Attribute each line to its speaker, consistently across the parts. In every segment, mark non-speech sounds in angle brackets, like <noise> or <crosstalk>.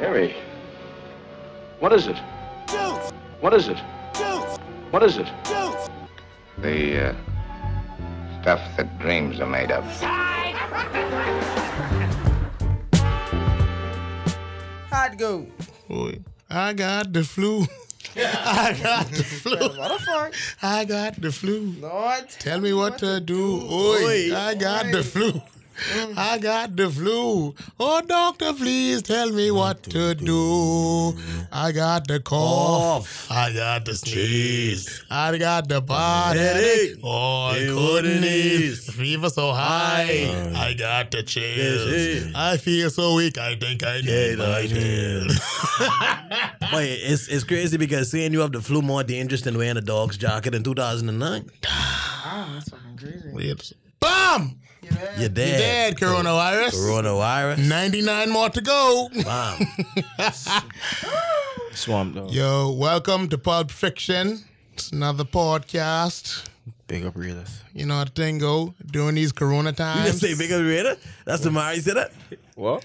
Speaker 1: Harry. What is it? What is it? What is it?
Speaker 2: The uh, stuff that dreams are made of.
Speaker 3: How'd it go?
Speaker 4: Boy, I got the flu. <laughs> I got the flu.
Speaker 3: Motherfucker.
Speaker 4: I got the flu.
Speaker 3: Lord.
Speaker 4: Tell me what to do. Oi, Mm.
Speaker 3: Oi,
Speaker 4: I got the
Speaker 3: oi.
Speaker 4: flu. I got the flu. Oh, doctor, please tell me what to do. I got the
Speaker 5: Oh. <laughs>
Speaker 4: cough. I got the sneeze. I got the body.
Speaker 5: Headache.
Speaker 4: Oh, I
Speaker 5: It
Speaker 4: couldn't
Speaker 5: wouldn't
Speaker 4: eat.
Speaker 5: ease.
Speaker 4: Fever so high. I got the
Speaker 5: Yes,
Speaker 4: chills.
Speaker 5: yes.
Speaker 4: I feel so weak. I think I need my pills.
Speaker 5: But it's it's crazy because seeing you have the flu more dangerous than wearing a dog's jacket in 2009.
Speaker 3: Oh, that's fucking crazy.
Speaker 4: Bam!
Speaker 5: You're dead.
Speaker 4: You're dead, coronavirus. <laughs>
Speaker 5: Coronavirus.
Speaker 4: 99 more to go. <laughs>
Speaker 5: Wow.
Speaker 6: Swamp Dog.
Speaker 4: Yo, welcome to Pulp Fiction. It's another podcast.
Speaker 6: Big up realist.
Speaker 4: You know how the thing go during these corona
Speaker 5: You
Speaker 4: times.
Speaker 5: just say bigger reader? That's the Mari said that?
Speaker 6: What?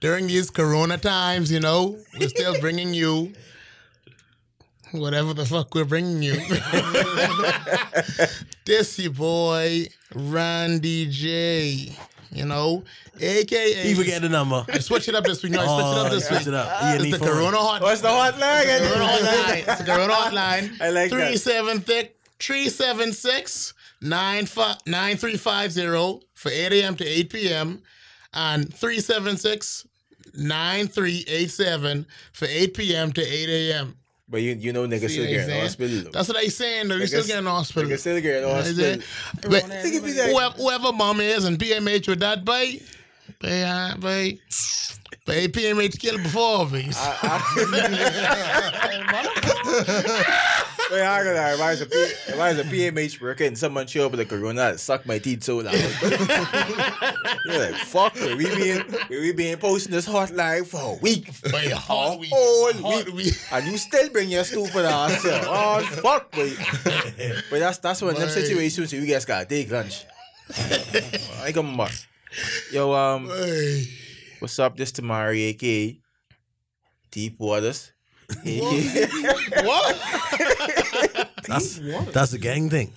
Speaker 4: during these corona times, you know, we're still bringing you whatever the fuck we're bringing you. <laughs> this your boy, Randy J. You know, aka.
Speaker 5: He forget the number.
Speaker 4: Switch it up this week. No,
Speaker 5: Oh,
Speaker 4: switch it up this
Speaker 5: switch
Speaker 4: week.
Speaker 5: it up. E&E
Speaker 4: It's the
Speaker 5: phone.
Speaker 4: Corona Hot
Speaker 6: What's the hot leg?
Speaker 4: Corona hotline. It's the Corona hotline.
Speaker 6: I like that.
Speaker 4: three seven thick three seven six nine five nine three five zero for eight a.m. to eight p.m. and three seven six nine three eight seven for eight p.m. to eight a.m.
Speaker 6: But you, you know niggas
Speaker 4: See
Speaker 6: still
Speaker 4: what
Speaker 6: getting
Speaker 4: I'm
Speaker 6: hospital.
Speaker 4: saying? That's what I saying. Though. They still
Speaker 6: Niggas-
Speaker 4: getting hospital.
Speaker 6: niggas still
Speaker 4: You
Speaker 6: getting
Speaker 4: know what I'm saying?
Speaker 6: hospital.
Speaker 4: But
Speaker 3: Niggas be
Speaker 6: like-
Speaker 4: whoever, whoever mom is and PMH with that boy, boy, uh, boy, boy, PMH killed before, boy.
Speaker 6: <laughs> Wait, I gotta, if I was a, P, if I was a PMH worker and someone show up with a corona, I'd suck my teeth so loud. <laughs> You're like, fuck, we been, we been posting this hotline for a week.
Speaker 4: Boy, hot week.
Speaker 6: All
Speaker 4: Hot
Speaker 6: week.
Speaker 4: week.
Speaker 6: And you still bring your stupid ass here. Oh, fuck, wait.
Speaker 4: <laughs>
Speaker 6: But that's that's one of them
Speaker 4: Word.
Speaker 6: situations you guys gotta take lunch. <laughs> I come back. Yo, um,
Speaker 4: Hey.
Speaker 6: <laughs> what's up? This Tamari, aka Deep Waters. <laughs> AKA,
Speaker 4: What?
Speaker 5: That's that's the gang thing.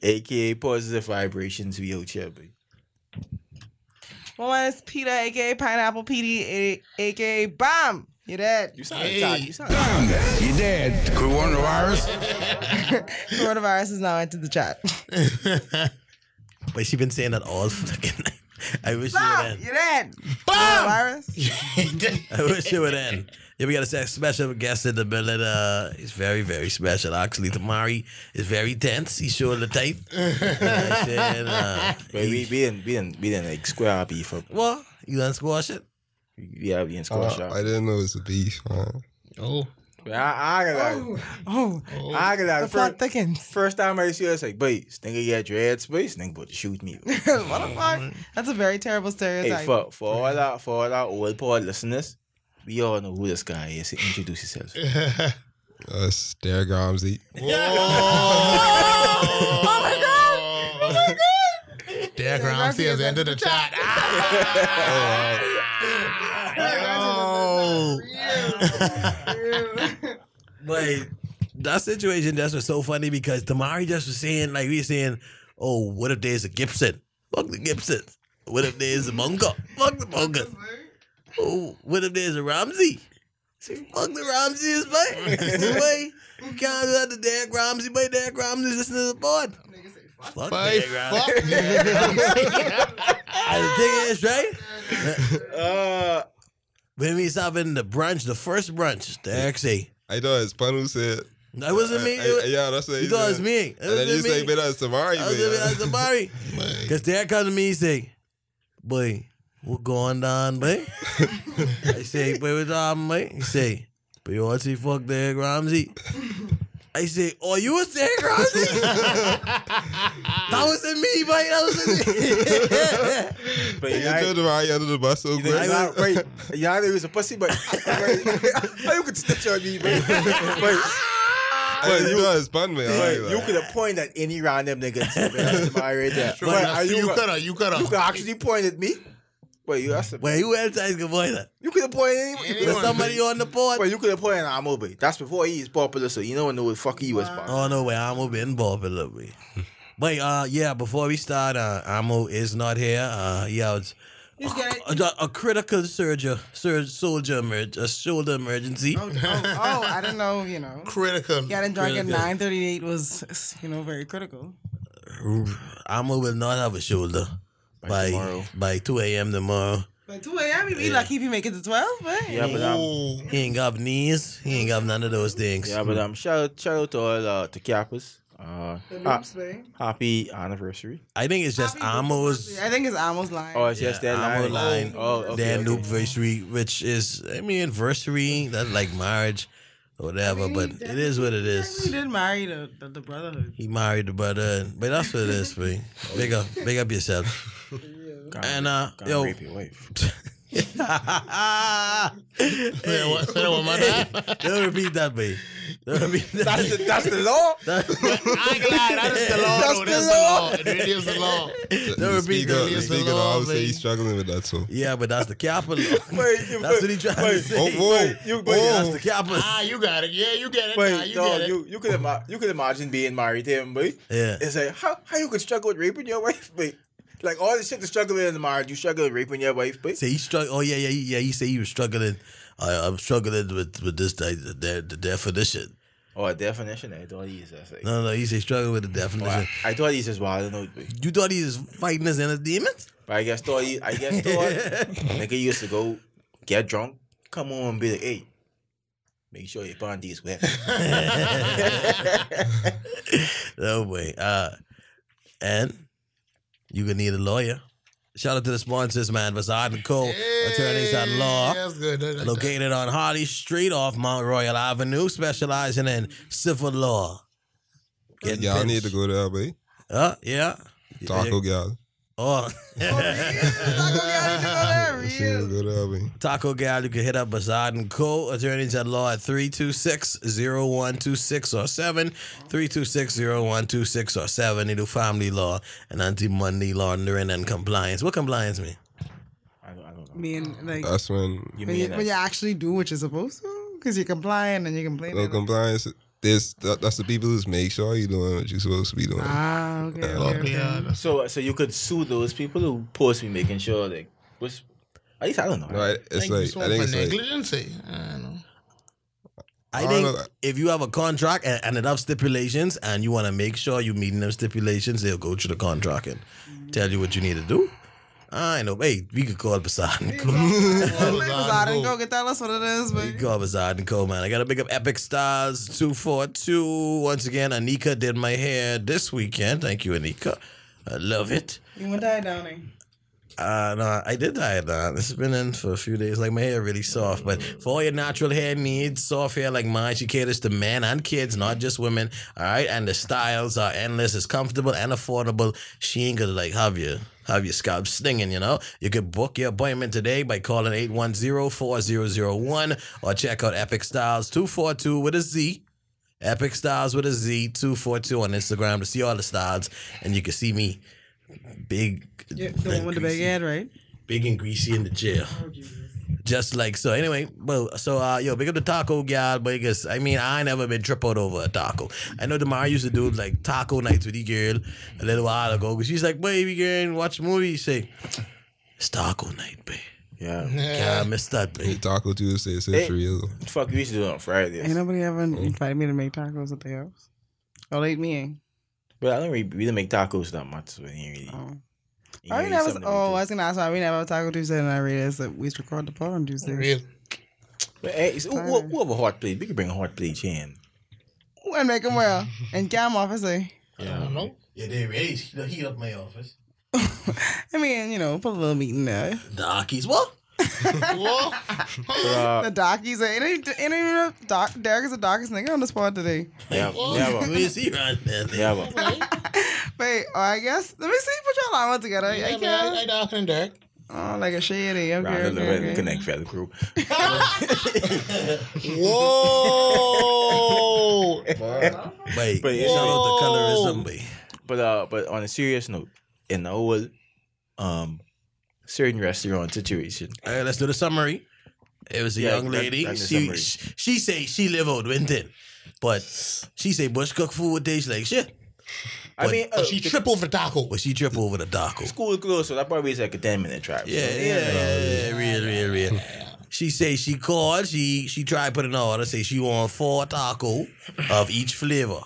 Speaker 6: AKA Positive Vibrations. We out here, baby.
Speaker 3: My one is Peter, aka Pineapple PD, a- aka Bomb. You dead.
Speaker 6: You sound
Speaker 4: Hey.
Speaker 6: attacked. You sound
Speaker 2: You dead? Coronavirus?
Speaker 3: Coronavirus is now into the chat.
Speaker 5: But she been saying that all fucking night. I wish
Speaker 3: Bomb.
Speaker 5: you
Speaker 3: You dead.
Speaker 4: Bam!
Speaker 3: Coronavirus.
Speaker 5: <laughs> would end. I wish you would end. Yeah, we got a se- special guest in the building. Uh, he's very, very special. Actually, Tamari is very tense. He's showing the type. I said, uh,
Speaker 6: But we we didn't we didn't we didn't like square up beef up.
Speaker 5: what? You done squash it?
Speaker 6: Yeah, we didn't
Speaker 7: Uh,
Speaker 6: square up.
Speaker 7: I didn't know it was a beef, man.
Speaker 4: Oh.
Speaker 6: But I, I gotta
Speaker 3: Oh, oh,
Speaker 6: I
Speaker 3: the
Speaker 6: gotta first,
Speaker 3: plot thickens. <laughs>
Speaker 6: first time I see her, it's like, "Boy, this nigga got dreads, boy, this nigga about to shoot
Speaker 7: <laughs>
Speaker 6: me."
Speaker 3: Motherfucker. That's a very terrible stereotype.
Speaker 6: hey, for for all our for all our old pod listeners, we all know who this guy is. Introduce yourself.
Speaker 4: <laughs>
Speaker 7: Uh, Stare Gomsey.
Speaker 4: Oh my god! Derek Ramsey has entered the
Speaker 6: <laughs>
Speaker 4: chat. <laughs> Oh.
Speaker 5: But that situation just was so funny because Tamari just was saying, like, we were saying, oh, what if there's a Gibson? Fuck the Gibson. What if there's a Munga? Fuck the Munga. Oh, what if there's a Ramsey? See, fuck the Ramses,
Speaker 7: <laughs>
Speaker 5: boy. See, boy. You can't do that to Derek Ramsey, boy. Derek Ramsey's listening to the board. Fuck
Speaker 4: By
Speaker 5: Derek
Speaker 4: <laughs>
Speaker 5: Ramsey.
Speaker 4: fuck
Speaker 5: And the thing is, right?
Speaker 6: Uh,
Speaker 5: When we was having the brunch, the first brunch, Derek say,
Speaker 7: I know it's Pun who said.
Speaker 5: that wasn't me.
Speaker 7: I- I- Uh, yeah, that's what
Speaker 5: You thought it was me. It
Speaker 7: And then you
Speaker 5: wasn't
Speaker 7: say,
Speaker 5: me.
Speaker 7: "But that's Tamari,
Speaker 5: I was living at
Speaker 7: man." <laughs>
Speaker 5: Zamari. Cause dad comes to me, he say, Boy, what going down, boy? <laughs> I say, Boy, what's up, boy? He say, But you want to see fuck Derek Ramsey? <laughs> I say, Oh, you was Derek Ramsey? <laughs> that wasn't me, boy. That wasn't me. <laughs>
Speaker 6: but
Speaker 7: You
Speaker 6: yeah,
Speaker 7: threw Tamari under the bus so
Speaker 6: you think
Speaker 7: quick.
Speaker 6: I got
Speaker 7: <laughs>
Speaker 6: right? <laughs> Yeah, he was a pussy, but but <laughs> you could stitch on me, <laughs> but, but
Speaker 7: Hey, you know it's Pun, man.
Speaker 6: But
Speaker 7: Like,
Speaker 6: you
Speaker 7: like,
Speaker 6: could have pointed at any random nigga. That's my right there.
Speaker 4: But
Speaker 6: are
Speaker 4: you
Speaker 6: you,
Speaker 4: coulda, you coulda.
Speaker 6: you could actually point at me. But you asked
Speaker 5: Where you else I can buy that?
Speaker 6: You could appoint anyone.
Speaker 5: There's
Speaker 4: Anyone,
Speaker 5: somebody on the
Speaker 6: But
Speaker 5: board.
Speaker 6: you could appoint an Amobe. That's before he is popular, so you don't know what the fuck he was popular.
Speaker 5: Oh no way, Amo been involved a little bit. But uh yeah, before we start, uh Amo is not here. Uh yeah, it's
Speaker 3: He's
Speaker 6: <laughs>
Speaker 3: good.
Speaker 5: a, a- a critical surgery, sur- soldier emerg- a shoulder emergency.
Speaker 3: Oh, I didn't know. You know,
Speaker 4: Critical.
Speaker 3: getting drunk at
Speaker 5: Critical.
Speaker 3: nine thirty eight was, you know, very critical.
Speaker 5: Amo will not have a shoulder by by,
Speaker 6: tomorrow.
Speaker 5: 2 a.m. tomorrow.
Speaker 3: Like two a.m. You'd be lucky if you make it to twelve, but
Speaker 6: Yeah, but I'm,
Speaker 4: Oh,
Speaker 5: He ain't got knees. He ain't got none of those things.
Speaker 6: yeah, but um, shout out, shout out to all uh, to Kappas. Uh,
Speaker 3: The
Speaker 6: ha-
Speaker 3: loops, babe.
Speaker 6: happy anniversary.
Speaker 5: I think it's just
Speaker 3: Happy
Speaker 5: Amo's
Speaker 3: I think it's Amos line.
Speaker 6: Oh, it's just
Speaker 5: Yeah,
Speaker 6: that
Speaker 5: Amo
Speaker 6: line.
Speaker 5: line.
Speaker 6: Oh, okay,
Speaker 5: their
Speaker 6: okay.
Speaker 5: okay. which is I mean anniversary. That's like marriage, or whatever.
Speaker 3: mean,
Speaker 5: but it is what it
Speaker 3: He
Speaker 5: is.
Speaker 3: did marry the, the, the brotherhood.
Speaker 5: He married the brother, but that's what it is,
Speaker 6: <laughs>
Speaker 5: man. Big up, big up yourself.
Speaker 6: Can't
Speaker 5: And
Speaker 6: rape-
Speaker 5: uh,
Speaker 6: can't
Speaker 5: yo,
Speaker 6: rape your wife.
Speaker 4: say what- say what, my dad?
Speaker 5: don't repeat that, man. Don't repeat that.
Speaker 6: That's the, that's the <laughs> law.
Speaker 4: <laughs> I ain't gonna lie, that is the law.
Speaker 6: That's
Speaker 4: though.
Speaker 6: the
Speaker 4: That's the law. It really is the law.
Speaker 5: Don't repeat
Speaker 7: speak
Speaker 5: that.
Speaker 7: up.
Speaker 4: It's
Speaker 7: Speak
Speaker 4: the
Speaker 7: up.
Speaker 4: law,
Speaker 7: I would say
Speaker 4: baby.
Speaker 7: he's struggling with that, so.
Speaker 5: Yeah, but that's the capital. that's
Speaker 6: <laughs> Wait, you-
Speaker 5: what he trying to
Speaker 6: wait,
Speaker 5: say.
Speaker 7: Oh, whoa.
Speaker 6: But you- but
Speaker 5: That's
Speaker 7: whoa.
Speaker 5: the capital.
Speaker 4: Ah, you got it. Yeah, you get it.
Speaker 6: But
Speaker 4: nah, you
Speaker 6: dog,
Speaker 4: get it.
Speaker 6: you, you could ima- you could imagine being married to him, but
Speaker 5: Yeah.
Speaker 6: it's like how how you could struggle with raping your wife, <laughs> but like all the shit to struggle with in the marriage, you struggle with raping your wife, but
Speaker 5: Say he struggled. Oh yeah, yeah, yeah. He said he was struggling. I, I'm struggling with with this like, the, de- the definition.
Speaker 6: oh a definition, I thought he's just like,
Speaker 5: No, no, he said struggling with the
Speaker 6: oh,
Speaker 5: definition.
Speaker 6: I, I thought he's just wild, no, but
Speaker 5: You thought he was fighting his inner demons?
Speaker 6: but I guess thought he,
Speaker 5: <laughs>
Speaker 6: I guess thought nigga used to go get drunk, come home and be like, hey, make sure your bond is wet.
Speaker 5: <laughs> No way. Uh, and you gonna need a lawyer. Shout out to the sponsors, man. Bassard and Co. Attorneys at Law.
Speaker 4: That's good. That- that-
Speaker 5: Located on Harley Street off Mount Royal Avenue, specializing in civil law. Get
Speaker 7: Y'all
Speaker 5: pinched.
Speaker 7: need to go there, baby.
Speaker 5: Uh, yeah.
Speaker 7: Taco Gal.
Speaker 5: Oh. <laughs>
Speaker 7: You should go there, baby.
Speaker 5: Taco Gal, you can hit up Bazad and Co. Attorneys at law at 326-0126 or 7. 326-0126 or 7. They do family law and anti-money laundering and compliance. What compliance mean?
Speaker 6: I don't, I don't know.
Speaker 3: Me and like
Speaker 7: That's when
Speaker 6: You
Speaker 3: when
Speaker 6: mean
Speaker 3: you,
Speaker 6: that?
Speaker 3: when you actually do what you're supposed to, because you're complying and you're
Speaker 7: no
Speaker 3: complaining.
Speaker 7: compliance. There's that, that's the people who's make sure you're doing what you're supposed to be doing.
Speaker 3: ah, okay. okay,
Speaker 7: Lock
Speaker 3: okay.
Speaker 4: Yeah, that's-
Speaker 6: So so you could sue those people who post me making sure like which at least I don't know.
Speaker 7: No, I- it's
Speaker 4: Thank you
Speaker 7: like
Speaker 4: so
Speaker 7: I think
Speaker 4: for
Speaker 7: it's like
Speaker 4: negligence. eh? I don't know.
Speaker 5: I
Speaker 7: I
Speaker 5: think
Speaker 7: don't know.
Speaker 5: if you have a contract and, and enough stipulations and you want to make sure you're meeting them stipulations, they'll go to the contract and tell you what you need to do. I know. Hey, we could call Bazad and Co.
Speaker 3: Well, <laughs> like, Bazaar and go. Go tell us what it is,
Speaker 5: You
Speaker 3: but
Speaker 5: go Bazaar and Co, man. I gotta pick up Epic Stars 242. Once again, Anika did my hair this weekend. Thank you, Anika. I love it.
Speaker 3: you went die downing.
Speaker 5: Uh, no, I did dye it down. It's been in for a few days. Like, my hair really soft. But for all your natural hair needs, soft hair like mine, she caters to men and kids, not just women. All right? And the styles are endless. It's comfortable and affordable. She ain't gonna, like, have you. Have your scalp stinging, you know? You can book your appointment today by calling 810-4001 or check out Epic Styles 242 with a Z. Epic Styles with a Z 242 on Instagram to see all the styles. And you can see me big.
Speaker 3: Yeah, the one with the big
Speaker 5: greasy
Speaker 3: head, right?
Speaker 5: big and greasy in the jail. Just like so. Anyway, well, so uh, yo, big up the taco gal because I mean I ain't never been trip out over a taco. I know Demar used to do like taco nights with the girl a little while ago. Cause she's like, baby girl, watch a movie. You say, it's taco night, babe.
Speaker 6: Yeah.
Speaker 5: Yeah, I missed that, babe.
Speaker 7: Taco Tuesday is hey. for real.
Speaker 6: <laughs> Fuck we used to do it on
Speaker 3: Ain't
Speaker 6: Fridays.
Speaker 3: nobody ever invited me to make tacos at the house. Oh, they me.
Speaker 6: But I don't really, we didn't make tacos that much. So we didn't really,
Speaker 3: Oh,
Speaker 6: we
Speaker 3: I
Speaker 6: didn't
Speaker 3: mean,
Speaker 6: really
Speaker 3: that was.
Speaker 6: something we
Speaker 3: Oh,
Speaker 6: did.
Speaker 3: I was gonna ask why we never have taco Tuesday, and I realized that we used to record the pod on Tuesday.
Speaker 4: Real.
Speaker 6: But, hey, so, who, who- who have a hot plate? We could bring a hot plate here. in.
Speaker 3: Ooh, and make them well. And cam officer.
Speaker 4: I don't know.
Speaker 5: Yeah, they raised the heat up my office.
Speaker 3: I mean, you know, put a little meat in there.
Speaker 5: The Aki's what?
Speaker 4: Whoa.
Speaker 6: uh,
Speaker 3: <laughs> The dockies, ain't ain't ain't even a doc. Derek is the darkest nigga on the spot today.
Speaker 5: <laughs>
Speaker 6: Yeah,
Speaker 5: Who
Speaker 6: yeah,
Speaker 5: is he right there?
Speaker 6: yeah.
Speaker 3: <laughs>
Speaker 6: but-
Speaker 3: Wait, oh, I guess. Let me see. Put your llama together.
Speaker 4: Yeah,
Speaker 3: I
Speaker 4: man, I, I
Speaker 3: can't.
Speaker 4: dark and dark.
Speaker 3: Oh, like a shady. Okay,
Speaker 6: Round
Speaker 3: okay, okay.
Speaker 6: connect fellow crew.
Speaker 4: Whoa.
Speaker 5: Wait,
Speaker 6: But it's-
Speaker 5: shout out to
Speaker 4: Whoa.
Speaker 5: colorism, babe.
Speaker 6: But uh, but on a serious note, in the whole um certain restaurant situation.
Speaker 5: All right, let's do the summary. It was a
Speaker 6: Yeah,
Speaker 5: young
Speaker 6: run-
Speaker 5: lady.
Speaker 6: run the
Speaker 5: she,
Speaker 6: summary.
Speaker 5: she she say she live out Winton, but she say Bush cook food with days like shit.
Speaker 6: I
Speaker 5: But-
Speaker 6: mean,
Speaker 5: but
Speaker 6: uh,
Speaker 4: She
Speaker 6: the
Speaker 4: tripled for taco.
Speaker 5: But she trip over the doco.
Speaker 6: school is closed, so that probably is like a ten minute drive.
Speaker 5: Yeah,
Speaker 6: So,
Speaker 5: yeah, yeah, yeah, real, real, real. She say she called. She she tried putting an order. Say she want four taco of each flavor,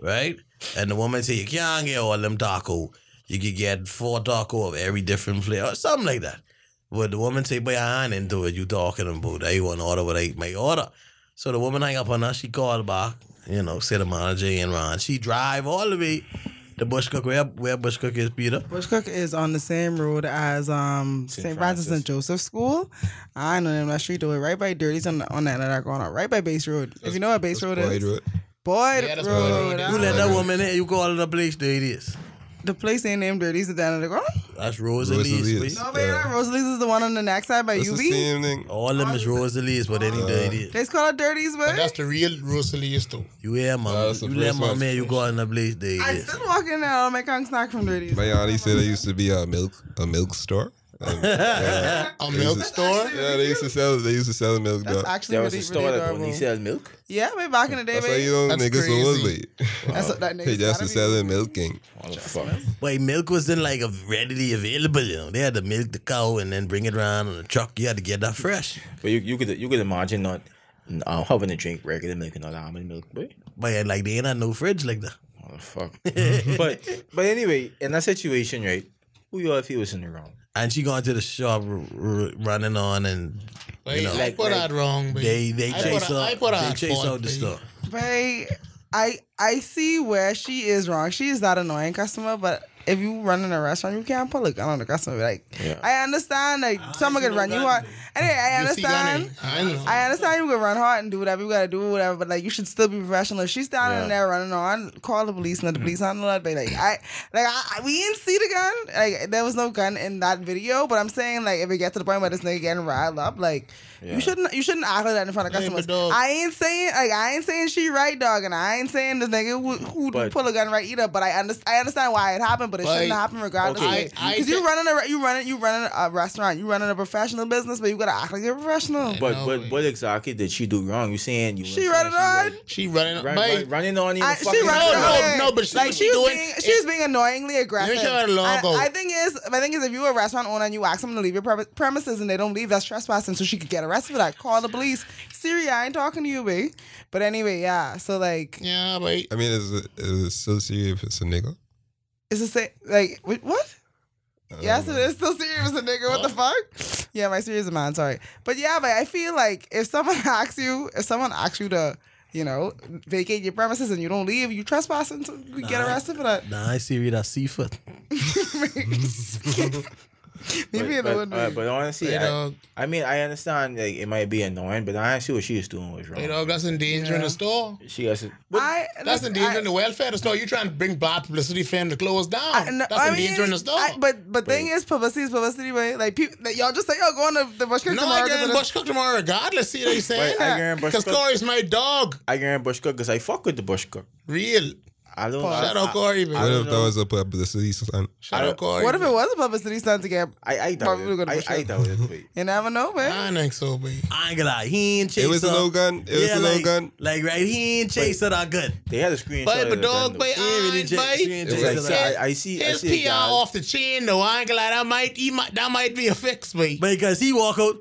Speaker 5: right? And the woman say you can't get all them taco. You can get four taco of every different flavor, or something like that. But the woman say, "But I ain't into it. You talking about? I want order what I my order." So the woman hang up on us. She called back. You know, say the manager and Ron. She drive all the way. The bush cook where where bush cook is Peter.
Speaker 3: Bush Cook is on the same road as um
Speaker 6: St.
Speaker 3: St. Francis.
Speaker 6: Francis.
Speaker 3: and Joseph School. I know them that street do it right by Dirty's on on that that going on right by Base Road. if you know what Base Road
Speaker 7: Wide
Speaker 3: is,
Speaker 7: road.
Speaker 3: Boyd
Speaker 4: Yeah, that's Boyd
Speaker 3: Road.
Speaker 4: Road.
Speaker 3: I
Speaker 5: You
Speaker 3: don't-
Speaker 5: let that woman in, you call it a place there it is.
Speaker 3: the place ain't named Dirty's the down at the corner.
Speaker 5: That's Rosalie's.
Speaker 7: Rosalie's.
Speaker 5: please.
Speaker 3: No, baby,
Speaker 7: Yeah.
Speaker 3: Rosalie's is the one on the next side by
Speaker 7: That's the
Speaker 3: UB.
Speaker 7: same thing.
Speaker 5: All them is Rosalie's, but any day it is.
Speaker 3: They call it Dirty's,
Speaker 4: But
Speaker 3: but
Speaker 4: that's the real Rosalie's though.
Speaker 5: You hear,
Speaker 7: Nah,
Speaker 5: mama?
Speaker 7: that's the
Speaker 5: You let
Speaker 7: first
Speaker 5: my
Speaker 7: one.
Speaker 5: man, you go in the place there
Speaker 3: I
Speaker 5: it is.
Speaker 3: still walk in there. I'll make Kong snack from Dirty's.
Speaker 7: My auntie said there used to be a milk a milk
Speaker 3: <laughs>
Speaker 7: store. Um, yeah.
Speaker 4: A milk
Speaker 7: That's
Speaker 4: store.
Speaker 7: yeah, they used to sell they used to sell milk.
Speaker 3: That's
Speaker 7: dog.
Speaker 3: actually
Speaker 6: There was
Speaker 3: really,
Speaker 6: a store
Speaker 3: really
Speaker 6: that
Speaker 3: adorable.
Speaker 6: only sells milk.
Speaker 3: Yeah, way back in the day,
Speaker 7: That's why
Speaker 3: baby.
Speaker 7: you know
Speaker 4: That's
Speaker 7: niggas so
Speaker 4: crazy.
Speaker 7: ugly.
Speaker 3: That's what that nigga
Speaker 7: They
Speaker 3: gotta
Speaker 7: just to
Speaker 3: be.
Speaker 7: sell them milking.
Speaker 6: Oh, fuck.
Speaker 5: But milk wasn't like a readily available, you know. They had to milk the cow and then bring it around on the truck. You had to get that fresh.
Speaker 6: But you, you could you could imagine not uh, having to drink regular milk and not almond milk, boy.
Speaker 5: But yeah, like they ain't had no fridge like that.
Speaker 6: Oh, fuck. but but anyway, in that situation, right? Who y'all feel was in the wrong?
Speaker 5: And she gone to the shop r- r- running on and
Speaker 4: Wait,
Speaker 5: know,
Speaker 4: I
Speaker 6: like-
Speaker 4: put
Speaker 6: like-
Speaker 4: that wrong. babe.
Speaker 5: they they
Speaker 4: I
Speaker 5: chase
Speaker 4: put a- I
Speaker 5: out
Speaker 4: put a
Speaker 5: they
Speaker 4: hot
Speaker 5: chase
Speaker 4: bun,
Speaker 5: out the
Speaker 4: babe.
Speaker 5: store.
Speaker 3: Right. I I see where she is wrong. She is that annoying customer, but if you run in a restaurant, you can't pull a gun on the customer. Like
Speaker 6: Yeah.
Speaker 3: I understand, like
Speaker 4: Ah,
Speaker 3: someone could run you hard. Anyway, I
Speaker 4: You see that,
Speaker 3: understand.
Speaker 4: eh? I know.
Speaker 3: I understand you can run hard and do whatever you gotta do, whatever. But like, you should still be professional. If she's standing
Speaker 6: Yeah. Mm.
Speaker 3: there running on, call the police. Not the police handle that. But like, I, like, I, I- we didn't see the gun. Like, there was no gun in that video. But I'm saying, like, if it gets to the point where this nigga getting riled up, like,
Speaker 6: Yeah.
Speaker 3: you shouldn't, you shouldn't act like that in front of
Speaker 4: Hey, but
Speaker 3: customers.
Speaker 4: dog-
Speaker 3: I ain't saying, like, I ain't saying she right, dog, and I ain't saying this nigga who, who
Speaker 6: But-
Speaker 3: pull a gun right either. But I understand, I understand why it happened. But it
Speaker 4: But-
Speaker 3: shouldn't happen regardless.
Speaker 6: okay.
Speaker 3: Because
Speaker 4: I- I
Speaker 3: you
Speaker 4: thi-
Speaker 3: running a, re- you running, you running a restaurant, you running a professional business, but you gotta act like you're a professional.
Speaker 6: But
Speaker 4: No
Speaker 6: but
Speaker 4: way.
Speaker 6: what exactly did she do wrong? You saying you
Speaker 3: She
Speaker 6: you
Speaker 3: ran
Speaker 6: saying
Speaker 3: it on.
Speaker 6: like,
Speaker 4: She running.
Speaker 6: Run,
Speaker 4: babe,
Speaker 6: run, running on you.
Speaker 3: I,
Speaker 6: fucking-
Speaker 3: she ran
Speaker 4: No,
Speaker 3: it
Speaker 4: no,
Speaker 3: on.
Speaker 4: no, but she
Speaker 3: like
Speaker 4: was
Speaker 3: she was
Speaker 4: doing-
Speaker 3: being she was being annoyingly aggressive.
Speaker 4: she had a logo.
Speaker 3: I, I think is my thing is if you are a restaurant owner and you ask them to leave your pre- premises and they don't leave, that's trespassing. So she could get arrested for that. Call the police. Siri, I ain't talking to you, babe. But anyway, yeah. So like,
Speaker 4: yeah, babe.
Speaker 7: I mean, it's, a, it's so serious if it's a nigga.
Speaker 3: it's the same. Like wh- what?
Speaker 7: Um,
Speaker 3: Yeah, so it's still serious, a nigga. What the fuck? Yeah, my Siri is a man. Sorry, but yeah, but I feel like if someone <laughs> asks you, if someone asks you to, you know, vacate your premises and you don't leave, you trespassing. So you get
Speaker 5: Nah.
Speaker 3: arrested for
Speaker 4: <laughs>
Speaker 3: that. <laughs>
Speaker 5: Nah, I see that seafood.
Speaker 3: Maybe it
Speaker 6: but,
Speaker 3: would
Speaker 6: but, uh,
Speaker 3: be.
Speaker 6: but honestly,
Speaker 4: Hey,
Speaker 6: I,
Speaker 4: dog.
Speaker 6: I mean, I understand like it might be annoying, but I see what she was doing was
Speaker 4: Hey,
Speaker 6: wrong.
Speaker 4: dog. That's endangering
Speaker 3: Yeah.
Speaker 4: the store.
Speaker 6: She has. to- but-
Speaker 3: I,
Speaker 4: That's
Speaker 3: listen,
Speaker 4: endangering
Speaker 3: I-
Speaker 4: the welfare of the store. You trying to bring bad publicity for him to close down.
Speaker 3: I- no,
Speaker 4: That's
Speaker 3: I mean,
Speaker 4: endangering the store.
Speaker 3: I- but but thing
Speaker 6: Wait.
Speaker 3: is, publicity is publicity, right? Like people, like, y'all just say, "Yo, go on the, the bush cook
Speaker 4: no,
Speaker 3: tomorrow."
Speaker 4: I get in Bush Cook tomorrow regardless. See what I'm saying?
Speaker 6: Wait, I get in Bush
Speaker 4: Because
Speaker 6: Cook.
Speaker 4: Corey's my dog.
Speaker 6: I get in Bush Cook because I fuck with the Bush Cook.
Speaker 4: Real.
Speaker 6: I don't. I,
Speaker 4: Shout out
Speaker 6: I,
Speaker 4: Corey,
Speaker 7: What
Speaker 4: man.
Speaker 7: if that was a publicity stunt?
Speaker 4: Shout out Corey.
Speaker 3: What if it was a publicity stunt to get?
Speaker 6: I, I doubt
Speaker 3: Probably
Speaker 6: it.
Speaker 3: gonna
Speaker 6: I,
Speaker 3: Bush
Speaker 6: I
Speaker 3: Cook.
Speaker 6: doubt it. wait.
Speaker 3: You never know,
Speaker 4: I
Speaker 3: man.
Speaker 4: don't think so, babe.
Speaker 5: I ain't gonna lie, he ain't chase
Speaker 7: It was a
Speaker 5: her.
Speaker 7: no gun. It was
Speaker 5: yeah,
Speaker 7: a no
Speaker 5: like,
Speaker 7: gun.
Speaker 5: like right, he ain't chase her that good.
Speaker 6: They had a screenshot.
Speaker 4: But
Speaker 6: of
Speaker 4: but
Speaker 6: the
Speaker 4: dog,
Speaker 6: gun,
Speaker 4: but uh,
Speaker 6: though.
Speaker 5: Yeah, really,
Speaker 4: I,
Speaker 5: Jay- she
Speaker 4: but
Speaker 5: ain't
Speaker 6: It's
Speaker 5: Jay-
Speaker 6: like,
Speaker 5: Jay-
Speaker 6: so I, I see. I
Speaker 4: his
Speaker 6: see
Speaker 4: PR
Speaker 6: a guy-
Speaker 4: off the chain though. I ain't glad I might, he might that might be a fix, babe.
Speaker 5: Because he walk out,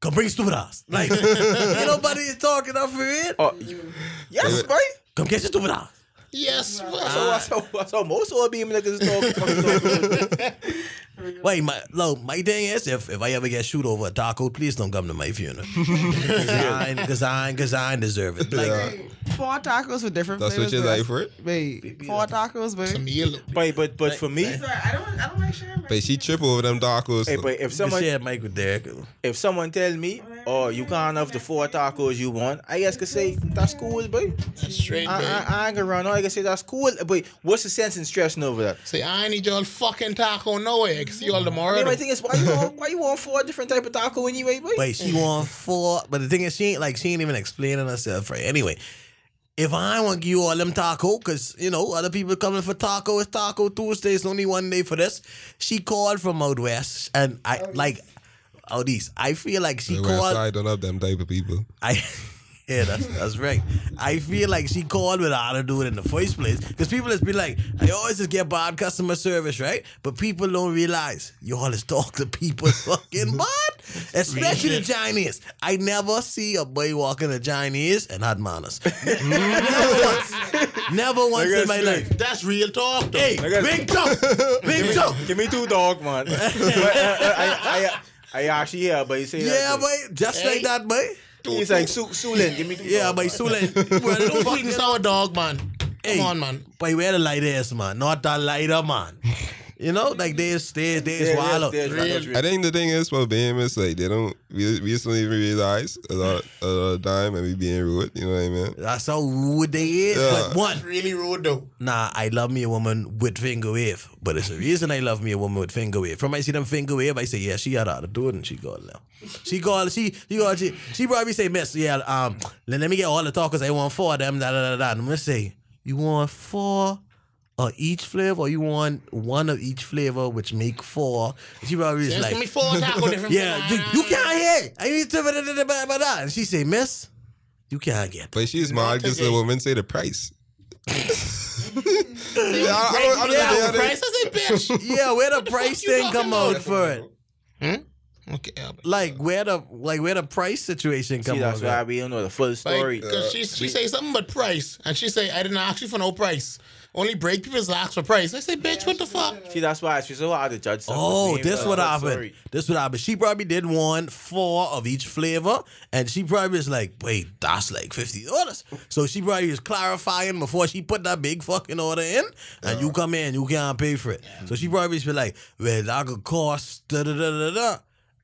Speaker 5: come bring stupid ass. Like ain't nobody is talking up for it.
Speaker 6: Oh, you- yes, right.
Speaker 5: Come get your stupid ass.
Speaker 4: yes,
Speaker 6: So
Speaker 4: but-
Speaker 6: that's how, that's how most old beam niggas talk.
Speaker 5: Wait, my look, my thing is if, if I ever get shoot over a taco, please don't come to my funeral. Because I ain't- 'cause I ain't deserve it. Like
Speaker 7: Yeah.
Speaker 3: Four tacos with different
Speaker 7: That's what
Speaker 3: flavors.
Speaker 7: you
Speaker 3: man.
Speaker 7: like for it.
Speaker 3: Wait, four tacos,
Speaker 4: Some
Speaker 3: baby.
Speaker 4: yellow.
Speaker 6: but but but for me,
Speaker 3: I don't, I don't like sharing.
Speaker 7: But she trip over them tacos.
Speaker 6: hey, but if
Speaker 5: you can
Speaker 6: someone
Speaker 5: share Mike with Derek.
Speaker 6: if someone tell me, oh, you can't have the four tacos you want, I guess could say that's cool, boy.
Speaker 4: That's straight,
Speaker 6: I,
Speaker 4: babe.
Speaker 6: I, I ain't gonna run. I can say that's cool, but what's the sense in stressing over that?
Speaker 4: Say I ain't need y'all fucking taco nowhere. I can see y'all tomorrow.
Speaker 6: Hey, my
Speaker 4: though.
Speaker 6: thing is, why you want why you want four different type of
Speaker 3: <laughs>
Speaker 6: taco anyway, boy?
Speaker 5: Wait, she won four but the thing is she ain't like she ain't even explaining herself right. Anyway, If I want to give you all them taco, because, you know, other people coming for taco, it's Taco Tuesday. It's only one day for this. She called from out west, and I, like, out east. I feel like she
Speaker 7: The West
Speaker 5: called.
Speaker 7: Side don't have them type of people.
Speaker 5: I <laughs> yeah, that's that's right. I feel like she called without her doing it in the first place because people has been like, I always just get bad customer service, right? But people don't realize you <laughs> always talk to people fucking
Speaker 6: Mm-hmm.
Speaker 5: bad, especially the Chinese. I never see a boy walking a Chinese and had
Speaker 6: <laughs>
Speaker 5: manners. never once, never once in my life.
Speaker 4: That's real talk, though.
Speaker 5: Hey,
Speaker 6: got-
Speaker 5: big jump, big
Speaker 6: <laughs>
Speaker 5: jump.
Speaker 6: Give me two dog, man. <laughs> But, uh, I, I, I actually hear, but you say
Speaker 5: Yeah,
Speaker 6: that,
Speaker 5: boy, just like that, boy.
Speaker 6: He's like, Su- Sulin, give me two
Speaker 5: Yeah,
Speaker 6: dog,
Speaker 5: boy,
Speaker 6: man."
Speaker 5: Sulan.
Speaker 6: <laughs>
Speaker 4: Two sweet and sour dog, man. Come
Speaker 5: Hey.
Speaker 4: on, man.
Speaker 5: But where the light is, man. Not the lighter, man. You know, like there's, there's,
Speaker 6: Yeah,
Speaker 5: there's
Speaker 6: yeah,
Speaker 5: wild.
Speaker 6: there's wild.
Speaker 7: I think the thing is for BMS, like they don't, we, we just don't even realize a lot, a lot of time and we being rude. You know what I mean?
Speaker 5: That's how rude they is.
Speaker 7: Yeah.
Speaker 5: But one,
Speaker 4: Really rude, though.
Speaker 5: nah, I love me a woman with finger wave. But it's the reason I love me a woman with finger wave. From I see them finger wave, I say, yeah, she had out of doing and she got now. She called, she, she called, she, she probably say, miss, yeah, um, let, let me get all the talkers. I want four of them, da da da da. And I'm gonna say, you want four? Of each flavor, or you want one of each flavor, which make four. She probably is
Speaker 4: Just
Speaker 5: like,
Speaker 4: give me four taco different.
Speaker 5: Yeah, you, you can't hear. I need to. Blah, blah, blah, blah, blah, blah. And she say, Miss, you can't get.
Speaker 7: But she's mad because the
Speaker 4: today.
Speaker 7: woman say the price. yeah, I, I don't, I don't
Speaker 4: Yeah,
Speaker 7: know,
Speaker 4: yeah,
Speaker 7: they-
Speaker 4: prices, eh, bitch.
Speaker 5: Yeah, where
Speaker 4: <laughs>
Speaker 5: the price
Speaker 4: you
Speaker 5: thing
Speaker 4: talking
Speaker 5: come out
Speaker 4: about?
Speaker 5: for it?
Speaker 4: okay, Albert.
Speaker 5: Like where the like where the price situation
Speaker 6: See,
Speaker 5: come
Speaker 6: that's
Speaker 5: out?
Speaker 6: why
Speaker 5: at?
Speaker 6: we don't know the full story.
Speaker 4: Like, cause she she
Speaker 6: we-
Speaker 4: say something about price, and she say I didn't ask you for no price. Only break people's ask for price. I say, bitch, what the fuck?
Speaker 6: See, that's why she's so hard to judge. someone.
Speaker 5: Oh,
Speaker 6: We ain't
Speaker 5: this
Speaker 6: got
Speaker 5: what
Speaker 6: the full
Speaker 5: happened.
Speaker 6: story.
Speaker 5: This what happened. She probably did one four of each flavor, and she probably is like, "Wait, that's like fifty dollars." So she probably is clarifying before she put that big fucking order in, and
Speaker 6: Uh-huh.
Speaker 5: you come in, you can't pay for it. So she probably should be like, "Well, that could cost da da da da da,"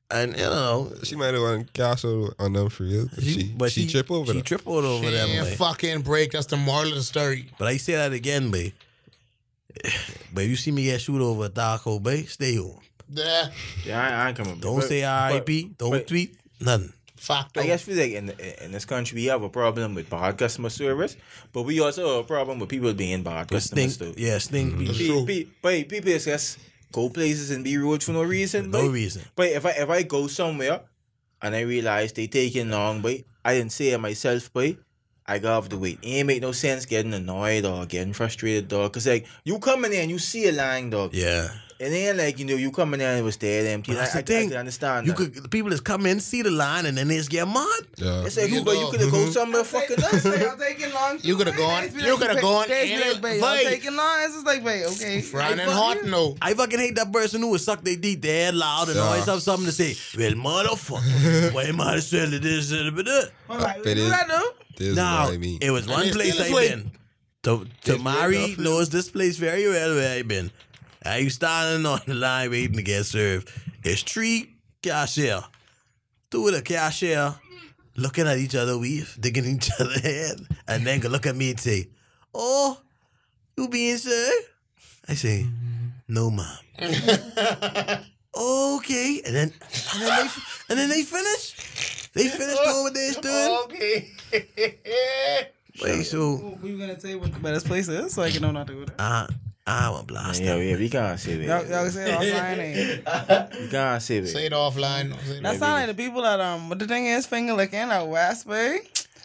Speaker 5: and you know,
Speaker 7: She might have won cash out on them for real. But she, she, trip over
Speaker 5: She
Speaker 7: them.
Speaker 5: tripled over them.
Speaker 4: Yeah,
Speaker 5: boy.
Speaker 4: fucking break. That's the moral of the story.
Speaker 5: But I say that again, babe. <sighs> But you see me get shoot over a taco, babe. Stay home.
Speaker 4: Yeah,
Speaker 6: Yeah, I, I ain't coming.
Speaker 5: Don't
Speaker 6: But-
Speaker 5: say R.I.P. Don't
Speaker 6: but-
Speaker 5: tweet nothing.
Speaker 4: fact.
Speaker 6: I guess feel like in in this country we have a problem with bad customer service, but we also have a problem with people being bad
Speaker 5: But
Speaker 6: customers
Speaker 5: stink,
Speaker 6: too.
Speaker 5: yeah, stink. people.
Speaker 6: Pe- pe- But people is just go places and be rude for no reason.
Speaker 5: No
Speaker 6: but-
Speaker 5: reason.
Speaker 6: But if I if I go somewhere and I realize they taking long, but I didn't say it myself, but I got off the wait. It ain't make no sense getting annoyed or getting frustrated, dog. Cause like you coming there and you see a line, dog.
Speaker 5: Yeah,
Speaker 6: And then like you know you coming there and it was dead empty.
Speaker 5: But that's
Speaker 6: I,
Speaker 5: the
Speaker 6: I, I
Speaker 5: thing.
Speaker 6: can understand.
Speaker 5: you
Speaker 6: that.
Speaker 5: could people just come in, see the line, and then they just get mad.
Speaker 7: Yeah.
Speaker 6: It's like,
Speaker 4: You
Speaker 6: but you
Speaker 4: go-
Speaker 6: could have
Speaker 5: Mm-hmm.
Speaker 6: go somewhere fucking
Speaker 5: <laughs>
Speaker 6: else.
Speaker 3: Like, I'm taking long.
Speaker 4: You coulda gone-
Speaker 3: It's been
Speaker 4: you
Speaker 3: like,
Speaker 4: coulda
Speaker 3: babe,
Speaker 4: gone
Speaker 3: days
Speaker 4: in
Speaker 3: been like,
Speaker 4: it,
Speaker 3: babe,
Speaker 4: babe.
Speaker 3: I'm taking long. It's just like, wait, okay.
Speaker 4: Fran
Speaker 3: Like,
Speaker 4: and
Speaker 3: fuck
Speaker 4: hot
Speaker 3: you.
Speaker 4: no.
Speaker 5: I fucking hate that person who is suck their dick dead loud and always have something to say. Well, motherfucker, why am I selling this? and that?"
Speaker 3: I'm like,
Speaker 7: It
Speaker 3: do
Speaker 7: is-
Speaker 3: that though?
Speaker 7: This is
Speaker 5: Now,
Speaker 7: what I mean.
Speaker 5: it was one
Speaker 4: they
Speaker 5: place
Speaker 4: still
Speaker 5: I've
Speaker 4: is wait-
Speaker 5: been. To, Tamari knows this place very well where I've been. I you standing on the line waiting to get served. It's three cashier. Two of the cashier looking at each other with, digging each <laughs> other head, and then go look at me and say, Oh, you being served? I say, No, ma'am. okay. And then and then they and then they finish. They finish doing what they're doing.
Speaker 4: Okay.
Speaker 5: Wait, so
Speaker 3: We were gonna say what the best place is, so I can know not to go there.
Speaker 5: I I will blast
Speaker 6: Yeah,
Speaker 5: them.
Speaker 6: yeah, we can't say that.
Speaker 3: <laughs> Y'all, y'all say offline.
Speaker 6: <laughs>
Speaker 3: ain't.
Speaker 6: We can't say that.
Speaker 4: Say it offline. Say it
Speaker 3: That sound eh? like the people that um. But the thing is, finger licking out West Bay.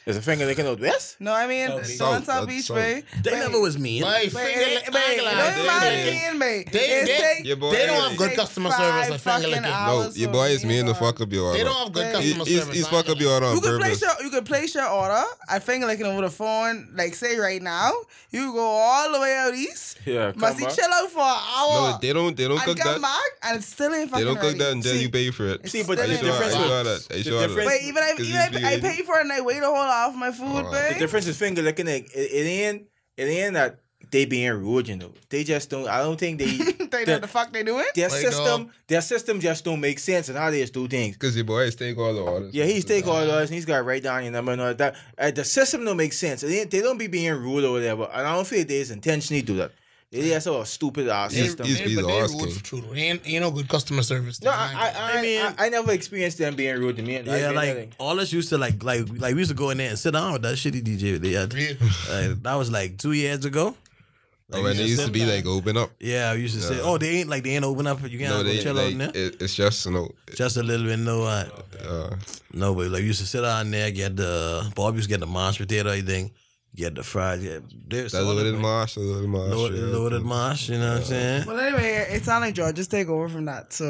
Speaker 6: There's a finger licking out west.
Speaker 3: No, I mean
Speaker 7: South,
Speaker 3: South, South
Speaker 7: that's
Speaker 3: Beach
Speaker 7: South.
Speaker 3: Bay.
Speaker 5: They
Speaker 3: Wait,
Speaker 5: never was mean.
Speaker 4: Wait,
Speaker 3: Wait,
Speaker 4: finger
Speaker 3: it-
Speaker 4: lick-
Speaker 3: wait,
Speaker 4: angle eye,
Speaker 3: don't mind
Speaker 4: finger lick.
Speaker 3: being made.
Speaker 4: They-
Speaker 3: It
Speaker 4: they-
Speaker 3: take-
Speaker 7: Your boy
Speaker 4: They
Speaker 7: is-
Speaker 4: don't have good
Speaker 3: take
Speaker 4: customer service. I finger
Speaker 3: five fucking
Speaker 4: licking.
Speaker 7: no,
Speaker 3: hours
Speaker 7: your
Speaker 3: for
Speaker 7: boy is
Speaker 3: me
Speaker 7: meaning to
Speaker 3: to-
Speaker 7: fuck up your order.
Speaker 4: They don't have good
Speaker 3: Hey.
Speaker 7: He-
Speaker 4: customer
Speaker 7: he's,
Speaker 4: service.
Speaker 7: he's fuck up your order on
Speaker 3: You could place
Speaker 7: purpose.
Speaker 3: your you could place your order. I finger licking over the phone, like say right now. You go all the way out east.
Speaker 6: Yeah, come
Speaker 3: Must he
Speaker 6: back.
Speaker 3: chill out for an hour?
Speaker 7: No, they don't. They don't
Speaker 3: and
Speaker 7: cook
Speaker 3: come
Speaker 7: that.
Speaker 3: back and it still ain't
Speaker 7: They
Speaker 3: fucking
Speaker 7: don't cook
Speaker 3: ready.
Speaker 7: that until
Speaker 6: See-
Speaker 7: you pay for it.
Speaker 6: See, but
Speaker 7: Are
Speaker 6: the
Speaker 7: you
Speaker 3: It's
Speaker 7: sure? Are you
Speaker 6: difference
Speaker 3: still
Speaker 7: sure
Speaker 6: was
Speaker 7: that? Are you
Speaker 6: the
Speaker 7: sure that?
Speaker 6: difference-
Speaker 3: Wait, even I,
Speaker 7: Cause
Speaker 3: even
Speaker 7: it's
Speaker 3: if I
Speaker 7: big.
Speaker 3: pay for it and I wait a whole hour for my food,
Speaker 7: Oh.
Speaker 6: the
Speaker 3: <laughs> babe.
Speaker 6: difference is finger licking. Like, it, it ain't it ain't that they being rude, you know. They just don't. I don't think they.
Speaker 5: <laughs>
Speaker 3: they know
Speaker 6: their-
Speaker 3: what the fuck they doing.
Speaker 6: their
Speaker 4: Like,
Speaker 6: system,
Speaker 4: dog.
Speaker 6: their system just don't make sense and how they just do things.
Speaker 7: Because your boy is take all the orders.
Speaker 6: Yeah, he's take all those and he's got right down your number and all that. Uh, the system don't make sense. They, they don't be being rude or whatever. And I don't feel they is intentionally do that. They that's a stupid ass
Speaker 7: These-
Speaker 6: system.
Speaker 7: these people
Speaker 4: they
Speaker 7: asking.
Speaker 4: rude for Trudeau. He ain't, he ain't no good customer service.
Speaker 6: no,
Speaker 4: That's
Speaker 6: I,
Speaker 4: my opinion.
Speaker 6: I, I, I,
Speaker 5: I mean-
Speaker 6: I, never experienced them being rude to me.
Speaker 5: Yeah,
Speaker 6: I-
Speaker 5: like all us used to like like like we used to go in there and sit down with that shitty DJ. They had,
Speaker 4: Really?
Speaker 5: like, that was like two years ago.
Speaker 7: Oh, and they used to be like open up.
Speaker 5: Yeah, I used to say,
Speaker 7: Yeah.
Speaker 5: oh, they ain't like they ain't open up. You can't
Speaker 7: No,
Speaker 5: go
Speaker 7: they
Speaker 5: chill out in there.
Speaker 7: like it, it's just you know.
Speaker 5: Just a little bit, no, uh,
Speaker 7: Uh,
Speaker 5: no, but like you used to sit down there, get the Bob used to get the mashed potato, everything, get the fries, get there's
Speaker 7: that's a little
Speaker 5: loaded,
Speaker 7: marsh, a little marsh.
Speaker 5: loaded,
Speaker 7: yeah.
Speaker 5: loaded mash. You know what I'm saying?
Speaker 3: Well, anyway, it sounds like George just take over from that. So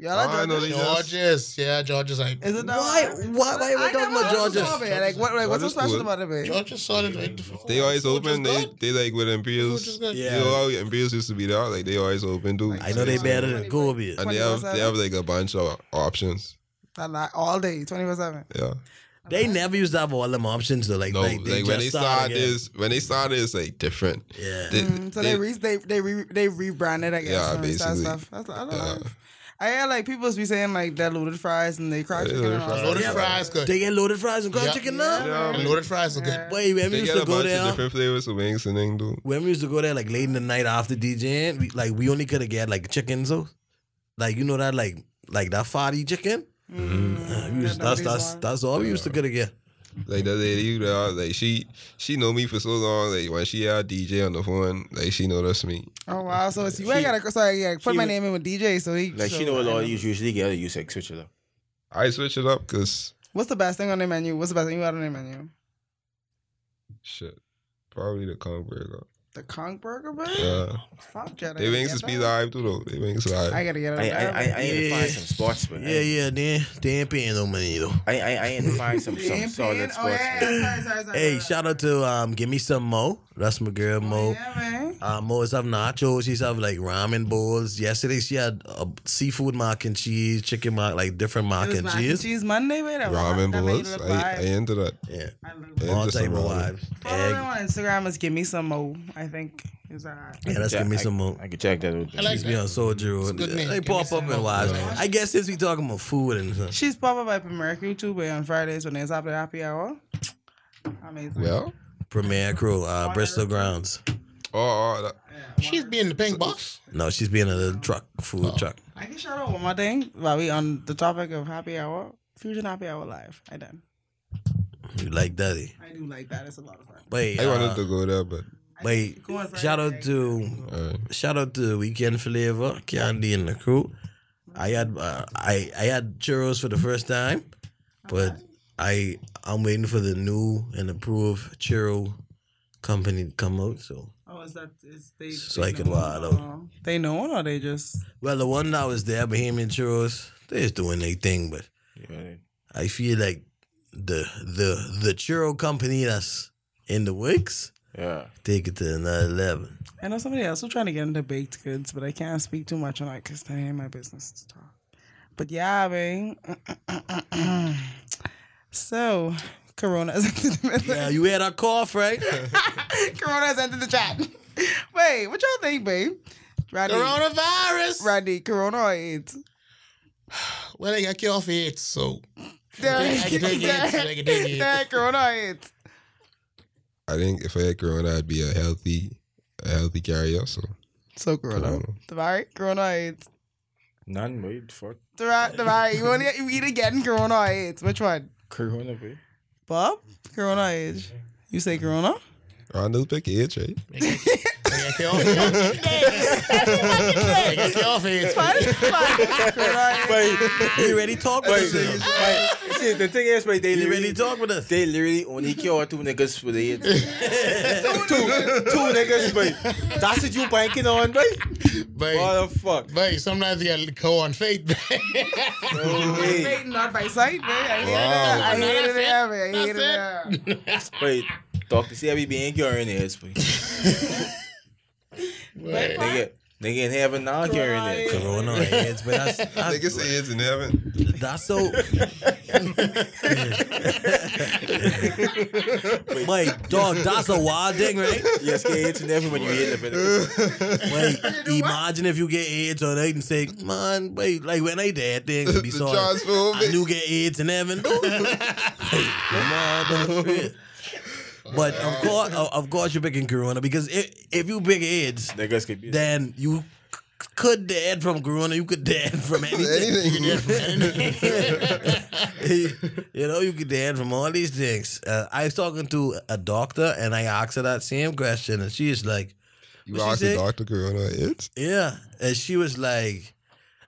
Speaker 3: y'all
Speaker 7: Oh, I
Speaker 3: are
Speaker 7: know
Speaker 3: Georgia.
Speaker 7: they just.
Speaker 4: Georges, yeah, Georges. I
Speaker 3: Is it that
Speaker 5: Why?
Speaker 3: one?
Speaker 5: Why? Why
Speaker 3: I
Speaker 5: we talking
Speaker 3: never
Speaker 5: about
Speaker 3: heard of
Speaker 5: Georges?
Speaker 3: it. Like, what, like, what's so
Speaker 7: Georges
Speaker 3: special
Speaker 7: good.
Speaker 3: about it, babe?
Speaker 4: Georges solid. Right?
Speaker 7: They always
Speaker 4: Georges
Speaker 7: open. They
Speaker 4: good.
Speaker 7: they like with
Speaker 4: George is
Speaker 7: Imperials.
Speaker 4: good.
Speaker 5: Yeah.
Speaker 7: You know how Imperials used to be there? Like they always open too.
Speaker 5: I know they better than Kobe.
Speaker 7: And they have they
Speaker 3: 24/7.
Speaker 7: have like a bunch of options.
Speaker 3: Not, not all day, twenty four seven.
Speaker 7: Yeah.
Speaker 5: They never used to have all them options though. Like,
Speaker 7: No,
Speaker 5: like,
Speaker 7: like,
Speaker 5: they just
Speaker 7: when they
Speaker 5: started
Speaker 7: started
Speaker 5: again.
Speaker 7: this, when they started it's like different.
Speaker 5: Yeah.
Speaker 7: They-
Speaker 3: Mm, So they re- they they re- they rebranded, I guess.
Speaker 7: Yeah,
Speaker 3: and restyled
Speaker 7: basically.
Speaker 3: Stuff. That's, I don't
Speaker 7: Yeah.
Speaker 3: know. I hear like people be saying like that loaded fries and they crack
Speaker 7: Yeah,
Speaker 3: chicken and all
Speaker 7: loaded
Speaker 3: that.
Speaker 4: Loaded
Speaker 5: Yeah.
Speaker 4: fries good.
Speaker 5: They get loaded fries and crab
Speaker 4: Yeah.
Speaker 5: chicken now.
Speaker 7: Yeah.
Speaker 4: And loaded fries are good.
Speaker 5: Wait, when we
Speaker 7: they
Speaker 5: used
Speaker 7: got
Speaker 5: to
Speaker 7: a
Speaker 5: go
Speaker 7: bunch of
Speaker 5: there,
Speaker 7: different flavors of wings and thing too.
Speaker 5: when we used to go there like late in the night after DJing, we, like we only could have get like chicken so, like you know that like like that fatty chicken. <clears throat>
Speaker 3: Mm,
Speaker 7: Mm.
Speaker 5: Uh, we used- that's that's that's all we used to could have get.
Speaker 7: Like that lady, you know, like she she know me for so long. Like when she had DJ on the phone, like she noticed me.
Speaker 3: Oh wow! So it's you. I gotta so I yeah, put
Speaker 6: she
Speaker 3: my
Speaker 6: was-
Speaker 3: name in with DJ. So he
Speaker 6: Like
Speaker 3: so,
Speaker 6: she know what all you usually get. You say switch it up.
Speaker 7: I switch it up because
Speaker 3: What's the best thing on their menu? What's the best thing you had on their menu?
Speaker 7: shit, probably the Kong burger.
Speaker 3: <laughs> The conch burger, bro.
Speaker 7: Yeah,
Speaker 3: Fuck yeah!
Speaker 7: they wings is be live too though. They wings live.
Speaker 3: I gotta get it.
Speaker 6: I I I, I ain't
Speaker 5: Yeah.
Speaker 6: find some spots, man.
Speaker 5: Yeah, yeah. They ain't- they ain't paying no money though.
Speaker 6: I I I ain't
Speaker 5: <laughs>
Speaker 6: find some some solid
Speaker 3: Oh
Speaker 6: spots.
Speaker 3: yeah!
Speaker 6: man.
Speaker 3: Sorry, sorry, sorry.
Speaker 5: Hey,
Speaker 3: sorry.
Speaker 5: shout out to um, give me some Mo. That's my girl Mo.
Speaker 3: Yeah, man.
Speaker 5: Uh, Mo is have nachos. She's have like ramen bowls. Yesterday she had uh, seafood mac and cheese, chicken mac, like different mac,
Speaker 3: It was
Speaker 5: and,
Speaker 3: mac
Speaker 5: cheese.
Speaker 3: and cheese Monday, wait. I-
Speaker 7: Ramen
Speaker 3: that made
Speaker 7: balls.
Speaker 3: it a
Speaker 7: I, I
Speaker 3: vibe.
Speaker 7: into that.
Speaker 5: Yeah,
Speaker 3: I love it.
Speaker 7: Yeah,
Speaker 5: all
Speaker 7: just
Speaker 5: type of
Speaker 7: ramen.
Speaker 5: vibes.
Speaker 3: Follow me
Speaker 5: Egg.
Speaker 3: on Instagram is give me some mo. I think is that.
Speaker 5: Yeah, let's give me
Speaker 6: I-
Speaker 5: some Mo.
Speaker 6: I can check that out.
Speaker 4: I like
Speaker 5: She's be on
Speaker 4: that.
Speaker 5: Soldier Road.
Speaker 4: good name.
Speaker 5: They
Speaker 4: Give me
Speaker 5: pop
Speaker 4: some
Speaker 5: up and
Speaker 4: more.
Speaker 5: wives.
Speaker 4: Yeah.
Speaker 5: I guess since we talking about food and stuff.
Speaker 3: She's pop up by America YouTube on Fridays when it's after the happy hour. Amazing.
Speaker 7: Well,
Speaker 5: Premier Crew, uh, Bristol Grounds.
Speaker 7: oh, oh that,
Speaker 4: She's being the pink boss.
Speaker 5: No, she's being a little truck, food
Speaker 7: Oh.
Speaker 5: truck.
Speaker 3: I can shout out one more thing while we on the topic of happy hour. Fusion happy hour live. I done.
Speaker 5: You like daddy.
Speaker 3: I do like that. It's a lot of fun.
Speaker 5: Wait,
Speaker 7: I wanted
Speaker 5: uh,
Speaker 7: to go there, but
Speaker 5: wait.
Speaker 3: Go on Friday
Speaker 5: Shout out
Speaker 3: night.
Speaker 5: to
Speaker 7: alright.
Speaker 5: shout out to Weekend Flavor, Candy and the crew. I had uh, I I had churros for the first time, but I I'm waiting for the new and approved churro company to come out. So
Speaker 3: Oh, is that is they?
Speaker 5: So
Speaker 3: they
Speaker 5: I can
Speaker 3: know
Speaker 5: wild
Speaker 3: one or- They know one or they just
Speaker 5: well, the one that was there, Bahamian Churros, they're doing their thing, but
Speaker 6: Yeah.
Speaker 5: I feel like the the the churro company that's in the works
Speaker 6: yeah.
Speaker 5: take it to another level.
Speaker 3: I know somebody else who's trying to get into baked goods, but I can't speak too much on it because that ain't my business to talk. But yeah, man. <clears throat> so, Corona <laughs> has entered the
Speaker 5: Yeah, you had a cough, right?
Speaker 3: Corona has entered the chat. Wait, what y'all think, babe? Rodney,
Speaker 4: Coronavirus.
Speaker 3: Rodney, Corona or AIDS?
Speaker 4: Well, they got cured for AIDS, so
Speaker 3: Derek,
Speaker 4: I can take it. I can take
Speaker 3: Derek, <laughs>
Speaker 4: it.
Speaker 3: Derek, Corona or AIDS?
Speaker 7: I think if I had Corona, I'd be a healthy, a healthy carrier. So
Speaker 3: So Corona.
Speaker 7: Corona.
Speaker 3: Tavari, Corona or AIDS?
Speaker 6: None, wait, fuck.
Speaker 3: Tavari, Tavari, you only you either getting Corona or AIDS. Which one?
Speaker 6: Corona, wait.
Speaker 3: Bob? Corona or AIDS? You say Corona?
Speaker 7: Ronald pick H, right?
Speaker 4: they got
Speaker 3: <laughs>
Speaker 4: cured for AIDS. They got cured for
Speaker 3: <laughs>
Speaker 4: AIDS.
Speaker 6: Wait,
Speaker 5: <laughs> you already talked with
Speaker 6: wait,
Speaker 5: us.
Speaker 6: wait. See, the thing is, wait, they
Speaker 5: You already
Speaker 6: literally
Speaker 5: talked with us.
Speaker 6: They literally only cure two niggas for
Speaker 5: <laughs>
Speaker 6: the two, two niggas, but that's what you banking on, boy.
Speaker 4: But
Speaker 6: What the fuck?
Speaker 4: but sometimes you gotta go on faith. <laughs>
Speaker 6: No way.
Speaker 3: Fate eh, not by sight, man. I hate
Speaker 7: Wow.
Speaker 3: it. I hate it.
Speaker 4: That's
Speaker 3: man. I hate it. man.
Speaker 6: Wait, Doctor see we being curing this, boy.
Speaker 4: But-
Speaker 6: Nigga, nigga in heaven now curing it.
Speaker 5: Corona AIDS, but that's
Speaker 7: I think
Speaker 5: that's,
Speaker 7: it's AIDS in heaven.
Speaker 5: that's so. Wait, dog, that's a wild thing, right?
Speaker 6: You're scared to never when you hear Leviticus.
Speaker 5: Wait, imagine if you get AIDS or they can say, man, wait, like when they did things to be
Speaker 7: <laughs> The
Speaker 5: sorry. I
Speaker 7: transphobic.
Speaker 5: do get AIDS in heaven. though. Motherfucker. But of course, of- of course, you're picking Corona because it, if you big heads,
Speaker 6: Niggas could be.
Speaker 5: then you c- could dead from corona. You could dead from anything. <laughs> you know, you could dead from all these things. Uh, I was talking to a doctor and I asked her that same question, and she's like,
Speaker 7: You
Speaker 5: What she
Speaker 7: asked the
Speaker 5: said?
Speaker 7: doctor Corona it?
Speaker 5: "Yeah," and she was like,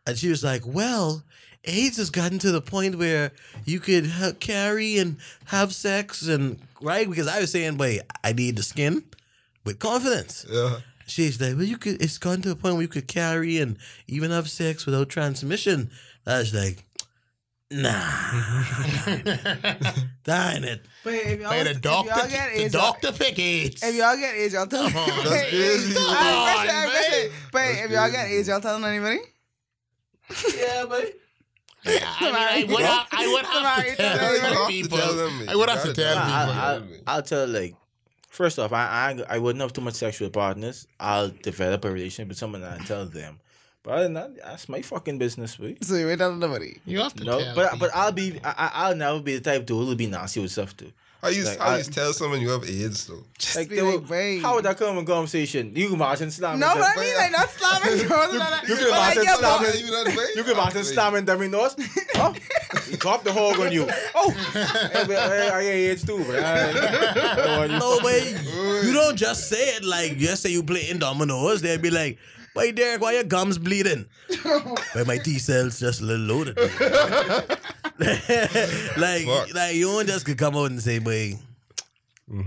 Speaker 5: and she was like, "Well." AIDS has gotten to the point where you could ha- carry and have sex and right because I was saying, wait, I need the skin with confidence.
Speaker 7: Yeah.
Speaker 5: She's like, well, you could. It's gotten to a point where you could carry and even have sex without transmission. I was like, nah, <laughs> that ain't it.
Speaker 3: But if y'all,
Speaker 4: Hey, the
Speaker 3: if
Speaker 4: doctor,
Speaker 3: y'all get
Speaker 4: the
Speaker 3: AIDS, y'all-
Speaker 4: doctor pick AIDS.
Speaker 3: If y'all get AIDS, y'all tell <laughs>
Speaker 4: Come on,
Speaker 3: anybody.
Speaker 7: that's crazy.
Speaker 3: Come on,
Speaker 4: Come on,
Speaker 3: I wish it, I wish it.
Speaker 4: man.
Speaker 3: But
Speaker 7: That's
Speaker 3: if y'all get
Speaker 7: crazy.
Speaker 3: AIDS, y'all telling anybody?
Speaker 5: Yeah, but
Speaker 3: <laughs>
Speaker 4: I, mean, I would, have- I would have to
Speaker 3: Somebody
Speaker 4: tell
Speaker 3: tell
Speaker 4: the
Speaker 3: me.
Speaker 4: people.
Speaker 7: Tell them.
Speaker 4: I would have to
Speaker 7: You
Speaker 4: tell
Speaker 7: gotta
Speaker 4: people.
Speaker 6: I, I, I'll tell like, first off, I, I I wouldn't have too much sexual partners. I'll develop a relationship with someone and I tell them. But other than that, that's my fucking business, boy.
Speaker 3: So you ain't telling nobody.
Speaker 4: You have to
Speaker 6: No,
Speaker 4: tell.
Speaker 6: but but I'll be I, I- I'll never be the type to who'll be nasty with stuff too.
Speaker 7: How you
Speaker 6: Like,
Speaker 7: how
Speaker 6: I-
Speaker 7: you tell someone you have AIDS though?
Speaker 3: Just
Speaker 6: Like,
Speaker 3: be
Speaker 6: they
Speaker 3: like,
Speaker 6: will-
Speaker 3: babe.
Speaker 6: how would that come in conversation? You can march and slam.
Speaker 3: No,
Speaker 6: and
Speaker 3: but
Speaker 6: them.
Speaker 3: I mean, like, not slamming doors and all that.
Speaker 6: You
Speaker 3: But
Speaker 6: could have
Speaker 3: like,
Speaker 6: asked
Speaker 3: yeah,
Speaker 6: us
Speaker 3: but-
Speaker 6: slamming. <laughs> You can march and slam and them in us.
Speaker 3: <laughs>
Speaker 6: Huh? Oh, He dropped the hog on you. Oh, hey, but, hey, I get AIDS too, but uh, <laughs> I,
Speaker 5: no way. You don't just say it like just say you playing dominoes. They'd be like, "Wait, Derek, why your gums bleeding?" but my T cells just a little loaded. <laughs> like,
Speaker 7: Fuck.
Speaker 5: like you don't just could come out and say, "Boy,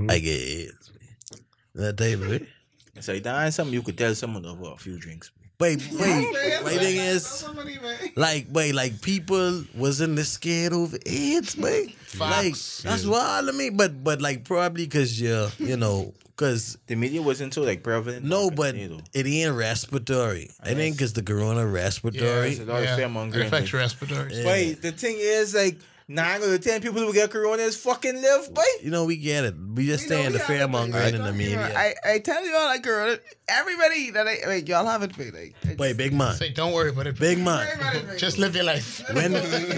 Speaker 5: I get AIDS." That type of it.
Speaker 6: It's like that ain't something you could tell someone over a few drinks.
Speaker 5: Wait, wait.
Speaker 3: Yeah,
Speaker 5: my
Speaker 3: yeah,
Speaker 5: thing
Speaker 3: yeah.
Speaker 5: is, like, wait, like people wasn't as scared of AIDS, man. Like, that's wild to me. But, but like, probably because you're, you know, because
Speaker 6: The media wasn't so like prevalent.
Speaker 5: no,
Speaker 6: back
Speaker 5: but
Speaker 6: in the day, though.
Speaker 5: it ain't respiratory. I think because the corona respiratory.
Speaker 6: it's a lot of pheromone
Speaker 4: It affects
Speaker 6: grinding.
Speaker 4: respiratory.
Speaker 6: Wait, the thing is like nine out of ten people who get corona is fucking live, boy.
Speaker 5: you know, we get it. We just
Speaker 3: You know,
Speaker 5: stay in the
Speaker 3: we have it, but
Speaker 5: fairmongering
Speaker 3: you
Speaker 5: in the
Speaker 3: know,
Speaker 5: media.
Speaker 3: I, I tell you all, like, girl, everybody that I, like, y'all have it, but like, I
Speaker 5: wait, big man,
Speaker 4: Say, don't worry about it.
Speaker 5: big man.
Speaker 3: just-
Speaker 4: Just live your life.
Speaker 5: When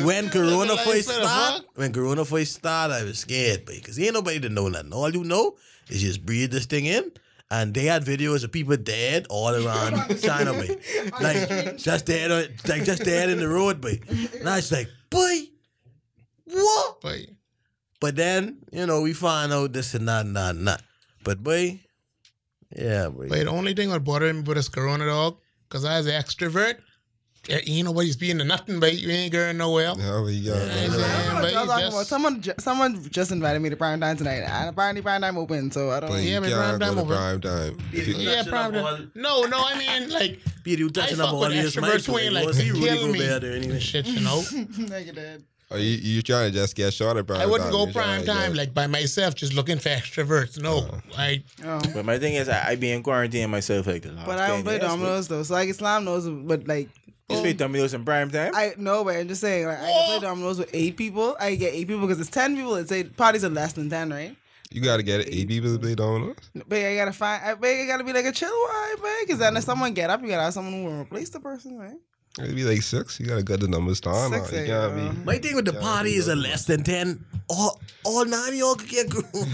Speaker 5: when corona
Speaker 4: <laughs> Like,
Speaker 5: first
Speaker 4: what the
Speaker 5: start,
Speaker 4: fuck?
Speaker 5: when corona first start, I was scared, but because ain't nobody to know nothing. All you know is just breathe this thing in. And they had videos of people dead all around
Speaker 4: <laughs>
Speaker 5: China, boy. Like just dead, on, like just dead in the road, boy. And I was like, boy, what?
Speaker 4: But
Speaker 5: But then, you know, we find out this and that and that and that. But boy, yeah, boy.
Speaker 4: but the only thing that bothering me about this corona dog, because I was an extrovert, eh, you know what he's being to nothing, but you ain't going nowhere.
Speaker 7: How you got
Speaker 4: Yeah,
Speaker 7: it?
Speaker 3: I don't know what
Speaker 4: but
Speaker 3: y'all
Speaker 4: you
Speaker 3: talking
Speaker 4: just-
Speaker 3: about. Someone, ju- someone just invited me to Prime Time tonight. And apparently, Prime Time open, so I don't.
Speaker 7: But
Speaker 4: Yeah,
Speaker 3: <laughs>
Speaker 7: you
Speaker 4: but
Speaker 7: gotta
Speaker 4: prime time
Speaker 7: go to
Speaker 4: over.
Speaker 7: prime time. If you-
Speaker 4: Yeah, probably. No, no, I mean like
Speaker 5: Peter, you
Speaker 4: I
Speaker 5: touching up
Speaker 4: fuck
Speaker 5: all
Speaker 4: with
Speaker 5: his
Speaker 4: extroverts
Speaker 5: mics.
Speaker 4: who ain't
Speaker 5: Like,
Speaker 4: like
Speaker 5: was he
Speaker 4: kill
Speaker 5: really
Speaker 4: me
Speaker 5: bad or
Speaker 4: and
Speaker 5: anything?
Speaker 4: shit, you know.
Speaker 3: <laughs> Negative.
Speaker 7: Are you you trying to just get shot at prime
Speaker 4: I
Speaker 7: time?
Speaker 4: wouldn't go
Speaker 7: You're
Speaker 4: prime
Speaker 7: trying to
Speaker 4: time
Speaker 7: get-
Speaker 4: like by myself, just looking for extroverts. No, I
Speaker 3: <laughs> Oh.
Speaker 6: But my thing is, I, I be in quarantine myself like the last.
Speaker 3: But I
Speaker 6: 10
Speaker 3: don't play
Speaker 6: years, boy.
Speaker 3: dominoes though, so I can slam those. But like, oh,
Speaker 6: You play dominoes in prime time.
Speaker 3: I no, but I'm just saying, like, I can play dominoes with eight people. I get eight people because it's ten people. It's eight parties are less than ten, right?
Speaker 7: You gotta get eight people to play dominoes.
Speaker 3: But I gotta find. I, but it gotta be like a chill vibe, man. Because then if someone get up, you gotta have someone who will replace the person, right?
Speaker 7: It'd be like six. You gotta get the numbers down.
Speaker 3: Six,
Speaker 7: Six, you
Speaker 3: eh,
Speaker 7: can't
Speaker 3: yeah.
Speaker 7: be.
Speaker 5: My thing with the party is a less than 10. All, all nine of y'all could get corona.
Speaker 4: It's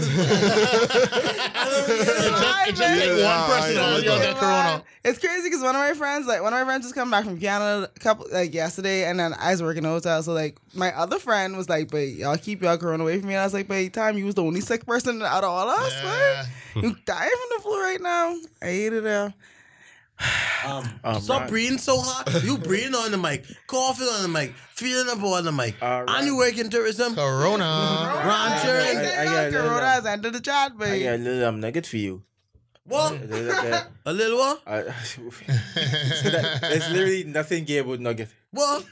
Speaker 4: just- it's just
Speaker 3: Yeah,
Speaker 4: like
Speaker 7: yeah,
Speaker 4: one person
Speaker 7: yeah,
Speaker 4: all
Speaker 7: yeah.
Speaker 4: y'all get corona.
Speaker 3: It's crazy because one of my friends, like one of my friends, just come back from Canada a couple like yesterday, and then I was working in a hotel. So like my other friend was like, "But y'all keep y'all corona away from me," and I was like, "But time you was the only sick person out of all us, man.
Speaker 4: Yeah.
Speaker 3: You dying from the flu right now. I hate it out.
Speaker 5: um, <laughs>
Speaker 6: All
Speaker 5: stop
Speaker 6: right.
Speaker 5: breathing so hard. You breathing on the mic, coughing on the mic, feeling up on the mic.
Speaker 6: All right.
Speaker 5: And you work in tourism.
Speaker 4: Corona.
Speaker 5: Ron
Speaker 3: I,
Speaker 5: Sharon.
Speaker 3: said,
Speaker 6: I- I got it,
Speaker 3: "No,
Speaker 6: I got it.
Speaker 3: corona is under the chat,
Speaker 6: I got a
Speaker 3: but
Speaker 6: little um, nugget for you.
Speaker 5: What?
Speaker 6: A little bit-
Speaker 5: A little what?
Speaker 6: I- So that- <laughs> There's literally nothing gay about nugget.
Speaker 5: What?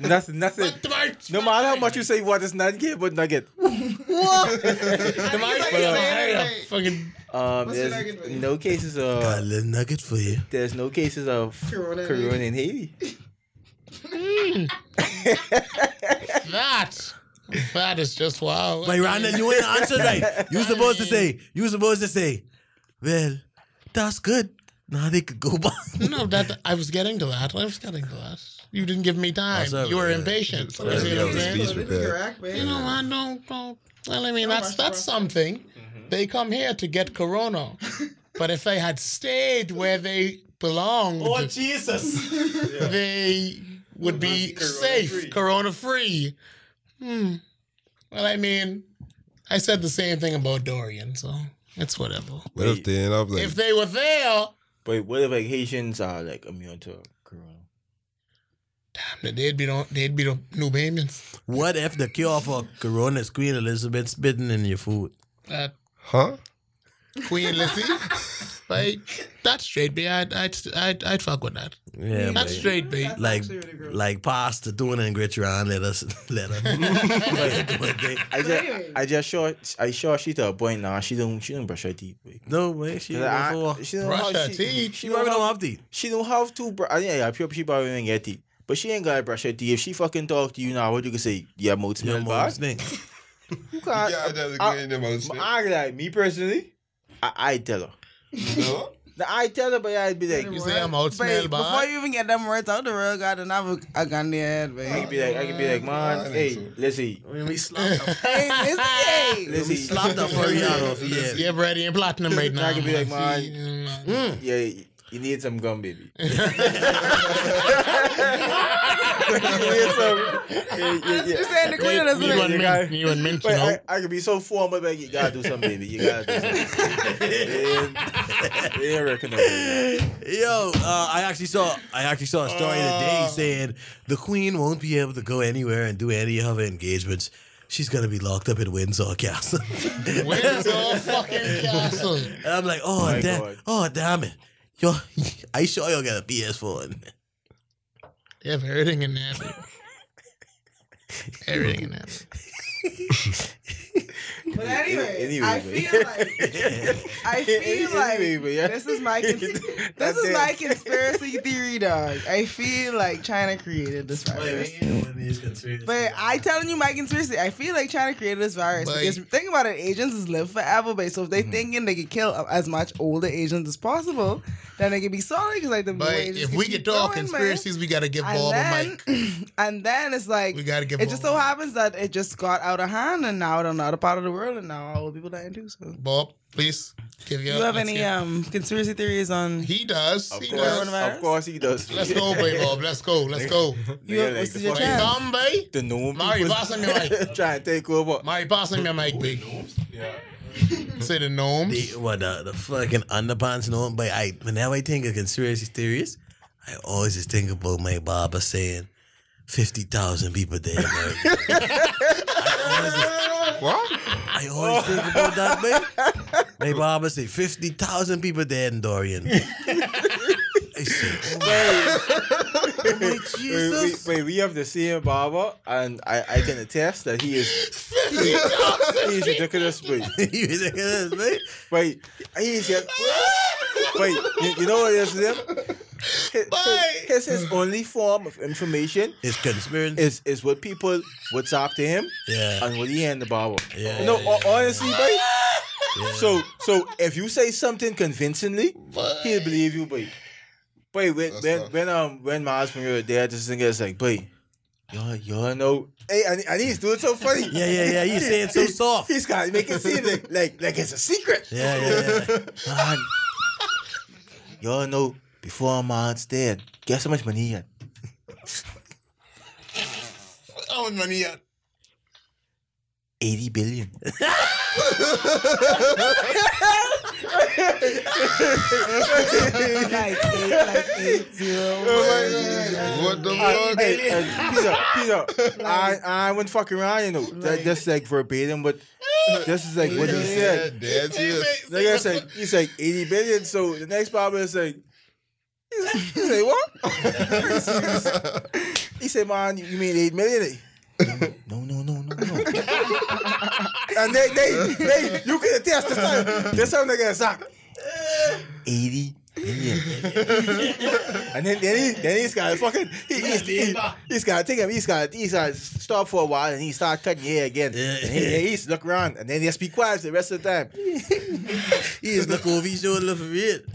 Speaker 6: Nothing, nothing. <laughs> No matter
Speaker 4: <laughs>
Speaker 6: how much you say what, it's not gay about nugget.
Speaker 4: Fucking
Speaker 6: Um,
Speaker 3: What's your
Speaker 6: there's
Speaker 3: nugget, buddy?
Speaker 6: no cases
Speaker 5: Got a
Speaker 6: of
Speaker 5: little nugget for you.
Speaker 6: there's no cases of
Speaker 3: Corona in
Speaker 6: corona in Haiti.
Speaker 3: <laughs>
Speaker 4: that. That is just wow.
Speaker 5: But Rhonda, you ain't answered right. You supposed to say, you supposed to say, well, that's good. Now they could go <laughs> back.
Speaker 4: No, that I was getting to that. I was getting to that. You didn't give me time.
Speaker 5: That's all
Speaker 4: You were
Speaker 5: right.
Speaker 4: impatient. You
Speaker 7: all
Speaker 4: know
Speaker 7: right.
Speaker 4: what I'm
Speaker 7: Yeah,
Speaker 4: saying?
Speaker 7: speech prepared.
Speaker 4: You know, I don't, don't. Well, I mean, that's that's something. They come here to get corona. But if they had stayed where they belonged,
Speaker 6: Oh, Jesus.
Speaker 4: <laughs> they would be safe, corona free. Hmm. Well, I mean, I said the same thing about Dorian, so it's whatever.
Speaker 7: What if they end up like
Speaker 4: If they were there,
Speaker 6: But what if like Haitians are like immune to corona?
Speaker 4: damn, they'd be the they'd be the new Bahamians.
Speaker 5: What if the cure for corona is Queen Elizabeth spitting in your food?
Speaker 4: Uh,
Speaker 7: huh?
Speaker 4: Queen Lizzie,
Speaker 6: <laughs>
Speaker 4: like that's straight B. I'd I'd I'd, I'd fuck with that.
Speaker 5: Yeah,
Speaker 4: That's
Speaker 5: babe.
Speaker 4: straight B.
Speaker 5: Like,
Speaker 3: Actually, really gross.
Speaker 5: like pasta doing and Gritron. Let us, <laughs> let her.
Speaker 6: <laughs> I
Speaker 3: Really?
Speaker 6: just, I just saw, I saw she to a point now. She don't, she don't brush her teeth. Boy.
Speaker 5: no way. She
Speaker 6: I-
Speaker 5: before.
Speaker 6: she don't
Speaker 4: Brush
Speaker 6: how-
Speaker 4: her
Speaker 6: she-
Speaker 4: teeth.
Speaker 6: She
Speaker 5: She working
Speaker 6: don't
Speaker 5: on
Speaker 6: have,
Speaker 5: off teeth.
Speaker 6: she don't have to. Br- I- yeah, yeah, she- she probably ain't get teeth, but she ain't gotta brush her teeth. If she fucking talk to you now, what you can say? Yeah, mouth
Speaker 5: Your mom
Speaker 6: smell bad.
Speaker 5: stink.
Speaker 6: You can't.
Speaker 7: Yeah, that's
Speaker 6: I-
Speaker 7: good in the most.
Speaker 6: but I like me personally. I, I tell her.
Speaker 7: No?
Speaker 6: Now, I tell her, but I'd be like,
Speaker 4: You say I'm out smell
Speaker 3: Babe, before
Speaker 4: bad.
Speaker 3: you even get them words out the real God, and have a, a gun to your head,
Speaker 6: I
Speaker 3: babe.
Speaker 6: could be like, I could be like,
Speaker 7: I
Speaker 6: man,
Speaker 7: think
Speaker 6: hey,
Speaker 7: so.
Speaker 6: let's see,
Speaker 5: When we
Speaker 3: <laughs>
Speaker 5: slapped the,
Speaker 4: <laughs>
Speaker 3: hey, it's
Speaker 6: let's
Speaker 5: we
Speaker 6: see.
Speaker 5: slapped the furry out of yeah.
Speaker 4: Yeah, Brady and platinum right now. Mm,
Speaker 6: I could be like,
Speaker 4: man.
Speaker 6: <laughs> Yeah, you you need some gum, <laughs> baby. you need some. Yeah, yeah,
Speaker 3: That's
Speaker 6: yeah.
Speaker 3: just saying the queen
Speaker 6: Yeah,
Speaker 3: doesn't
Speaker 6: you
Speaker 4: You
Speaker 6: got-
Speaker 4: and mint, you and mint, you
Speaker 6: Wait,
Speaker 4: know.
Speaker 6: I, I could be so formal, but you gotta do something, baby. You gotta do something. They- they ain't reckon that.
Speaker 5: Yo, uh, I actually saw I actually saw a story
Speaker 6: Oh.
Speaker 5: today saying the Queen won't be able to go anywhere and do any of her engagements. She's gonna be locked up in Windsor Castle. <laughs>
Speaker 4: Where's our
Speaker 3: <laughs>
Speaker 4: fucking castle?
Speaker 5: and I'm like, oh,
Speaker 6: My
Speaker 5: da-
Speaker 6: God.
Speaker 5: oh damn it. Yo, <laughs> I sure y'all got a PS4. In.
Speaker 4: You have everything in
Speaker 3: <laughs>
Speaker 4: there. babe. Everything in there.
Speaker 3: gay. But anyway,
Speaker 6: Anyway,
Speaker 3: I
Speaker 6: babe.
Speaker 3: feel
Speaker 4: <laughs>
Speaker 3: like I feel like
Speaker 6: Anyway, but yeah.
Speaker 3: this is my cons- this
Speaker 6: That's
Speaker 3: is
Speaker 6: it.
Speaker 3: my conspiracy theory, dog. I feel like China created this virus. But I telling you, my conspiracy. I feel like China created this virus
Speaker 4: But-
Speaker 3: because think about it, Asians is live forever, but so if they
Speaker 4: Mm-hmm.
Speaker 3: thinking they can kill as much older Asians as possible, then they can be solid because like the more
Speaker 4: But
Speaker 3: Asians
Speaker 4: if
Speaker 3: can
Speaker 4: we
Speaker 3: keep
Speaker 4: could talk
Speaker 3: going, man.
Speaker 4: conspiracies, we gotta give
Speaker 3: and
Speaker 4: Bob a
Speaker 3: then,
Speaker 4: mic.
Speaker 3: <clears throat> and then it's like
Speaker 4: We gotta give
Speaker 3: it just
Speaker 4: Bob
Speaker 3: so
Speaker 4: a mic.
Speaker 3: happens that it just got out of hand, and now it's another part of the world, and now all the people dying too. So,
Speaker 4: Bob, please give your.
Speaker 3: you have
Speaker 4: let's
Speaker 3: any
Speaker 4: hear-
Speaker 3: um conspiracy theories on?
Speaker 4: He does.
Speaker 6: Of
Speaker 4: He
Speaker 6: course,
Speaker 4: does.
Speaker 3: Coronavirus?
Speaker 6: of course he does.
Speaker 4: Let's go, boy, Bob. Let's go. Let's go.
Speaker 3: You
Speaker 6: Yeah,
Speaker 3: have,
Speaker 6: like
Speaker 3: this
Speaker 6: the
Speaker 3: is your
Speaker 6: fucking
Speaker 4: Hey,
Speaker 3: chance.
Speaker 4: come, boy.
Speaker 6: The known
Speaker 4: Mari,
Speaker 6: people
Speaker 4: pass him your mic.
Speaker 6: <laughs> trying to take over.
Speaker 4: Mari, pass him your mic, boy. Say the
Speaker 5: the,
Speaker 4: gnomes.
Speaker 5: what the, the fucking underpants and all, but I whenever I think of conspiracy theories, I always just think about my barber saying fifty thousand people dead. Right?
Speaker 7: What?
Speaker 5: I always think about that, man. My barber say fifty thousand people dead in Dorian. I say, oh, my
Speaker 6: Wait, wait,
Speaker 5: Jesus.
Speaker 6: wait, we have the same barber, and I, I can attest that he is
Speaker 4: <laughs>
Speaker 6: he is ridiculous, but
Speaker 5: <laughs> You think it is, man?
Speaker 6: Wait, he's just. Wait, you, you know what this is? His,
Speaker 4: Wait.
Speaker 6: his, his only form of information
Speaker 5: It's conspiracy.
Speaker 6: is is what people would talk to him
Speaker 5: yeah.
Speaker 6: and what he and the barber.
Speaker 5: Yeah,
Speaker 6: no,
Speaker 5: yeah,
Speaker 6: ho- honestly, boy. So so if you say something convincingly, he'll believe you, boy. Boy, when
Speaker 7: That's
Speaker 6: when,
Speaker 7: tough.
Speaker 6: when um when my husband were there, this thing is like, boy, y'all y'all know. Hey, and, and he's doing so funny.
Speaker 5: <laughs> Yeah, yeah, yeah. You say it so soft.
Speaker 6: He's got to make it seem like, like like it's a secret.
Speaker 5: Yeah, yeah,
Speaker 6: <laughs>
Speaker 5: yeah.
Speaker 6: Man, y'all know before my aunt's dead, guess how much money he had?
Speaker 4: Oh, man, yeah.
Speaker 6: 80 billion.
Speaker 3: like eight, like eight zero.
Speaker 4: <laughs>
Speaker 7: What the fuck?
Speaker 6: hey, hey, Peter, Peter, I, I went fucking around, you know. That, that's like verbatim, but this is like what he
Speaker 7: Yeah,
Speaker 6: said.
Speaker 7: that's it.
Speaker 6: Like I said, he's like 80 billion, so the next problem is like, he say what? <laughs> he said, man, you mean 8 million? No, no, no, no, no. and they, they, they, you can attest this time. This time they get sacked. 80 million. and then, then, he, then he's got to fucking, he, he's, he, he's got to take him, he's got to he's gotta stop for a while and he start cutting hair again.
Speaker 5: Yeah.
Speaker 6: And he, he's look around and then he just be quiet the rest of the time.
Speaker 5: He is looking over his shoulder for it.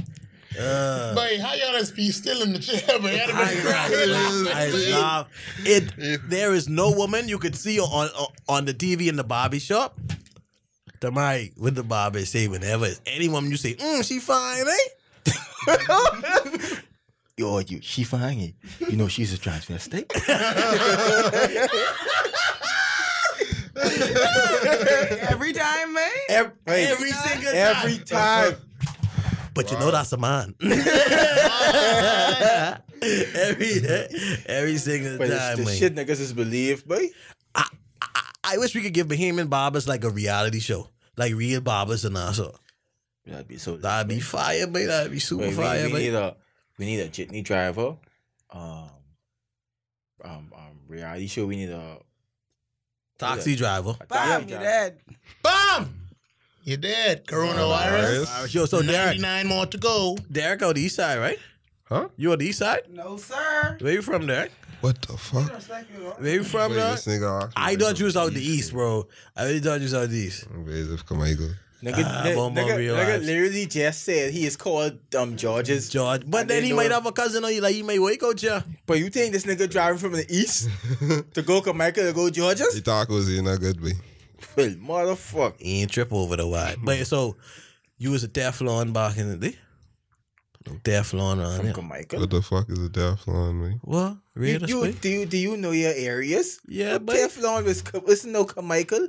Speaker 5: Uh,
Speaker 4: Boy, how y'all just be still in the chair, boy? Y'all
Speaker 5: I,
Speaker 4: been
Speaker 5: laugh, I laugh. It. There is no woman you could see on on, on the TV in the bobby shop Tamari with the bob is say whenever it's any woman you say, mm, she fine, eh?
Speaker 6: Yo, you, she fine. eh? You know she's a transvestite.
Speaker 3: Every time, man.
Speaker 6: every,
Speaker 5: Every single
Speaker 6: every
Speaker 5: time.
Speaker 6: time.
Speaker 5: But you know that's a
Speaker 6: <laughs>
Speaker 5: man. every every single
Speaker 6: But it's
Speaker 5: time.
Speaker 6: the
Speaker 5: man.
Speaker 6: shit niggas is believed, boy.
Speaker 5: I wish we could give Bohemian Bobbers like a reality show. Like real bobbers and that so.
Speaker 6: That'd be so.
Speaker 5: That'd be fire, man. That'd be super
Speaker 6: Wait, we,
Speaker 5: fire,
Speaker 6: we
Speaker 5: man.
Speaker 6: need a we need a jitney driver. Um, um, um, reality show. We need a,
Speaker 5: Taxi driver.
Speaker 6: a
Speaker 3: Bob,
Speaker 6: taxi
Speaker 3: you
Speaker 6: driver.
Speaker 3: dead.
Speaker 4: Bam! You dead. Coronavirus.
Speaker 7: Coronavirus.
Speaker 5: Yo, so Derek,
Speaker 4: 99 more to go.
Speaker 5: Derek on the east side, right?
Speaker 7: Huh?
Speaker 5: You on the east side?
Speaker 3: No, sir.
Speaker 5: Where you from, Derek?
Speaker 7: What the fuck?
Speaker 5: Where you from,
Speaker 7: Wait,
Speaker 5: dog?
Speaker 7: this nigga asked me
Speaker 5: I
Speaker 7: if
Speaker 5: thought you was out the
Speaker 7: East.
Speaker 5: east, bro. I really thought you was out the east.
Speaker 7: Invasive Carmichael.
Speaker 6: Nigga,
Speaker 5: Ah,
Speaker 6: ni-
Speaker 5: Bobo
Speaker 6: nigga,
Speaker 5: realized.
Speaker 6: nigga literally just said he is called um George's.
Speaker 5: George. But
Speaker 6: And
Speaker 5: then
Speaker 6: they
Speaker 5: he
Speaker 6: know
Speaker 5: might
Speaker 6: it.
Speaker 5: have a cousin on you, like he may wake out you.
Speaker 6: But you think this nigga driving from the <laughs> east to go Jamaica to go
Speaker 7: The
Speaker 6: George's?
Speaker 7: tacos you not good, be.
Speaker 6: Well, motherfucker.
Speaker 5: He ain't trip over the wide. But so you was a Teflon back in the day? No Teflon on
Speaker 6: From
Speaker 5: it.
Speaker 6: Jamaica.
Speaker 7: What the fuck is a Teflon, man?
Speaker 5: What?
Speaker 6: You,
Speaker 5: Real
Speaker 6: you,
Speaker 5: estate?
Speaker 6: do you do you know your areas?
Speaker 5: Yeah,
Speaker 6: What
Speaker 5: but-
Speaker 6: Teflon was was no Jamaica.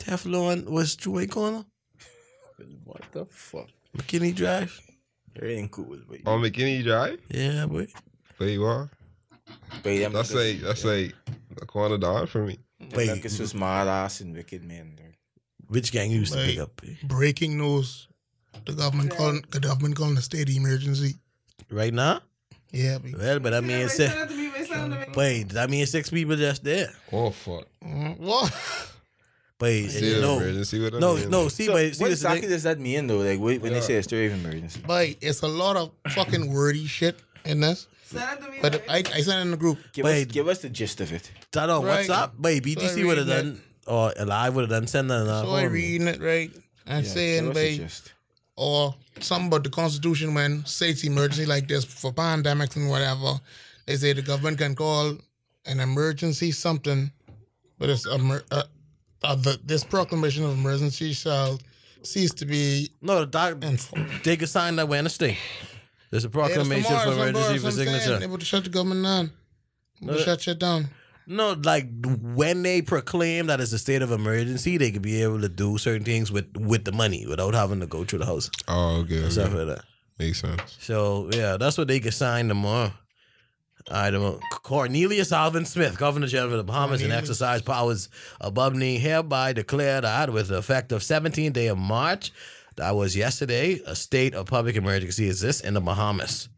Speaker 5: Teflon was Jamaica on
Speaker 6: What the fuck?
Speaker 5: McKinney Drive.
Speaker 6: It ain't cool, but
Speaker 7: On Oh, McKinney Drive?
Speaker 5: Yeah, boy.
Speaker 7: Where you are?
Speaker 6: but them
Speaker 7: That's
Speaker 6: niggas-
Speaker 7: like that's like a corner down for me.
Speaker 6: them
Speaker 5: Wait.
Speaker 6: niggas was mad ass and wicked man.
Speaker 5: Which gang you used to
Speaker 4: Like-
Speaker 5: pick up? eh?
Speaker 4: Breaking news. The government calling the government calling a state emergency.
Speaker 5: Right now?
Speaker 4: Yeah, be-
Speaker 5: Well, but I mean, six,
Speaker 3: to me. They sent it to me.
Speaker 5: wait, I mean, six people just there.
Speaker 7: Oh fuck!
Speaker 4: Mm, what?
Speaker 5: Wait, and
Speaker 7: See
Speaker 5: you
Speaker 7: the
Speaker 5: know,
Speaker 7: emergency with
Speaker 5: no, no, see,
Speaker 6: So,
Speaker 5: but see,
Speaker 6: what
Speaker 5: this is the
Speaker 6: exactly
Speaker 5: thing.
Speaker 6: does that mean though? Like when when they say a story of emergency.
Speaker 4: But it's a lot of fucking wordy shit in this.
Speaker 3: Send it to me.
Speaker 4: But I, I sent it in the group.
Speaker 6: Give
Speaker 5: Wait.
Speaker 6: us give us the gist of it.
Speaker 5: I don't know, what's
Speaker 4: Right.
Speaker 5: up? Wait, BTC
Speaker 4: Sorry,
Speaker 5: would have
Speaker 4: man.
Speaker 5: done, or Alive would have done, send that.
Speaker 4: So I reading it right. I'm
Speaker 6: Yeah,
Speaker 4: saying,
Speaker 6: give us the
Speaker 4: babe,
Speaker 6: gist.
Speaker 4: or something about the constitution when states emergency like this for pandemics and whatever. They say the government can call an emergency something, but it's emer- uh, uh, the, this proclamation of emergency shall cease to be
Speaker 5: No, the doc,
Speaker 4: enforced.
Speaker 5: they could sign that Wednesday. There's a <clears throat> proclamation
Speaker 4: It's
Speaker 5: for
Speaker 4: tomorrow, it's tomorrow,
Speaker 5: emergency
Speaker 4: it's
Speaker 5: for
Speaker 4: what I'm saying. They
Speaker 5: signature.
Speaker 4: would shut the government down. They would
Speaker 5: No,
Speaker 4: shut shit down.
Speaker 5: No, like when they proclaim that it's a state of emergency, they could be able to do certain things with with the money without having to go through the house.
Speaker 7: Oh, okay, okay.
Speaker 5: Stuff like that.
Speaker 7: makes sense.
Speaker 5: So yeah, that's what they could sign tomorrow. I don't know. Cornelius Alvin Smith, Governor General of the Bahamas, and
Speaker 4: Cornelius.
Speaker 5: exercise powers above me, hereby declare that with the effect of 17th day of March, that was yesterday, a state of public emergency exists in the Bahamas.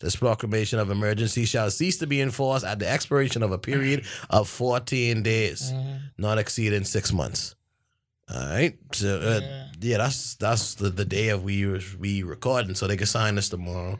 Speaker 5: This proclamation of emergency shall cease to be enforced at the expiration of a period of 14 days, not exceeding six months. All right. So uh, yeah.
Speaker 4: Yeah.
Speaker 5: that's that's the, the day of we we recording, so they can sign us tomorrow,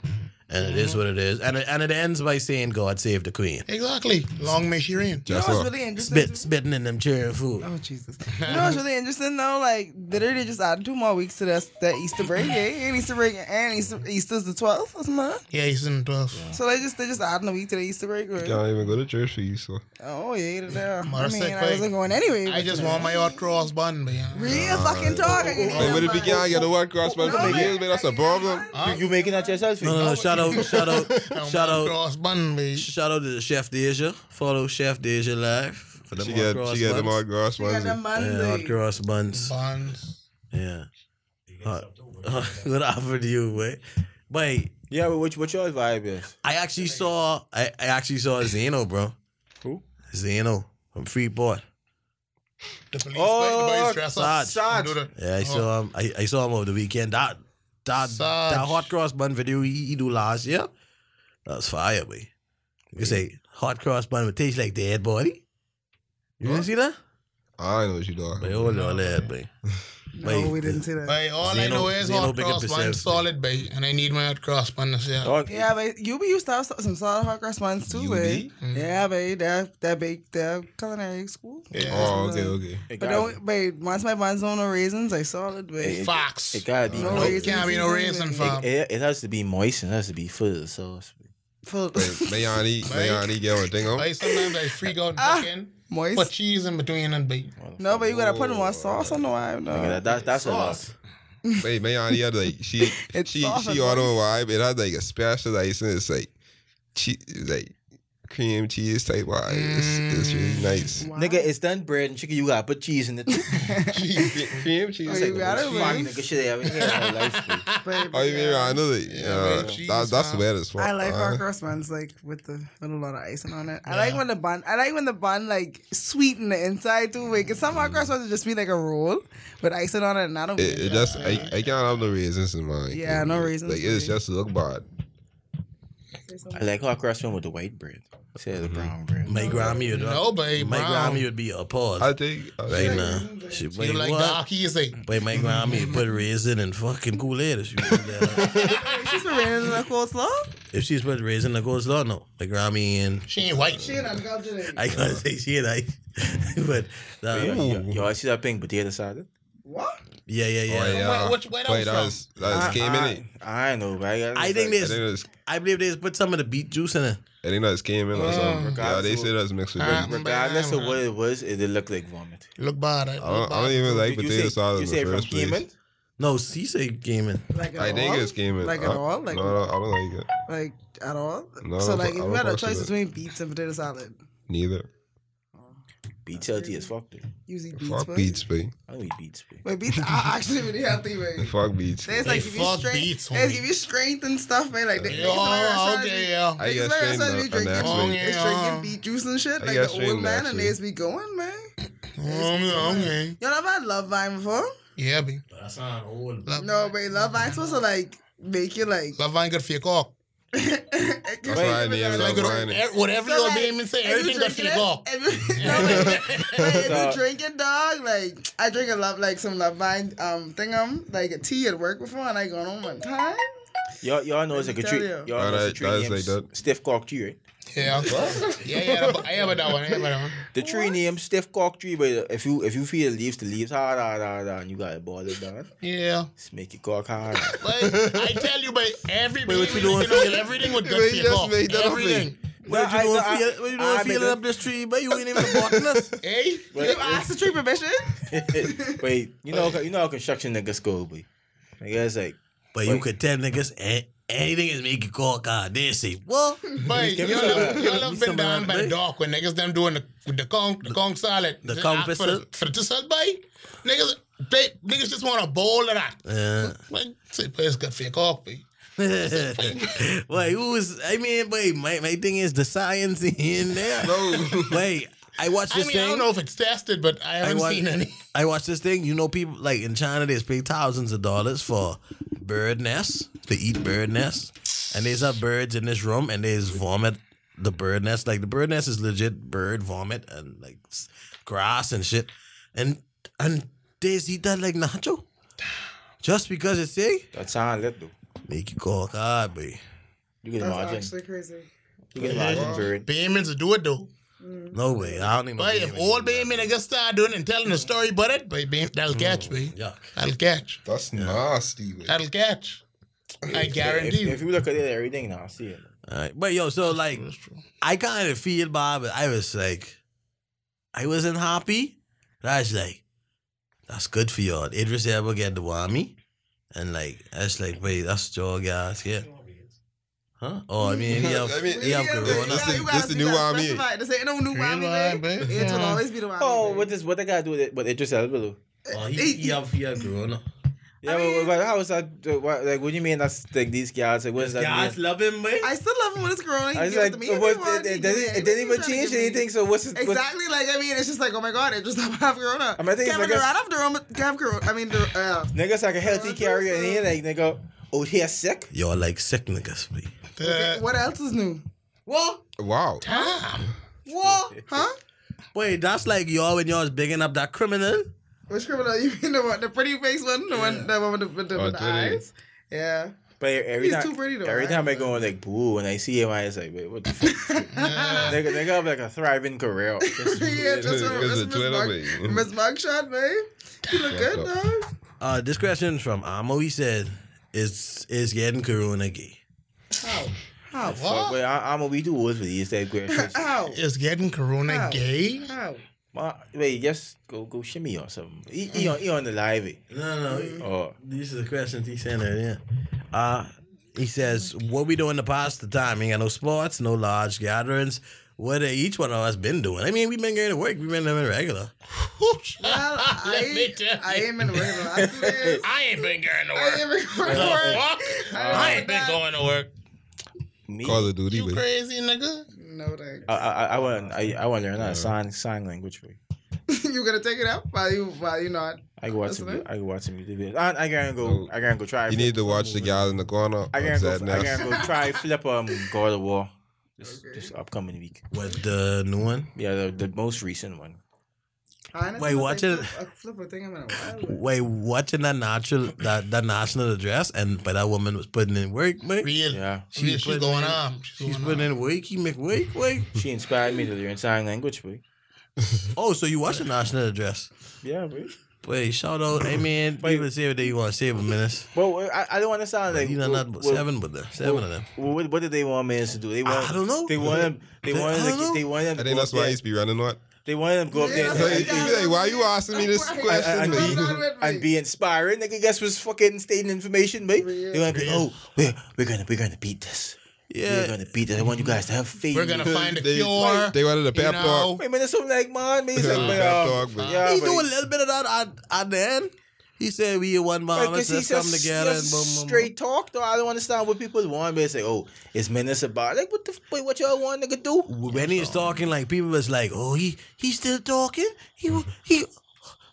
Speaker 5: and it is what it is, and it, and it ends by saying "God save the Queen,"
Speaker 4: Exactly. Long may she reign.
Speaker 3: You know
Speaker 7: Just
Speaker 3: what's
Speaker 7: up.
Speaker 3: really interesting?
Speaker 5: spit spitting in them cheering food.
Speaker 3: Oh Jesus! You know what's really interesting though? Like literally just added two more weeks to this that Easter break, yeah, and Easter break, and Easter Easter's the twelfth, isn't it?
Speaker 4: Yeah, he's in the 12th.
Speaker 3: So they just they just adding a week to the Easter break. Right?
Speaker 7: Can't even go to church for you, so
Speaker 3: Oh yeah,
Speaker 4: <laughs>
Speaker 3: yeah. I
Speaker 4: Mother
Speaker 3: mean,
Speaker 4: said,
Speaker 3: I wasn't
Speaker 4: "Wait,
Speaker 3: going anyway.
Speaker 4: I
Speaker 3: but,
Speaker 4: just
Speaker 3: you know.
Speaker 4: want my hot cross bun, man.
Speaker 3: real fucking talk. I can
Speaker 5: Oh,
Speaker 7: Hey,
Speaker 3: hear
Speaker 7: what if you
Speaker 3: my-
Speaker 7: can't get a one cross man for the years, man? That's a problem.
Speaker 4: Huh?
Speaker 6: You making that yourself?
Speaker 5: No, no, no, shout out, shout
Speaker 4: Hot
Speaker 5: out, shout out,
Speaker 4: cross bun, man.
Speaker 5: shout out to Chef Deja. Follow Chef Deja live for the
Speaker 7: She got she got the
Speaker 5: buns.
Speaker 7: Mark Gross
Speaker 3: You got
Speaker 7: ones.
Speaker 3: the
Speaker 5: Yeah, hot
Speaker 3: Monday.
Speaker 5: cross buns.
Speaker 4: Buns.
Speaker 5: Yeah. Hot- <laughs> What happened to you, boy? Wait,
Speaker 6: Yeah, but what what your vibe is?
Speaker 5: I actually saw I, I actually saw Zeno, bro.
Speaker 6: Who?
Speaker 5: Zeno from Freeport.
Speaker 4: The police
Speaker 6: Oh,
Speaker 4: oh, dress up.
Speaker 5: Sarge.
Speaker 6: Sarge.
Speaker 4: Do the- Oh.
Speaker 5: Yeah, I saw him. I, I saw him over the weekend. That that
Speaker 4: Sarge.
Speaker 5: that hot cross bun video he, he do last year. That was fire, boy. You can say hot cross bun would taste like dead body. You didn't see that?
Speaker 7: I know what you doing.
Speaker 5: But hold on, that, boy.
Speaker 3: No, we didn't see that.
Speaker 4: But all I
Speaker 5: Zeno-
Speaker 4: know is
Speaker 5: Zeno
Speaker 4: hot
Speaker 5: big up
Speaker 4: cross bun
Speaker 5: yourself.
Speaker 4: solid, babe. And I need my hot cross bun this year.
Speaker 6: Dog,
Speaker 3: Yeah, but you be used to have some solid hot cross buns too,
Speaker 7: You
Speaker 3: babe.
Speaker 7: be?
Speaker 4: Mm. Mm-hmm.
Speaker 3: Yeah, babe. That that bake that culinary school.
Speaker 4: Yeah.
Speaker 7: Oh,
Speaker 5: <laughs>
Speaker 7: okay, okay.
Speaker 6: it
Speaker 3: But
Speaker 6: gotta-
Speaker 3: don't, babe. Once my buns on no raisins, I solid, babe.
Speaker 6: it-
Speaker 4: Fox.
Speaker 6: It gotta be.
Speaker 3: No um,
Speaker 4: No,
Speaker 6: moist.
Speaker 4: it can't be no
Speaker 3: Raisin
Speaker 4: raisin farm.
Speaker 6: It, it, it has to be moist and it has to be full of sauce.
Speaker 3: Full.
Speaker 7: Mayani,
Speaker 4: Right.
Speaker 7: Mayani, get one thing on.
Speaker 4: But sometimes I freak out back in.
Speaker 3: <laughs> Moist.
Speaker 4: Put cheese in between and be.
Speaker 3: no, but you gotta put them on sauce. I know I
Speaker 6: Nigga,
Speaker 3: know.
Speaker 6: that, that, that's a lot.
Speaker 7: Wait, my auntie had like she
Speaker 3: <laughs> It's
Speaker 7: she
Speaker 3: soft
Speaker 7: she
Speaker 3: and
Speaker 7: ordered a vibe. It had like a special icing. It's like cheese, like cream cheese type vibe. It's, it's
Speaker 3: Mm.
Speaker 7: really nice.
Speaker 6: Nigga, it's done bread and chicken. You gotta put cheese in it.
Speaker 3: <laughs>
Speaker 7: Yeah, <laughs> cream cheese.
Speaker 3: Oh,
Speaker 7: is
Speaker 3: you
Speaker 7: like
Speaker 3: got it,
Speaker 7: the-
Speaker 6: Fuck,
Speaker 3: man.
Speaker 6: nigga, shit I ever hear in my life. bro.
Speaker 3: Baby,
Speaker 7: Oh, you mean
Speaker 3: yeah.
Speaker 7: around like,
Speaker 4: Yeah,
Speaker 7: yeah,
Speaker 4: man, cheese,
Speaker 7: that, that's
Speaker 4: man.
Speaker 7: where it's from.
Speaker 3: I like
Speaker 7: uh,
Speaker 3: our crust buns like with the with a lot of icing on it. I like when the bun. I like when the bun like sweeten the inside too. Wait, cause some of our crust buns just be like a roll with icing on it, and I don't.
Speaker 7: It, it just I, I can't have no raisins in mine.
Speaker 3: Yeah,
Speaker 7: cream
Speaker 3: no
Speaker 7: cheese.
Speaker 3: raisins,
Speaker 7: Like it's
Speaker 3: please.
Speaker 7: just look bad.
Speaker 6: I like how I cross one with the white bread. Say
Speaker 3: Mm-hmm.
Speaker 6: the brown bread.
Speaker 5: My Grammy would
Speaker 4: No, babe,
Speaker 5: My
Speaker 4: brown.
Speaker 5: Grammy would be appalled.
Speaker 7: I think I
Speaker 5: right
Speaker 7: think-
Speaker 5: now. She
Speaker 4: You
Speaker 5: wait,
Speaker 4: like
Speaker 5: what?
Speaker 4: dark easy.
Speaker 5: Wait, my
Speaker 4: <laughs>
Speaker 5: Grammy put raisin and fucking Kool Aid. If she was there.
Speaker 3: She's been raining in the coleslaw.
Speaker 5: if she's put raisin and coleslaw, no, my Grammy and
Speaker 4: She ain't white.
Speaker 3: She and I'm
Speaker 5: I gotta say she and I, <laughs> but nah,
Speaker 6: Yeah, yeah, yeah. Yo, I see that pink potato salad.
Speaker 3: What?
Speaker 5: yeah, yeah, yeah.
Speaker 7: Oh, yeah.
Speaker 4: Wait, which- where that
Speaker 7: Wait,
Speaker 4: was
Speaker 7: that
Speaker 4: from?
Speaker 7: was
Speaker 3: Uh,
Speaker 7: that was came in it.
Speaker 6: Uh, I, I know, right?
Speaker 5: I think
Speaker 7: I
Speaker 5: this.
Speaker 7: think that's
Speaker 5: I believe they just put some of the beet juice in it.
Speaker 7: I think that's came
Speaker 3: Oh,
Speaker 7: in or something. Yeah, they say that's mixed with.
Speaker 4: Ah,
Speaker 7: veggies.
Speaker 6: Regardless of what it was, it, it looked like vomit.
Speaker 4: Look bad. eh?
Speaker 7: I don't, I don't even like
Speaker 6: Did you say-
Speaker 7: potato salad
Speaker 6: You
Speaker 7: in
Speaker 6: say
Speaker 7: the
Speaker 6: it from
Speaker 7: first place.
Speaker 6: Cayman?
Speaker 5: No, she said gaming.
Speaker 3: Like at
Speaker 7: I think
Speaker 3: all?
Speaker 7: it's Cayman.
Speaker 3: Like
Speaker 7: I,
Speaker 3: at all? Like
Speaker 7: no, no, I don't like it.
Speaker 3: like at all?
Speaker 7: No, I
Speaker 3: so
Speaker 7: don't
Speaker 3: like
Speaker 7: fu-
Speaker 3: if
Speaker 7: I
Speaker 3: you
Speaker 7: don't
Speaker 3: had a
Speaker 7: fucks with
Speaker 3: choice
Speaker 7: it.
Speaker 3: between beets and potato salad,
Speaker 7: Neither.
Speaker 6: Beats healthy as fuck, dude.
Speaker 3: usually beets.
Speaker 7: Fuck
Speaker 3: but-
Speaker 7: beats, babe.
Speaker 6: I don't eat beats, man.
Speaker 3: Wait,
Speaker 7: <laughs>
Speaker 3: beets are actually really healthy, wait.
Speaker 7: Fuck beats.
Speaker 3: They just,
Speaker 4: They
Speaker 3: like give you
Speaker 4: fuck
Speaker 3: strength.
Speaker 4: beets,
Speaker 3: They just
Speaker 4: homie.
Speaker 3: give you strength and stuff, man. Like they,
Speaker 4: Yeah, oh, okay, yeah.
Speaker 7: I
Speaker 3: Niggas like
Speaker 7: got strained
Speaker 3: us
Speaker 7: on
Speaker 3: be drinking,
Speaker 7: next
Speaker 4: Oh,
Speaker 7: week.
Speaker 4: yeah.
Speaker 3: they drinking beet juice and shit.
Speaker 7: I
Speaker 3: Like
Speaker 7: got
Speaker 3: the old
Speaker 7: strained
Speaker 3: man
Speaker 7: last
Speaker 3: and
Speaker 7: week.
Speaker 3: they just be going, man.
Speaker 4: Mm, okay.
Speaker 3: Y'all ever had Love Vine before?
Speaker 4: Yeah, B.
Speaker 5: That's not old.
Speaker 4: Love,
Speaker 3: No, but Love Vine's supposed to like make you like.
Speaker 4: love ain't good for your cock.
Speaker 3: <laughs> It gives
Speaker 7: That's
Speaker 3: you-
Speaker 7: why I
Speaker 3: So,
Speaker 7: named
Speaker 4: Like,
Speaker 7: that
Speaker 4: good-
Speaker 7: wine.
Speaker 4: e- whatever your
Speaker 3: like,
Speaker 4: name and say,
Speaker 3: if you
Speaker 4: everything good for
Speaker 3: drinking
Speaker 4: your
Speaker 3: it-
Speaker 4: cock.
Speaker 3: if you- <laughs> no, wait, wait, if you
Speaker 6: Dog.
Speaker 3: drink it, dog, like I drink a love like some Love Vine um thing um like a tea at work before, and I go home one time.
Speaker 6: Y'all, y'all know it's like a
Speaker 3: Tell
Speaker 6: treat.
Speaker 3: you.
Speaker 6: Y'all know
Speaker 7: Alright,
Speaker 6: it's a tree
Speaker 7: that's
Speaker 6: named
Speaker 7: like that.
Speaker 6: Stiff Cock Tree, right?
Speaker 4: Yeah. yeah, yeah, I have that one. I have that one.
Speaker 6: The tree named Stiff Cock Tree, but if you if you feel the leaves, the leaves hard, hard, hard, hard, and you gotta boil it down.
Speaker 4: Yeah.
Speaker 6: Just make your cock
Speaker 5: <laughs>
Speaker 6: hard.
Speaker 4: But I tell you, but every
Speaker 5: Wait, what you
Speaker 4: baby,
Speaker 5: doing?
Speaker 4: you know, everything was
Speaker 7: Wait,
Speaker 4: good for your
Speaker 7: just
Speaker 4: cock.
Speaker 7: made that up,
Speaker 4: Everything.
Speaker 5: What
Speaker 6: I-
Speaker 5: you doing?
Speaker 6: I-
Speaker 5: feel- What you doing?
Speaker 6: I-
Speaker 5: Feeling up this tree, but you ain't even a
Speaker 6: <laughs>
Speaker 5: botanist.
Speaker 4: Hey?
Speaker 3: You ask the tree permission.
Speaker 6: Wait, you know you know how construction niggas go, but I guess like
Speaker 5: But you could tell niggas an- anything is making call card. They say, "Well,
Speaker 4: But
Speaker 6: Give
Speaker 4: y'all
Speaker 6: me some of
Speaker 4: have, y'all
Speaker 6: that.
Speaker 5: Give me
Speaker 4: have
Speaker 5: some
Speaker 4: been
Speaker 5: of
Speaker 4: down
Speaker 5: that,
Speaker 4: by the
Speaker 5: babe.
Speaker 4: dock when niggas them doing the the conch the conch salad.
Speaker 5: the
Speaker 4: Just
Speaker 5: conch
Speaker 4: ask for
Speaker 5: salad?
Speaker 4: the- for the salad by niggas they niggas just want a bowl of that.
Speaker 5: uh,
Speaker 4: Like, say, but it's good for your cock, babe.
Speaker 5: <laughs> wait, who was? I mean, wait, my, my thing is the science in there.
Speaker 7: No.
Speaker 5: Wait, I watched
Speaker 4: I
Speaker 5: this
Speaker 4: mean, I
Speaker 5: thing.
Speaker 4: don't know if it's tested, but I haven't
Speaker 5: want-
Speaker 4: seen any.
Speaker 5: <laughs> I watched this thing. You know, people like in China, they pay thousands of dollars for bird nests to eat bird nests, and there's have birds in this room, and there's vomit. The bird nest, like the bird nest, is legit bird vomit and like s- grass and shit, and and they eat that like nacho, just because it's say
Speaker 6: that sound lit though.
Speaker 5: make you call God, baby.
Speaker 6: You can
Speaker 3: That's
Speaker 6: imagine.
Speaker 3: actually crazy.
Speaker 6: You can imagine bird.
Speaker 4: Payments do it though.
Speaker 5: No way, I don't even.
Speaker 4: But if all payment niggas start doing and telling the story about it, but babe, that'll catch me.
Speaker 5: yuck.
Speaker 4: That'll catch.
Speaker 7: That's nasty. babe.
Speaker 4: That'll catch. I
Speaker 6: If,
Speaker 4: guarantee
Speaker 6: if
Speaker 4: you.
Speaker 6: you look at it, everything now, I see it.
Speaker 5: All right, but yo, so like, I kind of feel Bob, but I was like, I wasn't happy. But I was like, that's good for y'all. Idris Elba get the whammy, and like, I was like, wait, that's your guys, yeah. Huh? Oh, I mean, yeah,
Speaker 7: I mean,
Speaker 5: yeah,
Speaker 7: yeah,
Speaker 5: Corona.
Speaker 7: yeah. this the new Wami.
Speaker 3: This ain't no new
Speaker 4: New
Speaker 3: whammy,
Speaker 4: Wami,
Speaker 3: babe. It will always be the whammy.
Speaker 6: Oh,
Speaker 3: babe.
Speaker 6: what does what they gotta do with it? But it just a little. bit.
Speaker 5: Oh, he, he have, he have Corona.
Speaker 6: Yeah,
Speaker 3: I mean-
Speaker 6: but, but how is that? uh, What, like, what do you mean? That's like these guys. Like, what does that
Speaker 5: Guys
Speaker 6: mean?
Speaker 5: love him, man.
Speaker 3: I still love him when it's Corona. He
Speaker 6: I was
Speaker 3: gives it
Speaker 6: like,
Speaker 3: to me
Speaker 6: so
Speaker 3: if
Speaker 6: what,
Speaker 3: he
Speaker 6: it,
Speaker 3: want, he
Speaker 6: it,
Speaker 3: gives
Speaker 6: doesn't,
Speaker 3: me
Speaker 6: it didn't
Speaker 3: anything
Speaker 6: even
Speaker 3: he trying to
Speaker 6: change
Speaker 3: give me.
Speaker 6: anything. So what's it? What,
Speaker 3: Exactly, like I mean, it's just like, oh my god, it just don't have Corona.
Speaker 6: I mean, I think it's like
Speaker 3: Kevin
Speaker 6: a-
Speaker 3: Durant off the room. Kevin Durant, I mean, the, uh,
Speaker 6: Niggas like a healthy
Speaker 3: Uh,
Speaker 6: carrier, and he
Speaker 3: so-
Speaker 6: like nigga, oh he a sick.
Speaker 5: Y'all like sick niggas, man.
Speaker 4: Uh,
Speaker 3: what else is new?
Speaker 7: Wow.
Speaker 4: Damn.
Speaker 6: <laughs>
Speaker 3: What? Huh?
Speaker 5: Wait, that's like y'all when y'all was bigging up that criminal.
Speaker 3: Which criminal? You mean the one, the pretty face one, the one, the one with the, with the,
Speaker 7: Oh,
Speaker 3: with the
Speaker 7: pretty.
Speaker 3: eyes? Yeah.
Speaker 6: But every
Speaker 3: He's
Speaker 6: time,
Speaker 3: too pretty though,
Speaker 6: every
Speaker 3: right?
Speaker 6: time I go on like boo, and I see him, I was like, wait, what the fuck? nigga, nigga have like a thriving
Speaker 3: <laughs>
Speaker 6: career. Just-
Speaker 3: <laughs> yeah, just
Speaker 7: It's a
Speaker 3: from Miss
Speaker 7: Twitter
Speaker 3: Mug-
Speaker 7: babe.
Speaker 3: Miss Mugshot, babe. You look good,
Speaker 7: up.
Speaker 3: dog.
Speaker 5: Uh, this question is from Amo. He said, "Is is getting Corona gay?"
Speaker 3: How?
Speaker 6: Fuck,
Speaker 4: What?
Speaker 6: boy, I, I'm gonna be too old for these type questions.
Speaker 3: How?
Speaker 4: Is getting corona
Speaker 3: How?
Speaker 4: gay? <laughs>
Speaker 3: How?
Speaker 6: Ma, wait, just go go shimmy or something. He, he, on, he on the live. eh?
Speaker 5: No, no.
Speaker 6: Oh,
Speaker 5: These are the questions he sent her, yeah. Uh, he says, What we doing to pass the time? Ain't got no sports, no large gatherings. What have each one of us been doing? I mean, we've been going to work, we've been living regular.
Speaker 4: <laughs>
Speaker 3: Well,
Speaker 4: Let me
Speaker 3: I,
Speaker 4: tell
Speaker 3: I
Speaker 4: you.
Speaker 3: ain't been working the
Speaker 6: <laughs>
Speaker 3: last two days.
Speaker 4: I ain't been going to
Speaker 3: I ain't been going to work.
Speaker 4: Fuck.
Speaker 3: I
Speaker 4: I ain't been going to work.
Speaker 6: me.
Speaker 7: Call of Duty,
Speaker 4: You
Speaker 7: but
Speaker 4: crazy nigga?
Speaker 3: No thanks.
Speaker 6: I,
Speaker 7: Uh,
Speaker 6: I, I want I, I want to learn how to sign sign language. Right?
Speaker 3: <laughs> you gonna take it out? While you while you not?
Speaker 6: I go watch
Speaker 3: That's
Speaker 6: some
Speaker 3: right.
Speaker 6: I go watch some YouTube videos. I, I gotta go. I gotta go try.
Speaker 7: you need to watch the
Speaker 6: guy.
Speaker 7: gal in the corner.
Speaker 6: I
Speaker 7: on
Speaker 6: gotta go.
Speaker 7: Zad
Speaker 6: I
Speaker 7: Nas.
Speaker 6: gotta go
Speaker 5: <laughs>
Speaker 6: try flip um God of War. This this upcoming week.
Speaker 5: What, the new one?
Speaker 6: Yeah, the, the most recent one.
Speaker 3: Honestly,
Speaker 5: Wait, watch it.
Speaker 3: I flip a thing in
Speaker 6: <laughs>
Speaker 3: a while.
Speaker 5: Wait, watching that natural that, that national address and but that woman was putting in work, mate.
Speaker 4: Real.
Speaker 6: Yeah,
Speaker 4: She,
Speaker 5: She's
Speaker 4: she
Speaker 5: putting
Speaker 4: going
Speaker 5: in-
Speaker 4: on. She's,
Speaker 5: She's
Speaker 4: going
Speaker 5: putting
Speaker 4: on.
Speaker 5: in work, he make work, work.
Speaker 6: she inspired me to learn sign language. Boy.
Speaker 5: Oh, so you watch the national address.
Speaker 6: Yeah, boy.
Speaker 5: Wait, shout out, hey man,
Speaker 6: Wait.
Speaker 5: people say what they want, say it minutes.
Speaker 6: But uh, I, I don't want to sound like
Speaker 5: You know,
Speaker 6: well,
Speaker 5: not
Speaker 6: well,
Speaker 5: seven, but the seven of them.
Speaker 6: Well, what, what do they want men to do? They want.
Speaker 5: I don't know.
Speaker 6: They want them. They
Speaker 5: They-
Speaker 6: want
Speaker 5: I don't
Speaker 6: them.
Speaker 5: know.
Speaker 6: They want them.
Speaker 7: <laughs> I
Speaker 6: to
Speaker 7: think
Speaker 6: go
Speaker 7: that's
Speaker 6: up
Speaker 7: why
Speaker 6: there-
Speaker 7: he's be running on.
Speaker 6: They want them to go up there.
Speaker 3: Yeah, I
Speaker 6: and-
Speaker 3: think
Speaker 7: Like,
Speaker 6: and-
Speaker 3: that's
Speaker 7: you be like, why you asking me
Speaker 3: <laughs>
Speaker 7: this
Speaker 3: Right.
Speaker 7: question?
Speaker 6: and, and,
Speaker 7: like,
Speaker 3: Well
Speaker 6: be,
Speaker 3: done with me.
Speaker 6: and be inspiring. Nigga, guess what's fucking stating information, mate?
Speaker 3: Real.
Speaker 6: They want to be, oh, we're, we're gonna we're gonna beat this. We're
Speaker 5: Yeah.
Speaker 6: gonna beat this. I want you guys to have faith.
Speaker 4: We're gonna find a
Speaker 7: They-
Speaker 4: cure.
Speaker 7: they wanted a
Speaker 4: you
Speaker 7: pep
Speaker 4: know,
Speaker 7: talk.
Speaker 6: <laughs> Wait a minute, something like man, man. He's like,
Speaker 7: Yeah,
Speaker 6: but,
Speaker 7: bad
Speaker 6: um,
Speaker 7: dog, man.
Speaker 6: yeah,
Speaker 5: he
Speaker 6: but-
Speaker 5: do a little bit of that at, at the end. He said we one
Speaker 6: Right,
Speaker 5: mom let's
Speaker 6: 'cause he
Speaker 5: just
Speaker 6: says
Speaker 5: come together and
Speaker 6: just
Speaker 5: boom, boom, boom.
Speaker 6: straight talk though. I don't understand what people want. But it's like, oh, it's menace about like what the f- wait, what y'all want nigga do?
Speaker 5: When he was talking, like people was like, "Oh, he he still talking. He he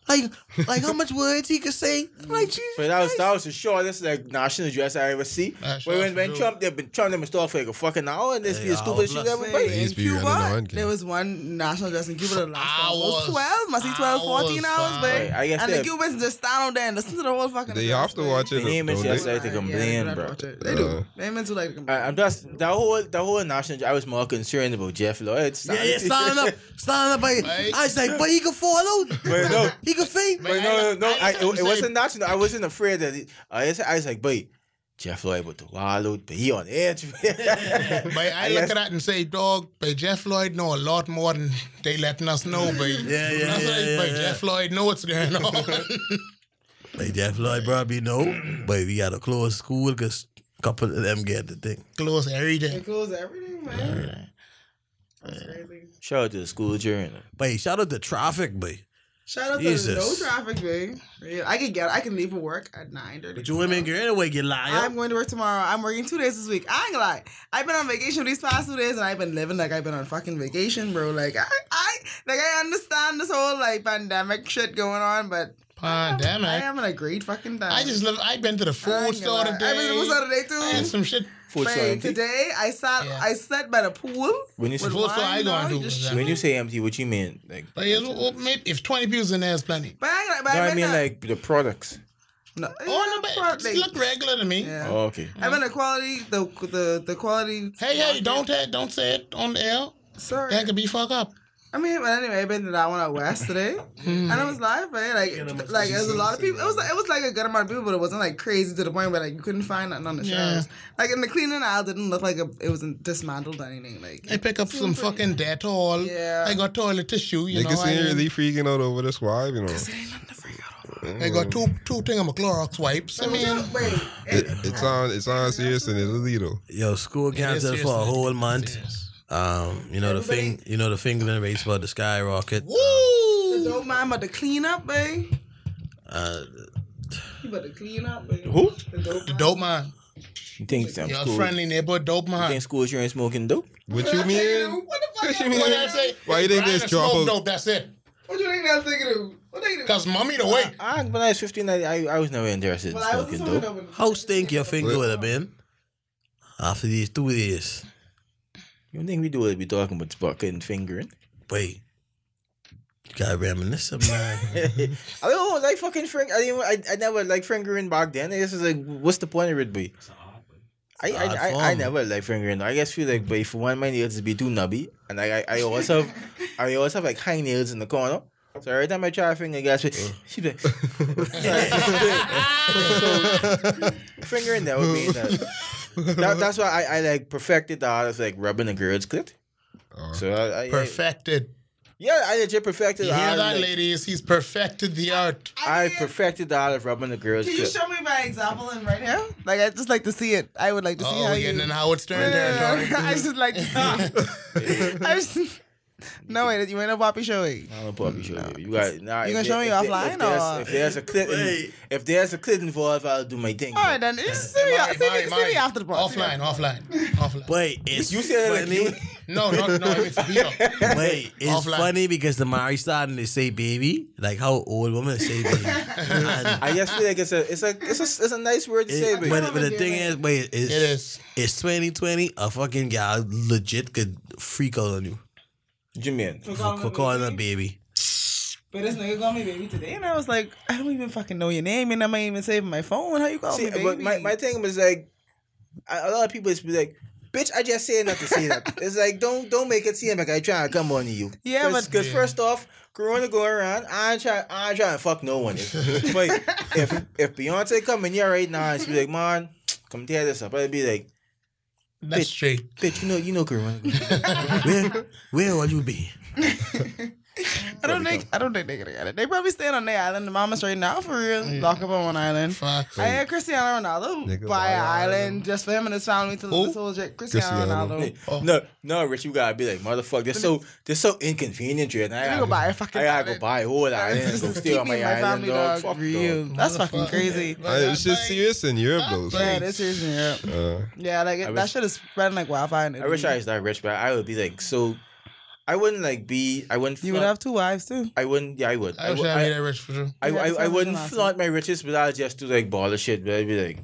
Speaker 5: like like how much words he could say." I'm like Jesus
Speaker 6: But that was that
Speaker 5: Christ.
Speaker 6: was the shortest like national address I ever see.
Speaker 4: That's
Speaker 6: But when,
Speaker 4: awesome,
Speaker 6: when
Speaker 4: dude.
Speaker 6: Trump they've been Trump them talk for like a fucking hour and this be
Speaker 5: Yeah,
Speaker 6: the stupidest
Speaker 5: hour
Speaker 6: shit ever.
Speaker 5: plus.
Speaker 6: made.
Speaker 7: He's
Speaker 3: in
Speaker 7: be running
Speaker 3: Cuba,
Speaker 7: on,
Speaker 3: there was one national dress in Cuba that lasted
Speaker 4: Hours.
Speaker 3: almost 12, must be 12, 14
Speaker 4: Hours,
Speaker 3: hours,
Speaker 4: fam.
Speaker 3: babe.
Speaker 6: I guess
Speaker 3: And the
Speaker 6: that-
Speaker 3: Cubans just stand out there and listen to the whole fucking
Speaker 7: They
Speaker 3: address,
Speaker 7: have to
Speaker 3: babe.
Speaker 7: watch it.
Speaker 6: The name is
Speaker 7: don't
Speaker 6: just
Speaker 7: they?
Speaker 6: like to
Speaker 3: Yeah,
Speaker 6: complain,
Speaker 3: they do not
Speaker 6: bro.
Speaker 3: watch it. They
Speaker 7: Uh,
Speaker 3: do. Maymen do like to
Speaker 6: I,
Speaker 3: complain.
Speaker 6: I'm just that whole that whole national. address, I was more concerned about Jeff Lloyd.
Speaker 5: Yeah, yeah, standing
Speaker 6: <laughs>
Speaker 5: up, standing up. I,
Speaker 4: Right.
Speaker 5: I was like, but he could fall out.
Speaker 6: Wait, no.
Speaker 5: <laughs> He could faint.
Speaker 4: Right.
Speaker 6: But no, no, no. I,
Speaker 4: I-
Speaker 6: it, it wasn't national. I wasn't afraid that. It, I, was- I was like, but Jeff Lloyd with the wild out, but he on edge. <laughs>
Speaker 4: But I
Speaker 6: guess-
Speaker 4: look at that and say, dog, but Jeff Lloyd know a lot more than they letting us know, babe.
Speaker 5: Yeah, yeah,
Speaker 4: <laughs> That's
Speaker 5: yeah,
Speaker 4: like,
Speaker 5: yeah,
Speaker 4: but
Speaker 5: yeah.
Speaker 4: Jeff Lloyd know what's
Speaker 5: <laughs>
Speaker 4: going on.
Speaker 5: Like Jeff Lloyd probably know, but we gotta close school because couple of them get the thing.
Speaker 4: Close
Speaker 3: They
Speaker 4: everything.
Speaker 3: close everything, man. That's crazy.
Speaker 6: Shout out to the school journal.
Speaker 5: But hey, shout out to traffic, but
Speaker 3: Shout out
Speaker 5: Jesus.
Speaker 3: to no traffic, babe. Real. I can get, I can leave for work at 9 30.
Speaker 5: but you women get anyway, you liar.
Speaker 3: I'm going to work tomorrow. I'm working two days this week. I ain't gonna lie. I've been on vacation these past two days and I've been living like I've been on fucking vacation, bro. Like I, I like I understand this whole like pandemic shit going on, but
Speaker 4: Pandemic.
Speaker 3: I am in a great fucking time.
Speaker 4: I just love. I've been to the
Speaker 3: I
Speaker 4: food
Speaker 3: ain't
Speaker 4: store
Speaker 3: gonna lie.
Speaker 4: today.
Speaker 3: I've been to the food store today
Speaker 4: I had
Speaker 3: too.
Speaker 4: some shit.
Speaker 6: Food
Speaker 3: Babe,
Speaker 6: sovereignty.
Speaker 3: today I sat
Speaker 4: Yeah.
Speaker 3: I sat by the pool.
Speaker 6: When you
Speaker 3: with
Speaker 6: say,
Speaker 4: Food store I
Speaker 3: wine
Speaker 4: go
Speaker 3: on,
Speaker 4: and do
Speaker 3: just
Speaker 4: that.
Speaker 3: chilling.
Speaker 6: when you say empty, what you mean? Like,
Speaker 4: But it's, well, maybe if twenty people's in there, it's plenty.
Speaker 3: But I, ain't gonna- but
Speaker 6: no,
Speaker 3: I've
Speaker 6: I
Speaker 3: been
Speaker 6: mean
Speaker 3: a-
Speaker 6: like the products.
Speaker 3: no,
Speaker 4: Oh no, but
Speaker 3: probably-
Speaker 4: it look regular to me.
Speaker 3: yeah.
Speaker 6: Oh, okay.
Speaker 3: I've been the quality, the the the quality.
Speaker 4: Hey, hey, don't hey, don't say it on the air.
Speaker 3: Sorry,
Speaker 4: That could be fuck up.
Speaker 3: I mean, but anyway, I've been to that one at West today,
Speaker 4: Hmm.
Speaker 3: and I was live, man. Like, like it was a lot of people. It was, it was like a good amount of people, but it wasn't like crazy to the point where like you couldn't find nothing on the
Speaker 4: Yeah.
Speaker 3: shelves. Like in the cleaning aisle, didn't look like a, it wasn't dismantled or anything. Like,
Speaker 4: I pick up some fucking Dettol.
Speaker 3: Yeah.
Speaker 4: I got toilet tissue. You know,
Speaker 7: Niggas
Speaker 4: I,
Speaker 7: ain't really freaking out over this wife, you know.
Speaker 4: I got two two thing of my Clorox wipes. I mean,
Speaker 3: wait,
Speaker 7: It,
Speaker 3: it,
Speaker 7: it's on, it's on serious and it's illegal.
Speaker 5: Yo, school canceled for a
Speaker 4: seriously.
Speaker 5: whole month.
Speaker 4: Yes.
Speaker 5: Um, you know the
Speaker 3: Everybody-
Speaker 5: thing, you know the fingerling rates about the skyrocket.
Speaker 4: Woo!
Speaker 3: don't mind about the cleanup, babe.
Speaker 5: Uh,
Speaker 3: You better clean up, babe.
Speaker 6: Who?
Speaker 3: The dope
Speaker 4: The dope man,
Speaker 6: You think I'm
Speaker 4: your
Speaker 6: school?
Speaker 4: friendly neighbor, dope
Speaker 6: You
Speaker 4: man.
Speaker 6: think school children smoking dope?
Speaker 7: What you mean?
Speaker 3: What the fuck?
Speaker 7: What you mean?
Speaker 4: What did I say?
Speaker 7: Why you think
Speaker 4: Brian
Speaker 7: this
Speaker 4: smoke
Speaker 7: drop of
Speaker 4: dope? That's it.
Speaker 3: What you think that's thinking of? What they do?
Speaker 4: Cause mommy the way.
Speaker 6: I, when I was 15, I, I, I was never interested in
Speaker 3: Ah, Well, I was
Speaker 6: smoking
Speaker 3: talking
Speaker 6: dope.
Speaker 3: over.
Speaker 5: how stink your finger
Speaker 7: What?
Speaker 5: would have been after these two years?
Speaker 6: You don't think we do it? We talking about fucking fingering.
Speaker 5: Wait, you gotta reminisce of mine.
Speaker 6: <laughs> I don't like fucking fing. I didn't. I, I never like fingering back then. This is like, what's the point of it, be? I,
Speaker 5: It's an
Speaker 6: I,
Speaker 5: odd
Speaker 6: I, I
Speaker 5: form.
Speaker 6: never like fingering. I just feel like, but for one, my nails be too nubby, and like, I,
Speaker 3: <laughs>
Speaker 6: I always have, I always have like hang nails in the corner. So every time I try to finger, guys, <laughs> she be like, fingering that would be that. That, that's why I, I like perfected the art of like rubbing a girl's clit.
Speaker 7: <laughs> Oh.
Speaker 6: So I,
Speaker 4: <laughs>
Speaker 6: I
Speaker 4: Perfected.
Speaker 6: yeah, I legit perfected
Speaker 4: You
Speaker 6: the art.
Speaker 4: hear
Speaker 6: of,
Speaker 4: that,
Speaker 6: like-
Speaker 4: ladies? He's perfected the art.
Speaker 6: I
Speaker 3: mean,
Speaker 6: perfected the art of rubbing the girl's
Speaker 3: Can you
Speaker 6: clit.
Speaker 3: show me my example in right here? Like, I just like to see it. I would like to see
Speaker 4: Oh,
Speaker 3: how
Speaker 4: we're
Speaker 3: you.
Speaker 4: getting in
Speaker 3: <laughs>
Speaker 4: Howard Stern <laughs>
Speaker 3: Yeah,
Speaker 4: territory.
Speaker 3: I <laughs> just like to see.
Speaker 6: <laughs>
Speaker 3: I just, no wait, you ain't a boppy show. eh? Wait.
Speaker 6: I don't probably show you. You got nah,
Speaker 3: You
Speaker 6: if
Speaker 3: gonna
Speaker 6: there-
Speaker 3: show me
Speaker 6: if there-
Speaker 3: offline
Speaker 6: if there's,
Speaker 3: or-
Speaker 6: if there's a clit, in,
Speaker 5: Wait.
Speaker 6: if there's a clit involved, I'll do my thing.
Speaker 3: All right, then. Just see me,
Speaker 4: Mari,
Speaker 3: see me,
Speaker 4: Mari,
Speaker 3: see
Speaker 4: Mari.
Speaker 3: me after the part.
Speaker 4: Offline,
Speaker 3: <laughs>
Speaker 4: offline, offline.
Speaker 5: Wait, it's
Speaker 6: You said it
Speaker 5: funny.
Speaker 6: like
Speaker 4: No, no, no, it's
Speaker 7: <laughs>
Speaker 4: Vito.
Speaker 5: Wait, it's
Speaker 4: Offline.
Speaker 5: funny because the Mari starting to say baby, like how old women say baby. And
Speaker 6: I just feel like it's a it's a it's a, it's a nice word to say,
Speaker 5: it-
Speaker 6: but
Speaker 5: but, but the thing is, wait, it's,
Speaker 4: It is.
Speaker 5: it's 2020. A fucking guy legit could freak out on you
Speaker 6: what you mean?
Speaker 5: for for calling a baby.
Speaker 3: But this nigga called me baby today, and I was like, I don't even fucking know your name, and I'm not even saving my phone. How you call
Speaker 6: See,
Speaker 3: me baby?
Speaker 6: but my, my thing was like, I, a lot of people just be like, "Bitch, I just said not to say that." it's like don't don't make it seem like I trying to come on to you.
Speaker 3: Yeah,
Speaker 6: Cause,
Speaker 3: but-
Speaker 6: because first off, Corona going around, I ain't try I ain't trying to fuck no one. If, but if if Beyonce come in here right now and she be like, "Man, come tear this up," I'd be like,
Speaker 4: That's straight.
Speaker 6: "Bitch, you know you know Corona." going around."
Speaker 5: Where where will you be?
Speaker 3: I don't think I don't think they gonna get it. They probably staying on their island. The mama's right now for real. Lock up on one island.
Speaker 4: Fuck.
Speaker 3: I had Cristiano Ronaldo
Speaker 7: Nigga,
Speaker 3: buy
Speaker 7: buy
Speaker 3: an
Speaker 7: an
Speaker 3: island,
Speaker 7: island.
Speaker 3: just for him and his family to
Speaker 4: Who?
Speaker 3: live this whole shit. Cristiano,
Speaker 7: Cristiano.
Speaker 3: Ronaldo.
Speaker 6: Oh, No, no, Rich, you gotta be like, "Motherfucker, they're so they're so inconvenient, Rich." and I
Speaker 3: You
Speaker 6: gotta
Speaker 3: go buy a fucking
Speaker 6: I gotta go
Speaker 3: island.
Speaker 6: buy a whole
Speaker 3: <laughs>
Speaker 6: island and go
Speaker 3: Just
Speaker 6: stay
Speaker 3: keep
Speaker 6: on
Speaker 3: me
Speaker 6: my
Speaker 3: and my
Speaker 6: island,
Speaker 3: family
Speaker 6: dog.
Speaker 3: dog.
Speaker 6: Fuck,
Speaker 3: real.
Speaker 6: dog.
Speaker 3: That's fucking
Speaker 4: Motherfucker.
Speaker 3: crazy.
Speaker 7: Uh, it's just serious in Europe, though. so-
Speaker 3: Yeah, this is in Europe.
Speaker 7: Uh,
Speaker 3: Yeah, like it, that
Speaker 6: wish-
Speaker 3: shit is spreading like wildfire. in
Speaker 6: I wish
Speaker 3: Italy.
Speaker 6: I was that rich, but I would be like so. I wouldn't like be. I wouldn't.
Speaker 3: You would
Speaker 6: flaunt-
Speaker 3: have two
Speaker 6: <laughs>
Speaker 3: wives too.
Speaker 6: I wouldn't. Yeah, I would. I
Speaker 4: I wish
Speaker 6: would-
Speaker 4: I had
Speaker 6: I
Speaker 4: that rich for sure.
Speaker 6: I
Speaker 3: Yeah,
Speaker 6: I-
Speaker 3: that's
Speaker 6: I
Speaker 3: what
Speaker 6: wouldn't
Speaker 3: I'm asking.
Speaker 6: flaunt my riches, but I'll just do like baller shit. But I'd be like,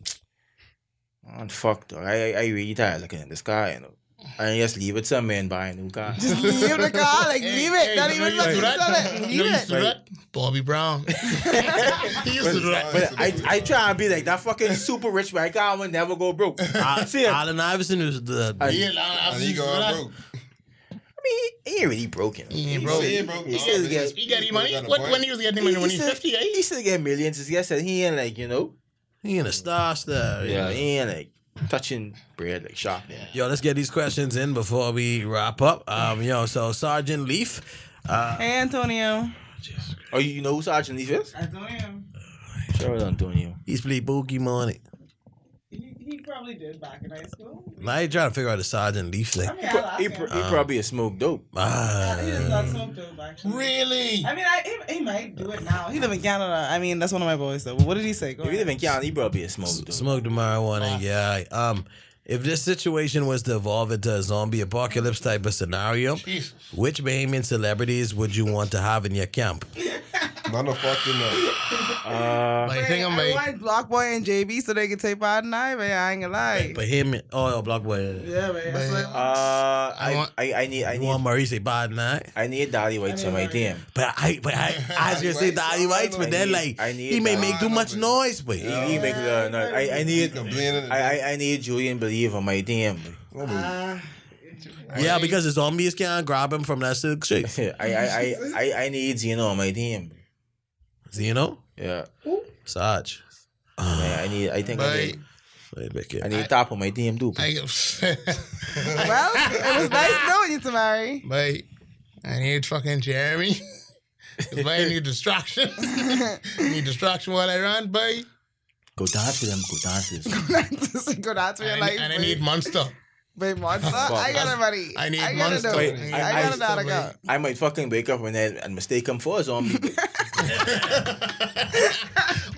Speaker 6: man, fuck, dog. I I I really tired looking at this car, you know. And just leave it somewhere and buy a new car.
Speaker 3: Just
Speaker 6: <laughs>
Speaker 3: leave the car, like
Speaker 4: Hey,
Speaker 3: leave it.
Speaker 4: hey,
Speaker 3: Not
Speaker 4: you know
Speaker 3: even
Speaker 4: you used to
Speaker 3: fucking sell it.
Speaker 4: You know
Speaker 3: Leave
Speaker 4: you used
Speaker 3: it.
Speaker 4: to do that? Bobby
Speaker 3: <laughs>
Speaker 4: Brown. he used to do that.
Speaker 6: But I, I try and be like that fucking super rich, but I can't will never go broke.
Speaker 5: I,
Speaker 6: See, I
Speaker 5: Allen Iverson was the
Speaker 4: yeah, I, I
Speaker 7: and
Speaker 4: used
Speaker 7: he
Speaker 4: to do
Speaker 7: going
Speaker 4: that.
Speaker 7: broke.
Speaker 6: mean, he ain't really broke, you know.
Speaker 4: He ain't
Speaker 7: Bro,
Speaker 4: broke.
Speaker 7: he ain't broke.
Speaker 6: He says he got-
Speaker 4: He got any money? What, when he was getting money? When he
Speaker 6: still-
Speaker 4: 58?
Speaker 6: He still get millions. He said he ain't like you know.
Speaker 5: he ain't a star star. you
Speaker 6: Yeah,
Speaker 5: know.
Speaker 6: he ain't like touching bread like shop. Yeah.
Speaker 5: Yo, let's get these questions in before we wrap up. Um, yo, so Sergeant Leaf, uh,
Speaker 3: Hey Antonio.
Speaker 6: Oh, you know who Sergeant Leaf is?
Speaker 3: Antonio.
Speaker 6: Shout out Antonio.
Speaker 5: he's play Pokemon. It.
Speaker 3: He, he probably did back in high school.
Speaker 5: Now you trying to figure out the Sergeant Leaf thing.
Speaker 3: mean,
Speaker 6: He, pr- he probably a smoke dope.
Speaker 5: Ah,
Speaker 3: not so dope actually.
Speaker 4: Really?
Speaker 3: I mean, I, he, he might do it now. He live in Canada. I mean, that's one of my boys though. But what did he say? Go
Speaker 6: If he live
Speaker 3: ahead.
Speaker 6: in Canada, he probably a smoke dope.
Speaker 5: smoke the marijuana. Yeah. Um, if this situation was to evolve into a zombie apocalypse type of scenario,
Speaker 4: Jesus.
Speaker 5: which Bahamian celebrities would you want to have in your camp?
Speaker 7: None of fucking up.
Speaker 6: Uh,
Speaker 4: Like, think I'm
Speaker 3: I
Speaker 4: like,
Speaker 3: want Block Boy and JB so they can take part in I, man. I ain't gonna lie.
Speaker 5: Bahamian. Oh, yo, Block Boy.
Speaker 3: Yeah, man. That's
Speaker 4: Man.
Speaker 3: what-
Speaker 6: uh, I,
Speaker 4: want-
Speaker 6: I, I need, I
Speaker 5: You
Speaker 6: need,
Speaker 5: want Maurice bad night?
Speaker 6: I need Dolly White on my team.
Speaker 5: But I, but
Speaker 6: <laughs>
Speaker 5: I, I was gonna say Daddy Whites, but then like
Speaker 6: I need
Speaker 5: he may
Speaker 6: that.
Speaker 5: make too much noise, but
Speaker 6: He, he make the, no, I, I need,
Speaker 7: Complaining.
Speaker 6: I, I, I need Julian Believe on my team.
Speaker 5: yeah, because the zombies can't grab him from that silk shape.
Speaker 6: <laughs> I, I, I, I, I need Zeno on my team.
Speaker 5: Zeno,
Speaker 6: Yeah,
Speaker 5: Sarge, Ah,
Speaker 6: I, I need, I think I
Speaker 4: Right.
Speaker 6: need,
Speaker 5: Wait, back
Speaker 6: I
Speaker 5: here.
Speaker 6: need Top on my team too.
Speaker 4: I, <laughs>
Speaker 3: well, it was nice knowing you, Tamari. <laughs>
Speaker 4: but I need fucking Jeremy. <laughs> If I need distraction. <laughs> need distraction while I run, boy.
Speaker 6: Go dance with them. Go dance with them.
Speaker 3: Just go down to your
Speaker 4: And,
Speaker 3: life.
Speaker 4: and I
Speaker 3: babe.
Speaker 4: need monster.
Speaker 3: Babe Monster. I got it, buddy.
Speaker 4: I need
Speaker 3: I got
Speaker 4: Monster.
Speaker 3: It, though.
Speaker 6: Wait,
Speaker 3: I,
Speaker 6: I-
Speaker 3: got it out
Speaker 4: I-
Speaker 3: of God.
Speaker 6: I might fucking wake up and then and mistake him for a zombie.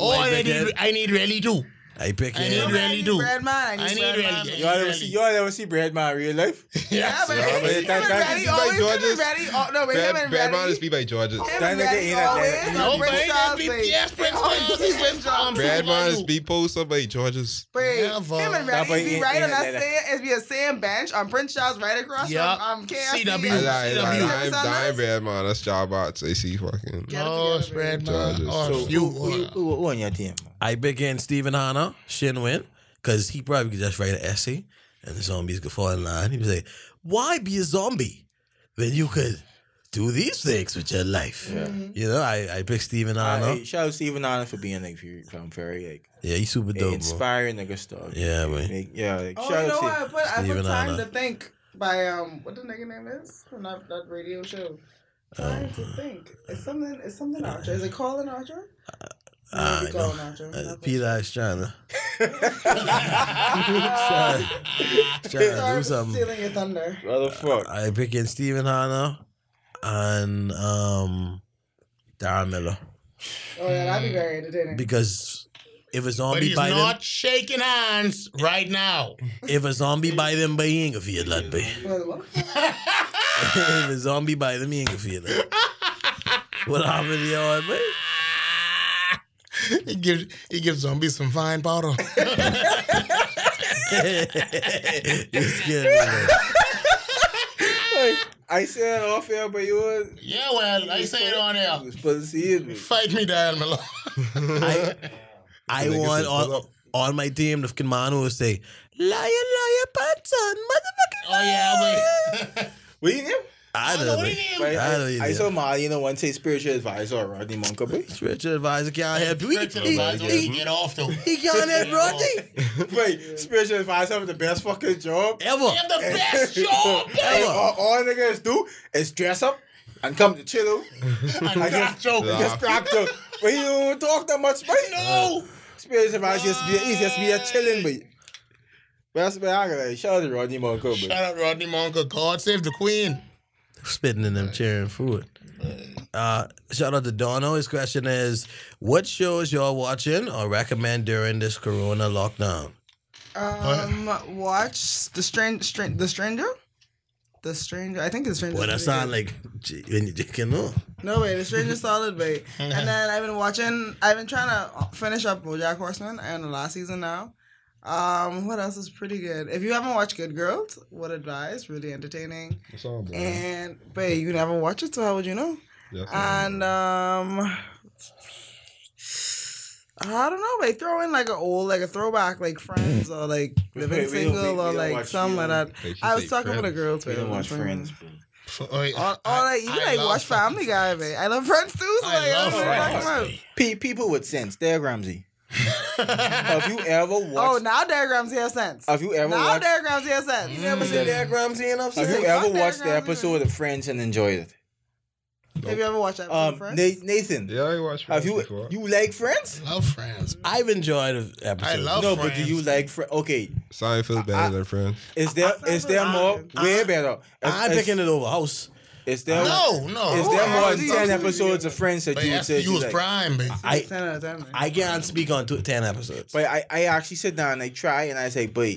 Speaker 4: Oh,
Speaker 5: Like
Speaker 4: I
Speaker 5: they
Speaker 4: need,
Speaker 5: did.
Speaker 4: I need really too.
Speaker 5: Hey, back
Speaker 4: I
Speaker 5: here.
Speaker 4: need really do.
Speaker 3: Bread man. I
Speaker 4: I
Speaker 3: need,
Speaker 4: need
Speaker 3: bread man.
Speaker 4: really.
Speaker 6: you all ever see, you all ever see Breadman in real life?
Speaker 3: Yeah, but
Speaker 4: Yes.
Speaker 3: him
Speaker 6: but
Speaker 3: and
Speaker 6: that- that-
Speaker 3: Reddy
Speaker 7: by
Speaker 3: always him and
Speaker 7: George's-
Speaker 3: Reddy. Oh, no, but him
Speaker 7: Bad,
Speaker 3: and
Speaker 7: bad man
Speaker 3: Reddy.
Speaker 7: is beat by Georges.
Speaker 3: Him
Speaker 6: That
Speaker 3: and
Speaker 6: nigga
Speaker 3: Reddy
Speaker 6: ain't a-
Speaker 3: always.
Speaker 6: that-
Speaker 3: are
Speaker 4: No, but
Speaker 3: Prince
Speaker 4: I
Speaker 3: Charles,
Speaker 4: need
Speaker 3: babe.
Speaker 4: yes, Prince
Speaker 3: They always
Speaker 4: Charles.
Speaker 3: be Prince Charles.
Speaker 7: Bad man is beat post up by Georges.
Speaker 3: Wait,
Speaker 4: Never.
Speaker 3: him and
Speaker 6: Nah, but
Speaker 3: Reddy be
Speaker 6: ain't-
Speaker 3: right on
Speaker 6: ain't
Speaker 3: that
Speaker 6: like that.
Speaker 3: sand. It'd be a sand bench on Prince Charles right across
Speaker 4: Yeah.
Speaker 3: from um, KFC.
Speaker 4: CW.
Speaker 7: I lie, I
Speaker 4: Yeah,
Speaker 7: lie,
Speaker 4: you
Speaker 7: I'm dying, bad man. That's job bots. They see fucking.
Speaker 3: Yeah.
Speaker 4: Oh, spread my.
Speaker 7: Judges.
Speaker 4: Oh,
Speaker 7: So,
Speaker 4: you.
Speaker 6: Who, you- who, who on your team? man?
Speaker 5: I pick in Stephen Hanna, Shin Win, because he probably could just write an essay and the zombies could fall in line. He'd be like, Why be a zombie when you could do these things with your life.
Speaker 6: Yeah.
Speaker 5: You know, I, I picked Steven
Speaker 6: I,
Speaker 5: Arnold.
Speaker 6: Uh, shout out Stephen Arnold for being like very, um, very like
Speaker 5: Yeah, he's super dope, bro.
Speaker 6: inspiring nigga stuff.
Speaker 5: Yeah, man.
Speaker 6: Like, yeah, like,
Speaker 3: Oh,
Speaker 6: shout
Speaker 3: you
Speaker 6: out
Speaker 3: know what? I
Speaker 6: to
Speaker 3: put, I
Speaker 5: Steven
Speaker 3: put time
Speaker 5: Anna.
Speaker 3: to think by um what the nigga name is from that, that radio show. Time to think. It's something. It's something Ultra. Is it Colin Ultra?
Speaker 5: I
Speaker 3: Maybe
Speaker 5: know.
Speaker 3: Colin Ultra.
Speaker 5: Uh,
Speaker 3: Okay. <laughs>
Speaker 5: Peter is trying
Speaker 6: <laughs>
Speaker 5: to. trying, to
Speaker 3: Sorry
Speaker 5: do
Speaker 3: for
Speaker 5: something.
Speaker 3: stealing your thunder.
Speaker 6: motherfucker.
Speaker 5: I picking Steven Hanna and um Darren Miller.
Speaker 3: Oh yeah, that'd be very entertaining.
Speaker 5: Because if a
Speaker 4: But
Speaker 5: zombie
Speaker 4: he's
Speaker 5: bite him,
Speaker 4: not shaking hands right <laughs> now.
Speaker 5: if a zombie bite him, but he ain't gonna feel that babe.
Speaker 3: Well, what?
Speaker 5: <laughs> if a zombie bite him, he ain't gonna feel that. What happened to y'all, <laughs> babe?
Speaker 4: Ah. He gives he gives zombies some fine powder.
Speaker 5: you scared me, man.
Speaker 6: I said it off air, but you was
Speaker 4: <laughs> yeah, well, I say it on
Speaker 6: you
Speaker 4: air. Oh,
Speaker 6: was supposed to see it. man.
Speaker 4: Fight me, Diane Malone.
Speaker 5: I, I
Speaker 7: Nigga
Speaker 5: want
Speaker 7: said, "Pull
Speaker 5: on,
Speaker 7: up."
Speaker 5: on my team the Kimano will say, liar, liar, pants on, motherfucking
Speaker 4: oh <laughs> yeah, but
Speaker 6: What you name?
Speaker 5: I
Speaker 4: I know
Speaker 5: don't
Speaker 4: what he
Speaker 5: know.
Speaker 4: named.
Speaker 6: Right,
Speaker 5: I
Speaker 6: I,
Speaker 5: don't
Speaker 6: I,
Speaker 5: either.
Speaker 6: saw my, you know, one say spiritual advisor, Rodney Monk, but
Speaker 5: Spiritual advisor can't help you.
Speaker 4: Stretch
Speaker 5: He,
Speaker 4: it out,
Speaker 5: he, he,
Speaker 4: Get off though.
Speaker 5: he can't help Rodney.
Speaker 6: <laughs> wait, spiritual advisor have the best fucking job.
Speaker 5: Ever.
Speaker 4: You have the <laughs> best job.
Speaker 6: <laughs> Hey, all, all niggas do is dress up and come to chill.
Speaker 4: I just joke.
Speaker 6: and just crack joke. But he don't even talk that much, but no. Spiritual advisor just be, he just be a chilling, but. But that's what I got. Like, shout out to Rodney Monk,
Speaker 4: Shout
Speaker 6: but
Speaker 4: out Rodney Monka. God save the Queen.
Speaker 5: Spitting in them cheering food. Uh, shout out to Dono. His question is, what shows y'all watching or recommend during this corona lockdown?
Speaker 3: Um, watch the strange, Stran- the stranger, the stranger. I think the stranger.
Speaker 5: Boy, that sound like gee, when you drinking, no?
Speaker 3: No way, the stranger's solid, babe. And then I've been watching. I've been trying to uh, finish up BoJack Horseman and the last season now. Um, what else is pretty good? If you haven't watched Good Girls, what advice? Really entertaining.
Speaker 7: It's all black.
Speaker 3: And babe, you never watch it, so how would you know?
Speaker 7: Definitely.
Speaker 6: uh,
Speaker 3: And um I don't know, like throw in like an old like a throwback like friends or like living
Speaker 6: Wait, we don't-
Speaker 3: single
Speaker 6: we- we
Speaker 3: or
Speaker 6: don't
Speaker 3: like
Speaker 6: watch
Speaker 3: something like
Speaker 6: Friends.
Speaker 3: that.
Speaker 7: Like, she
Speaker 3: I was
Speaker 7: say
Speaker 3: talking with a girl too.
Speaker 6: we don't
Speaker 3: I
Speaker 6: watch
Speaker 3: was talking
Speaker 6: Friends,
Speaker 3: with-
Speaker 6: bro.
Speaker 4: Oh, yeah.
Speaker 3: Or, or like you
Speaker 4: I
Speaker 3: like
Speaker 4: love
Speaker 3: watch
Speaker 4: fucking
Speaker 3: Family Guy, man. I love Friends too, so
Speaker 4: I
Speaker 3: like I
Speaker 4: love
Speaker 3: don't know what I'm
Speaker 6: Friends.
Speaker 3: talking about.
Speaker 6: Pe- people with sense. They're Ramsey. have you ever
Speaker 3: Oh,
Speaker 6: watched?
Speaker 3: now diagrams have sense.
Speaker 6: have you ever
Speaker 3: now
Speaker 6: watched? Mm.
Speaker 3: diagrams have sense.
Speaker 5: diagrams in
Speaker 6: Have
Speaker 3: She's
Speaker 6: you
Speaker 3: like,
Speaker 6: ever
Speaker 3: "Fuck that
Speaker 6: watched the
Speaker 3: Ramsey."
Speaker 6: episode of Friends and enjoyed it?
Speaker 3: Have you ever watched that?
Speaker 6: Um,
Speaker 3: Friends?
Speaker 6: Na- Nathan,
Speaker 7: Yeah, I watched
Speaker 6: have
Speaker 7: Friends
Speaker 6: uh, you
Speaker 7: before.
Speaker 6: you like Friends?
Speaker 4: Love friends.
Speaker 5: I've enjoyed the episode.
Speaker 4: I love
Speaker 6: no,
Speaker 4: friends.
Speaker 6: but do you like Friends? Okay,
Speaker 7: Seinfeld better than Friends.
Speaker 6: is there
Speaker 3: I- I-
Speaker 6: is there
Speaker 3: I-
Speaker 6: more?
Speaker 3: I-
Speaker 6: Way better. Is,
Speaker 5: I'm
Speaker 6: is,
Speaker 5: picking it over house.
Speaker 6: is there
Speaker 4: No, no.
Speaker 6: is there
Speaker 3: Oh,
Speaker 6: more
Speaker 3: I
Speaker 6: than
Speaker 3: see.
Speaker 6: ten episodes of Friends that
Speaker 4: But
Speaker 6: you would say
Speaker 4: you
Speaker 6: you
Speaker 4: was
Speaker 6: like?
Speaker 4: prime, baby.
Speaker 5: I
Speaker 3: ten out of ten. man.
Speaker 5: I can't speak on two, ten episodes.
Speaker 6: But I, I actually sit down and I try and I say, but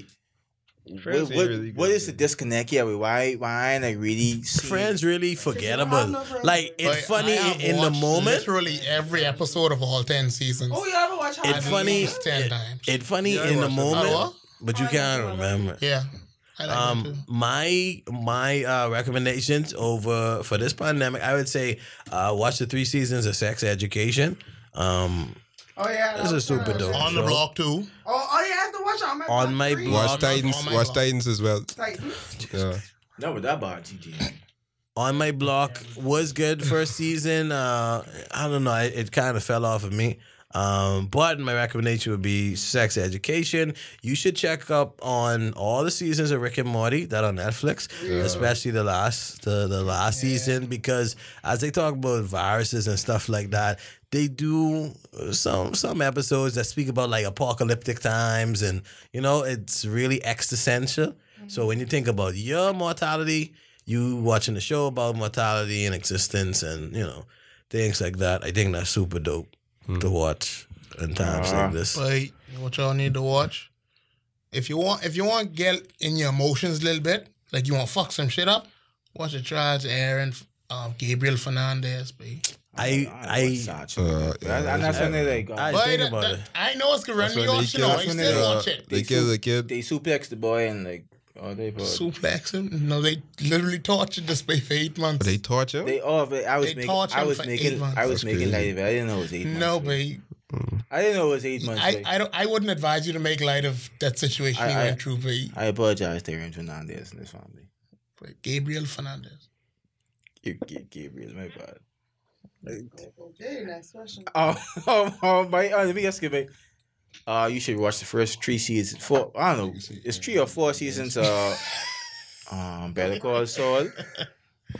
Speaker 7: Friends
Speaker 6: what,
Speaker 7: ain't
Speaker 6: what,
Speaker 7: really
Speaker 6: what
Speaker 7: good,
Speaker 6: is the
Speaker 7: man.
Speaker 6: disconnect here? Why why ain't I really seeing-
Speaker 5: Friends really forgettable. Like
Speaker 4: But
Speaker 5: it's funny
Speaker 4: I have
Speaker 5: in the
Speaker 4: watched
Speaker 5: moment.
Speaker 4: Literally every episode of all ten seasons.
Speaker 3: Oh, you ever watch How I
Speaker 5: It's
Speaker 3: Met
Speaker 5: funny.
Speaker 3: Your
Speaker 4: least 10
Speaker 5: it-
Speaker 4: times.
Speaker 5: It's funny
Speaker 7: Yeah, I
Speaker 5: in the
Speaker 7: watched it.
Speaker 5: moment,
Speaker 4: Oh,
Speaker 5: but you
Speaker 3: I
Speaker 5: can't
Speaker 3: watched it.
Speaker 5: remember.
Speaker 4: Yeah, I like um,
Speaker 5: Um, my my uh, recommendations over for this pandemic, I would say, uh, watch the three seasons of Sex Education. Um,
Speaker 3: Oh yeah,
Speaker 5: This is super dope.
Speaker 4: On the
Speaker 5: so-
Speaker 4: block too.
Speaker 3: Oh, oh yeah, I have to watch on my
Speaker 5: On my
Speaker 3: three.
Speaker 5: block.
Speaker 7: Watch Titans.
Speaker 4: Oh my
Speaker 7: watch
Speaker 4: God.
Speaker 7: Titans as well.
Speaker 3: Like,
Speaker 7: Yeah.
Speaker 6: No, but that bad, GG.
Speaker 5: on my block was good first season. Uh, I don't know, it, it kind of fell off of me. Um, but my recommendation would be Sex Education. You should check up on all the seasons of Rick and Morty that are Netflix, especially the last the, the last season because as they talk about viruses and stuff like that, they do some some episodes that speak about like apocalyptic times and you know it's really existential. So when you think about your mortality, you watching a show about mortality and existence and you know things like that. I think that's super dope to watch in times
Speaker 6: Ah.
Speaker 5: like this.
Speaker 4: But what y'all need to watch, if you want, if you want to get in your emotions a little bit, like you want to fuck some shit up, watch the trials. Aaron, uh, Gabriel Fernandez. Boy,
Speaker 5: I I
Speaker 7: Uh,
Speaker 6: I'm
Speaker 7: yeah.
Speaker 6: not saying they like.
Speaker 5: I-
Speaker 6: uh,
Speaker 4: Boy,
Speaker 5: think
Speaker 4: that-
Speaker 5: about
Speaker 4: that-
Speaker 5: it.
Speaker 4: I know it's gonna run
Speaker 7: That's
Speaker 4: me
Speaker 7: when
Speaker 4: off.
Speaker 7: they
Speaker 4: You know, I
Speaker 7: kill-
Speaker 4: still
Speaker 7: uh,
Speaker 4: watch it.
Speaker 7: They kill the kid.
Speaker 6: They suplex the boy and like. Oh, they bro.
Speaker 4: Suplex him. No, they literally tortured this boy for eight months.
Speaker 7: They torture.
Speaker 6: They all. But I was
Speaker 4: They
Speaker 6: making.
Speaker 4: torture
Speaker 6: I
Speaker 4: him
Speaker 6: was
Speaker 4: for eight
Speaker 6: making.
Speaker 4: months.
Speaker 6: I was
Speaker 7: That's
Speaker 6: making
Speaker 7: crazy.
Speaker 6: light of it. I didn't know it was eight months.
Speaker 4: no,
Speaker 6: babe.
Speaker 4: but
Speaker 7: Hmm.
Speaker 6: I didn't know it was eight months.
Speaker 4: I,
Speaker 6: babe.
Speaker 4: I don't. I wouldn't advise you to make light of that situation
Speaker 6: I-
Speaker 4: he
Speaker 6: I-
Speaker 4: went through. But
Speaker 6: I apologize to Aaron Fernandez and his family.
Speaker 4: Gabriel Fernandez.
Speaker 6: G- G- Gabriel, my bad. <laughs>
Speaker 3: Okay, next question.
Speaker 6: Oh, oh, oh my, oh, let me ask you, man. Uh, you should watch the first three seasons. Four, I don't know. It's three or four seasons.
Speaker 4: <laughs>
Speaker 6: Uh, um, Better Call Saul,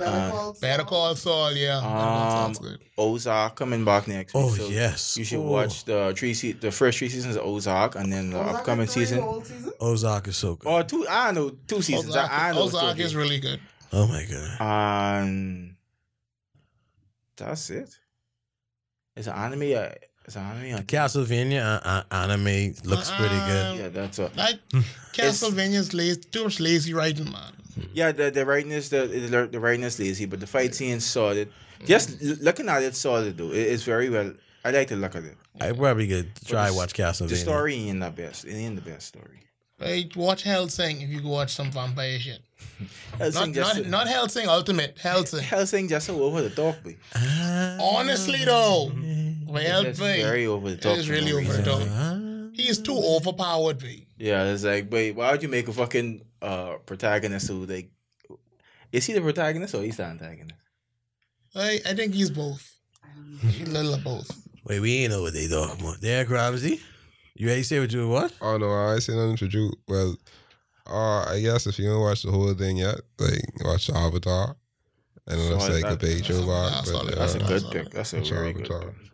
Speaker 6: Uh,
Speaker 4: Better Call Saul, yeah. That one sounds
Speaker 6: Um,
Speaker 4: good.
Speaker 6: Ozark coming back next. week,
Speaker 5: Oh
Speaker 6: so
Speaker 5: yes,
Speaker 6: You should
Speaker 5: Oh.
Speaker 6: watch the three se- the first three seasons of Ozark, and then the upcoming season.
Speaker 5: Ozark is so good.
Speaker 6: Or two, I know two seasons.
Speaker 4: Ozark,
Speaker 6: I, I know it's
Speaker 4: Ozark
Speaker 6: okay.
Speaker 4: is really good.
Speaker 5: Oh my god.
Speaker 6: And that's it. It's an anime. uh, It's an anime. I think.
Speaker 5: Castlevania uh, uh, anime looks pretty good.
Speaker 6: Yeah, that's all.
Speaker 4: Like
Speaker 5: Hmm.
Speaker 4: Castlevania's lazy, too much lazy writing, man.
Speaker 6: Yeah, the, the writing is the, the the writing is lazy, but the fight scene's solid. Just l- looking at it, solid though. It- it's very well. I like to look at it.
Speaker 5: I probably could try
Speaker 6: the-
Speaker 5: watch Castlevania.
Speaker 6: The story ain't the best. It ain't the best story.
Speaker 4: Like, watch Hellsing if you go watch some vampire shit. Not
Speaker 6: Helsing
Speaker 4: not,
Speaker 6: just
Speaker 4: not Hellsing Ultimate,
Speaker 5: <laughs>
Speaker 4: Hellsing.
Speaker 6: Helsing just so over the top, boy.
Speaker 5: Uh-huh.
Speaker 4: Honestly though, well,
Speaker 6: Just very
Speaker 4: Hellsing
Speaker 6: over the top.
Speaker 4: is
Speaker 6: for no
Speaker 4: really over
Speaker 6: reason.
Speaker 4: the top.
Speaker 5: Uh-huh.
Speaker 4: He's too overpowered, B.
Speaker 6: Yeah, it's like, wait, why would you make a fucking uh protagonist who like is he the protagonist or he's the antagonist?
Speaker 4: I, I think
Speaker 5: <laughs>
Speaker 4: he's both. He's a little of both.
Speaker 5: Wait, we ain't know what they talking about. There, Gramsy. You ain't say what you was?
Speaker 7: Oh no, I ain't seen nothing for you. Well, uh, I guess if you don't watch the whole thing yet, like watch Avatar, and it looks
Speaker 6: Solid,
Speaker 7: like a
Speaker 6: that-
Speaker 7: big
Speaker 4: that's a-
Speaker 7: robot.
Speaker 4: that's solid,
Speaker 7: but,
Speaker 6: That's
Speaker 7: uh,
Speaker 6: a good
Speaker 4: that's
Speaker 6: pick. That's a
Speaker 7: watch
Speaker 6: very good
Speaker 7: Avatar.
Speaker 6: pick.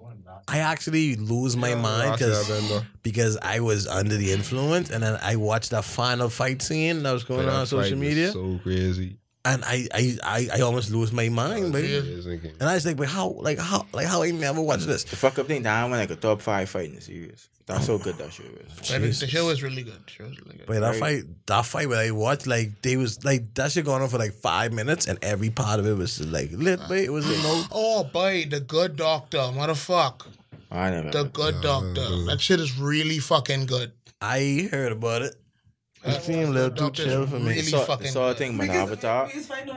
Speaker 5: I actually lose my mind
Speaker 7: Watch that,
Speaker 5: because
Speaker 7: then, though.
Speaker 5: because I was under the influence, and then I watched that final fight scene that was going
Speaker 7: That
Speaker 5: on on
Speaker 7: fight
Speaker 5: social
Speaker 7: was
Speaker 5: media,
Speaker 7: So crazy.
Speaker 5: and I I, I I almost lose my mind. Like,
Speaker 7: It
Speaker 5: and
Speaker 7: is in game.
Speaker 5: I was like, but how like how like how I never watched this?
Speaker 6: The fuck up thing down when like a top five fight in the series. That's how good that shit is.
Speaker 4: But the show is really good. The show is really good.
Speaker 5: But that fight, that fight where I watched, like they was like that shit going on for like five minutes, and every part of it was just, like lit. Wait, it was you know,
Speaker 4: Oh, boy, the good doctor, motherfucker.
Speaker 6: I never.
Speaker 4: The good
Speaker 5: <laughs>
Speaker 4: doctor. That shit is really fucking good.
Speaker 5: I heard about it. It seemed a little too
Speaker 4: Doctor's
Speaker 5: chill for me.
Speaker 4: really
Speaker 6: saw,
Speaker 4: fucking
Speaker 6: saw a
Speaker 4: good.
Speaker 6: thing about Avatar.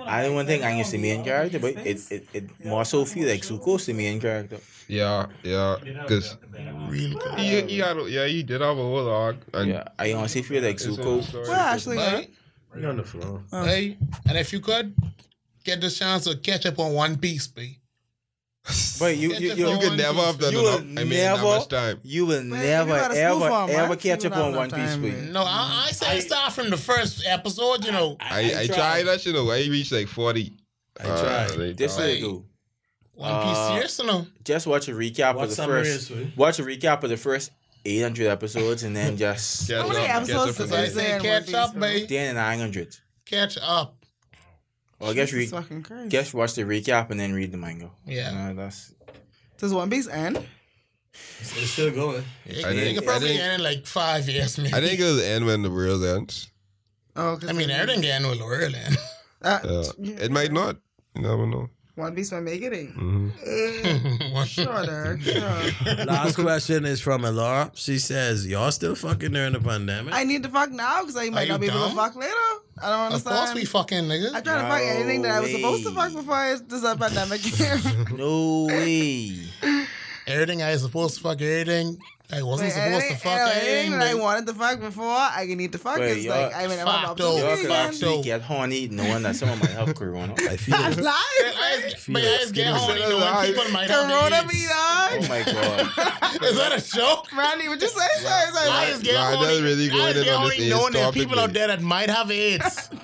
Speaker 6: I don't think I used the main character, but it it, it more so feel like Zuko's the main character.
Speaker 7: Yeah, yeah, because
Speaker 4: Really good.
Speaker 7: he, he had, a- yeah, he did have a whole arc. And
Speaker 6: Yeah, I honestly feel like
Speaker 7: it's a whole
Speaker 6: Zuko.
Speaker 7: story.
Speaker 3: Well, actually,
Speaker 4: Right?
Speaker 5: on the floor.
Speaker 4: Hey, and if you could get the chance to catch up on One Piece, B.
Speaker 6: But you
Speaker 4: Catch up
Speaker 6: you you,
Speaker 4: on
Speaker 7: you
Speaker 4: One
Speaker 7: could never
Speaker 4: Piece,
Speaker 7: have done
Speaker 6: You
Speaker 7: enough. I
Speaker 6: will
Speaker 7: mean, that
Speaker 6: never-
Speaker 7: much time.
Speaker 6: you will
Speaker 3: Man, you
Speaker 6: never
Speaker 3: gotta school
Speaker 6: ever
Speaker 3: for 'em,
Speaker 6: ever
Speaker 3: man.
Speaker 6: catch
Speaker 3: You
Speaker 6: up
Speaker 3: don't
Speaker 6: on
Speaker 3: have
Speaker 6: One Piece.
Speaker 3: time,
Speaker 6: Man.
Speaker 3: man.
Speaker 4: No, I, I say start from the first episode, you know.
Speaker 7: I, I tried Uh, that shit away. I reached like 40. I
Speaker 5: tried.
Speaker 6: This way do.
Speaker 4: One Piece
Speaker 6: Uh,
Speaker 4: serious, you know.
Speaker 6: Just watch a recap
Speaker 5: Watch
Speaker 6: of the
Speaker 5: summary
Speaker 6: first.
Speaker 5: is good.
Speaker 6: Watch a recap of the first 800 episodes, and then
Speaker 7: <laughs>
Speaker 6: just
Speaker 7: Catch
Speaker 3: How many
Speaker 7: up, catch
Speaker 3: episodes
Speaker 7: up
Speaker 3: does
Speaker 7: from
Speaker 4: I
Speaker 3: this
Speaker 7: there.
Speaker 4: say
Speaker 3: Understand One
Speaker 4: catch
Speaker 3: Piece,
Speaker 4: up,
Speaker 3: bro.
Speaker 4: B.
Speaker 6: then 900.
Speaker 4: Catch up.
Speaker 6: Or I guess re-
Speaker 3: Jesus fucking crazy.
Speaker 6: guess watch the recap and then read the manga.
Speaker 4: Yeah.
Speaker 6: No, that's
Speaker 3: Does One Piece end?
Speaker 5: It's still going.
Speaker 4: It,
Speaker 7: I
Speaker 4: it
Speaker 7: think-
Speaker 4: could
Speaker 7: I
Speaker 4: probably
Speaker 7: think-
Speaker 4: end in like five years, maybe.
Speaker 7: I think it'll end when the world ends.
Speaker 3: <laughs> Oh, 'cause
Speaker 4: I mean,
Speaker 3: they-
Speaker 4: everything can end with Laurel and
Speaker 3: Uh,
Speaker 7: Yeah.
Speaker 3: yeah.
Speaker 7: It might not. You never know.
Speaker 3: One Piece might make it in.
Speaker 4: <laughs>
Speaker 7: hmm
Speaker 3: Sure, Derek. Sure.
Speaker 5: <laughs> Last question is from Alara. She says, "Y'all still fucking during the pandemic?"
Speaker 3: I need to fuck now because I
Speaker 4: Are
Speaker 3: might
Speaker 4: you
Speaker 3: not be able
Speaker 4: dumb?
Speaker 3: to fuck later. I don't
Speaker 4: Of
Speaker 3: understand.
Speaker 4: course we fucking
Speaker 3: I
Speaker 4: nigga.
Speaker 3: tried to fuck
Speaker 6: No
Speaker 3: anything that I was supposed to fuck
Speaker 6: way.
Speaker 3: before I, this uh,
Speaker 4: <laughs>
Speaker 3: pandemic <laughs> came.
Speaker 6: no way.
Speaker 4: Everything I was supposed to fuck, everything I wasn't
Speaker 3: Like,
Speaker 4: supposed to
Speaker 3: anything-
Speaker 4: fuck,
Speaker 3: like,
Speaker 4: everything.
Speaker 3: anything that I
Speaker 4: like-
Speaker 3: wanted to fuck before, I can need to fuck.
Speaker 6: Wait,
Speaker 3: it's
Speaker 6: y'all-
Speaker 3: like I mean, I'm about
Speaker 4: Facto.
Speaker 6: Y'all
Speaker 3: to
Speaker 6: could
Speaker 4: Fuck
Speaker 3: again.
Speaker 6: actually
Speaker 4: no.
Speaker 6: get horny knowing that someone might help Corona.
Speaker 5: I
Speaker 7: <laughs>
Speaker 5: feel
Speaker 3: <laughs> I'm
Speaker 5: it.
Speaker 3: lying.
Speaker 4: I just- But I just get
Speaker 5: Feel it.
Speaker 4: horny knowing people
Speaker 3: <laughs>
Speaker 4: might
Speaker 3: Corona
Speaker 4: have
Speaker 3: me,
Speaker 4: AIDS.
Speaker 6: Oh
Speaker 3: dog.
Speaker 6: my god.
Speaker 4: <laughs> Is that a joke?
Speaker 3: Randy, would you say sorry? sorry,
Speaker 4: I
Speaker 3: sorry.
Speaker 4: just get
Speaker 7: Nah,
Speaker 4: horny.
Speaker 7: that's really
Speaker 4: I
Speaker 7: going
Speaker 4: just
Speaker 7: in
Speaker 4: get
Speaker 7: on this
Speaker 4: horny
Speaker 7: AIDS
Speaker 4: knowing there are
Speaker 7: topic,
Speaker 4: people out
Speaker 7: man.
Speaker 4: there that might have AIDS. <laughs>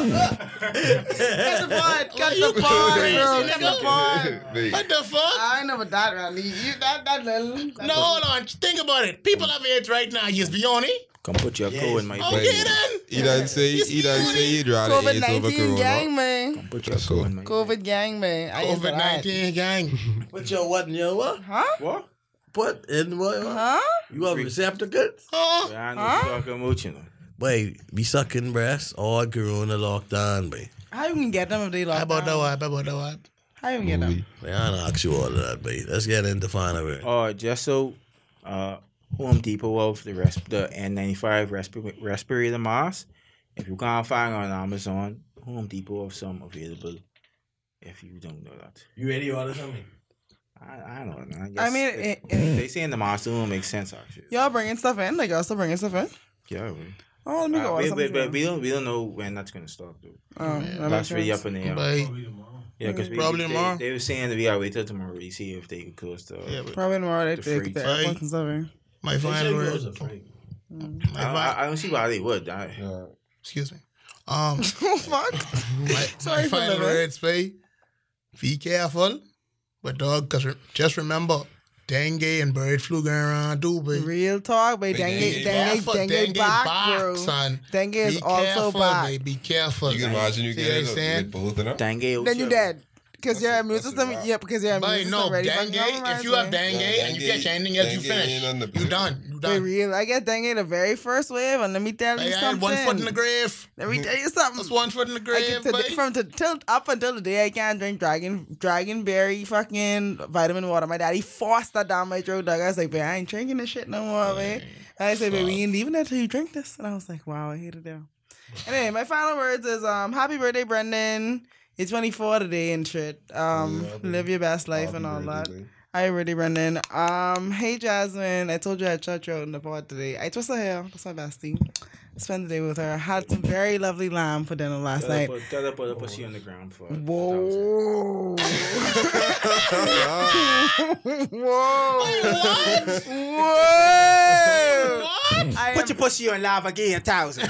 Speaker 3: Cut the pod. Cut
Speaker 4: you
Speaker 3: the pod,
Speaker 4: crazy,
Speaker 3: bro. Cut <laughs>
Speaker 4: nigga.
Speaker 3: the pod.
Speaker 4: What the fuck?
Speaker 3: I ain't never that, Randy. You that that little. Ah, that
Speaker 4: No,
Speaker 3: little-
Speaker 4: hold on. Think about it. People have AIDS right now. Yes, be horny.
Speaker 6: Come put your co in my
Speaker 4: Okay
Speaker 6: belly.
Speaker 4: then.
Speaker 7: He done say
Speaker 4: It's
Speaker 7: he done say he'd rather
Speaker 3: COVID
Speaker 7: AIDS over
Speaker 3: nineteen gang
Speaker 7: Corona.
Speaker 3: man.
Speaker 6: Put your
Speaker 7: That's
Speaker 6: co
Speaker 7: all.
Speaker 6: in my
Speaker 3: COVID gang man. I ain't for
Speaker 4: COVID
Speaker 3: that.
Speaker 4: nineteen gang.
Speaker 5: Put your what in your what?
Speaker 3: Huh?
Speaker 6: What?
Speaker 5: Put in what? what?
Speaker 7: Uh-huh.
Speaker 3: Huh?
Speaker 5: You have receptacles?
Speaker 4: Oh. Huh?
Speaker 6: I know
Speaker 3: Huh?
Speaker 6: talking about you know.
Speaker 5: Wait, we sucking breasts all Corona lockdown, babe.
Speaker 3: How you can get them if they lock
Speaker 4: How about that
Speaker 3: down?
Speaker 4: vibe? How about that vibe?
Speaker 3: How you can get them?
Speaker 5: Man, I don't ask you all of that, babe. Let's get into final word.
Speaker 6: Oh, just so uh, Home Depot of the resp- the N95 resp- respirator mask. If you can't find on Amazon, Home Depot of some available. If you don't know that,
Speaker 5: You ready to order something?
Speaker 6: I, I don't know. I,
Speaker 3: I
Speaker 6: guess
Speaker 3: mean,
Speaker 6: they,
Speaker 3: it- it-
Speaker 6: they say in the mask it don't make sense actually.
Speaker 3: Y'all bringing stuff in? Like y'all still bringing stuff in?
Speaker 6: Yeah. we-
Speaker 3: Oh, let me go
Speaker 6: Uh,
Speaker 3: order
Speaker 6: we, we,
Speaker 3: something.
Speaker 6: we, we don't we don't know when that's gonna stop though.
Speaker 3: Oh, that
Speaker 6: That's
Speaker 3: makes
Speaker 6: really
Speaker 3: sense.
Speaker 6: up in the air.
Speaker 4: But
Speaker 6: Yeah, because we
Speaker 4: Probably
Speaker 6: they,
Speaker 4: tomorrow.
Speaker 6: They were saying that we gotta wait till tomorrow to see if they could close the.
Speaker 4: Yeah, but
Speaker 3: Probably tomorrow they
Speaker 6: The
Speaker 3: think
Speaker 6: freak.
Speaker 3: that
Speaker 4: Right.
Speaker 3: everyone's
Speaker 6: <laughs>
Speaker 3: over.
Speaker 4: my final word.
Speaker 6: I, I, I don't see why they would. I,
Speaker 4: Excuse me. Um,
Speaker 3: oh fuck.
Speaker 4: my,
Speaker 3: <laughs> Sorry
Speaker 4: my
Speaker 3: for
Speaker 4: final
Speaker 3: living.
Speaker 4: words, Faye. Be careful, but dog, cause re- just remember, dengue and bird flu going around too, baby.
Speaker 3: Real talk, but dengue, dengue,
Speaker 7: dengue
Speaker 4: Careful,
Speaker 3: dengue, back, bro.
Speaker 4: son.
Speaker 3: Dengue
Speaker 4: Be
Speaker 3: is also
Speaker 4: careful,
Speaker 3: back.
Speaker 4: baby. Be careful.
Speaker 7: You can imagine you
Speaker 4: See
Speaker 7: get
Speaker 4: what I'm
Speaker 7: it
Speaker 4: saying?
Speaker 7: with both of them.
Speaker 6: Dengue. Then
Speaker 3: Then you dead. Because your
Speaker 7: That's a-
Speaker 3: immune
Speaker 7: that's a
Speaker 3: system,
Speaker 7: wrap.
Speaker 3: yeah, because your immune
Speaker 4: But
Speaker 3: system
Speaker 4: no,
Speaker 3: already fucking
Speaker 4: dengue. If you have
Speaker 3: compromised, man.
Speaker 4: dengue
Speaker 7: Yeah,
Speaker 4: and you
Speaker 7: dengue-
Speaker 4: catch anything else, you
Speaker 7: dengue
Speaker 4: finish.
Speaker 7: ain't on the
Speaker 4: You done. You
Speaker 3: Wait,
Speaker 4: done.
Speaker 3: real, I got dengue the very first wave, and let me tell
Speaker 4: Like,
Speaker 3: you
Speaker 4: I had
Speaker 3: something.
Speaker 4: one foot in the grave.
Speaker 3: Let me tell you
Speaker 4: That's
Speaker 3: something.
Speaker 4: one foot in the
Speaker 3: I can,
Speaker 4: grave,
Speaker 3: to,
Speaker 4: buddy.
Speaker 3: from to, till up until the day I can't drink dragon dragon berry fucking vitamin water. My daddy forced that down my throat. Dog. I was like, "Babe, I ain't drinking this shit no more, man." And I said, "Babe, we ain't leaving that till you drink this." And I was like, "Wow, I hate it down." Anyway, my final words is, um, "Happy birthday, Brendan. You're 24 today and shit. Um,
Speaker 7: Yeah, happy-
Speaker 3: live your best life and all that." Hi, Rudy Brendan. Um, hey Jasmine. I told you I'd shout you out in the pod today. I twisted her hair. That's my bestie. Spent the day with her. Had some very lovely lamb for dinner last
Speaker 6: Tell her
Speaker 3: night.
Speaker 6: put- tell her put a pussy on the ground for.
Speaker 3: Whoa. Whoa.
Speaker 4: What?
Speaker 3: <laughs> Whoa.
Speaker 4: What?
Speaker 3: I
Speaker 6: Put
Speaker 3: am,
Speaker 6: your pussy on live again, <laughs> thousand.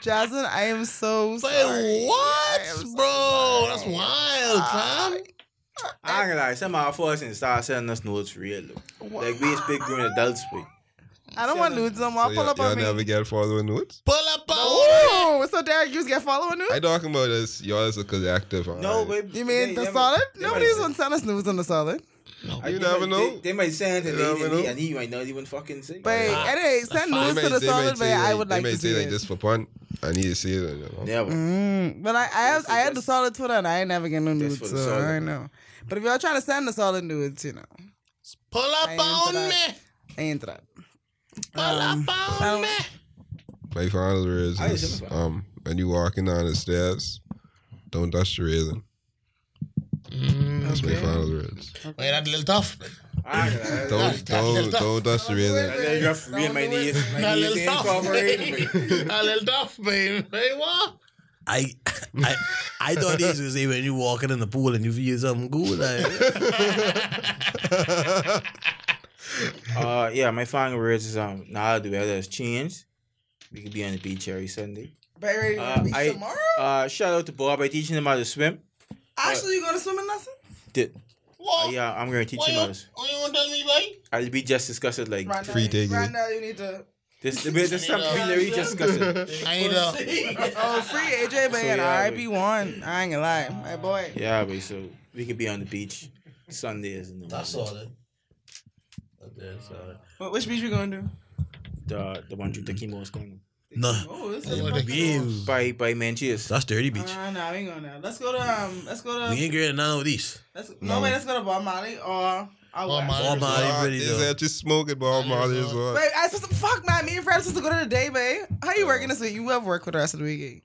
Speaker 3: Jasmine, I am so sorry.
Speaker 4: Say what,
Speaker 3: I am so
Speaker 4: bro? That's wild, fam.
Speaker 6: I ain't gonna lie, some of our forces start sending us notes for real though. Like we speak grown adults speak.
Speaker 3: I don't want nudes no more.
Speaker 7: So
Speaker 3: Pull
Speaker 7: y'all,
Speaker 3: up
Speaker 7: y'all
Speaker 3: on me.
Speaker 7: never get following notes.
Speaker 4: Pull up on
Speaker 3: Ooh, so Derek, you get following nudes?
Speaker 7: I talking about this. Y'all as a collective. all
Speaker 6: No,
Speaker 7: right.
Speaker 6: babe.
Speaker 3: You mean
Speaker 6: they-
Speaker 3: the
Speaker 6: they-
Speaker 3: solid?
Speaker 6: they might-
Speaker 3: Nobody's gonna sell us nudes on the solid.
Speaker 6: I-
Speaker 7: You
Speaker 6: they
Speaker 7: never
Speaker 6: might-
Speaker 7: know.
Speaker 6: They, they might send it
Speaker 7: You
Speaker 6: and, they-
Speaker 7: never
Speaker 6: and, he,
Speaker 7: know.
Speaker 6: and he might not even fucking say.
Speaker 3: But anyway, send news to the
Speaker 7: they
Speaker 3: solid, but
Speaker 7: say,
Speaker 3: I would
Speaker 7: they
Speaker 3: like
Speaker 7: may
Speaker 3: to
Speaker 7: say
Speaker 3: see
Speaker 7: like
Speaker 3: it.
Speaker 7: this for fun. I need to see it. You know?
Speaker 6: Never.
Speaker 3: Mm, but I, I, have, I had the solid Twitter and I ain't never get no
Speaker 6: That's
Speaker 3: nudes,
Speaker 6: for
Speaker 3: so
Speaker 6: the solid.
Speaker 3: I know. But if y'all trying to send the solid nudes, you know,
Speaker 4: Pull
Speaker 3: I
Speaker 4: up
Speaker 3: am
Speaker 4: on
Speaker 3: that.
Speaker 4: me.
Speaker 3: I ain't that.
Speaker 4: Pull up on
Speaker 3: um,
Speaker 4: me.
Speaker 7: My final words
Speaker 6: I
Speaker 7: is
Speaker 6: simplify.
Speaker 7: um, when you walking down the stairs, don't touch the railing.
Speaker 4: Mm,
Speaker 7: That's my final words.
Speaker 4: Wait, that's a little tough.
Speaker 6: I ain't gonna lie.
Speaker 7: Don't don't don't touch
Speaker 6: That <laughs>
Speaker 7: the railing.
Speaker 6: nigga rough real my knees. My
Speaker 4: That
Speaker 6: knees
Speaker 4: little
Speaker 6: ain't
Speaker 4: tough,
Speaker 6: cooperating.
Speaker 4: babe. <laughs> That little tough, babe. Hey, what?
Speaker 5: I, <laughs> I, I thought these was say when you walking in the pool and you feel something cool. <laughs> Like,
Speaker 6: Uh, yeah, my final words is um, now the weather has changed. We could be on the beach every Sunday.
Speaker 3: Barry,
Speaker 6: Uh, I-
Speaker 3: tomorrow?
Speaker 6: Uh, shout out to Bob. I teaching him how to swim.
Speaker 3: Actually, you going to swimming lesson?
Speaker 6: Did,
Speaker 4: What?
Speaker 6: uh, yeah, I'm gonna teach
Speaker 4: What
Speaker 6: him
Speaker 4: you,
Speaker 6: how
Speaker 4: what
Speaker 6: to.
Speaker 4: you
Speaker 6: s-
Speaker 4: want to tell me, boy?
Speaker 6: I we just discussed it like
Speaker 3: Right now,
Speaker 7: Free ticket.
Speaker 3: Right now, you need
Speaker 7: <laughs>
Speaker 3: to.
Speaker 6: this. There's there's something
Speaker 4: Yeah.
Speaker 6: we literally just discussed.
Speaker 4: <laughs>
Speaker 6: It.
Speaker 4: I need a.
Speaker 3: Oh, free AJ, but
Speaker 6: So,
Speaker 3: yeah,
Speaker 6: yeah, we-
Speaker 3: RP1. I ain't gonna lie. My boy.
Speaker 6: Yeah, but so we could be on the beach Sundays and
Speaker 5: that's all. Then. That's all.
Speaker 3: What, which beach we going to do?
Speaker 6: the the one you think he most going
Speaker 5: No,
Speaker 3: Oh, this
Speaker 4: What
Speaker 3: is.
Speaker 4: a-
Speaker 5: yeah,
Speaker 6: by by Manchius.
Speaker 5: that's dirty beach.
Speaker 3: Uh, nah, we ain't going there. Let's go to um. Let's go
Speaker 5: We
Speaker 3: to.
Speaker 5: ain't getting none of these.
Speaker 3: Let's, no, wait. Let's go to Bob Marley or. Bob
Speaker 4: Marley.
Speaker 5: All my
Speaker 7: Ah,
Speaker 5: pretty
Speaker 7: Is
Speaker 5: though.
Speaker 7: that just smoking ball Molly as well?
Speaker 3: Wait, I supposed to fuck man. Me and Fred are supposed to go to the day, babe. How you working this week? You have work for the rest of the week.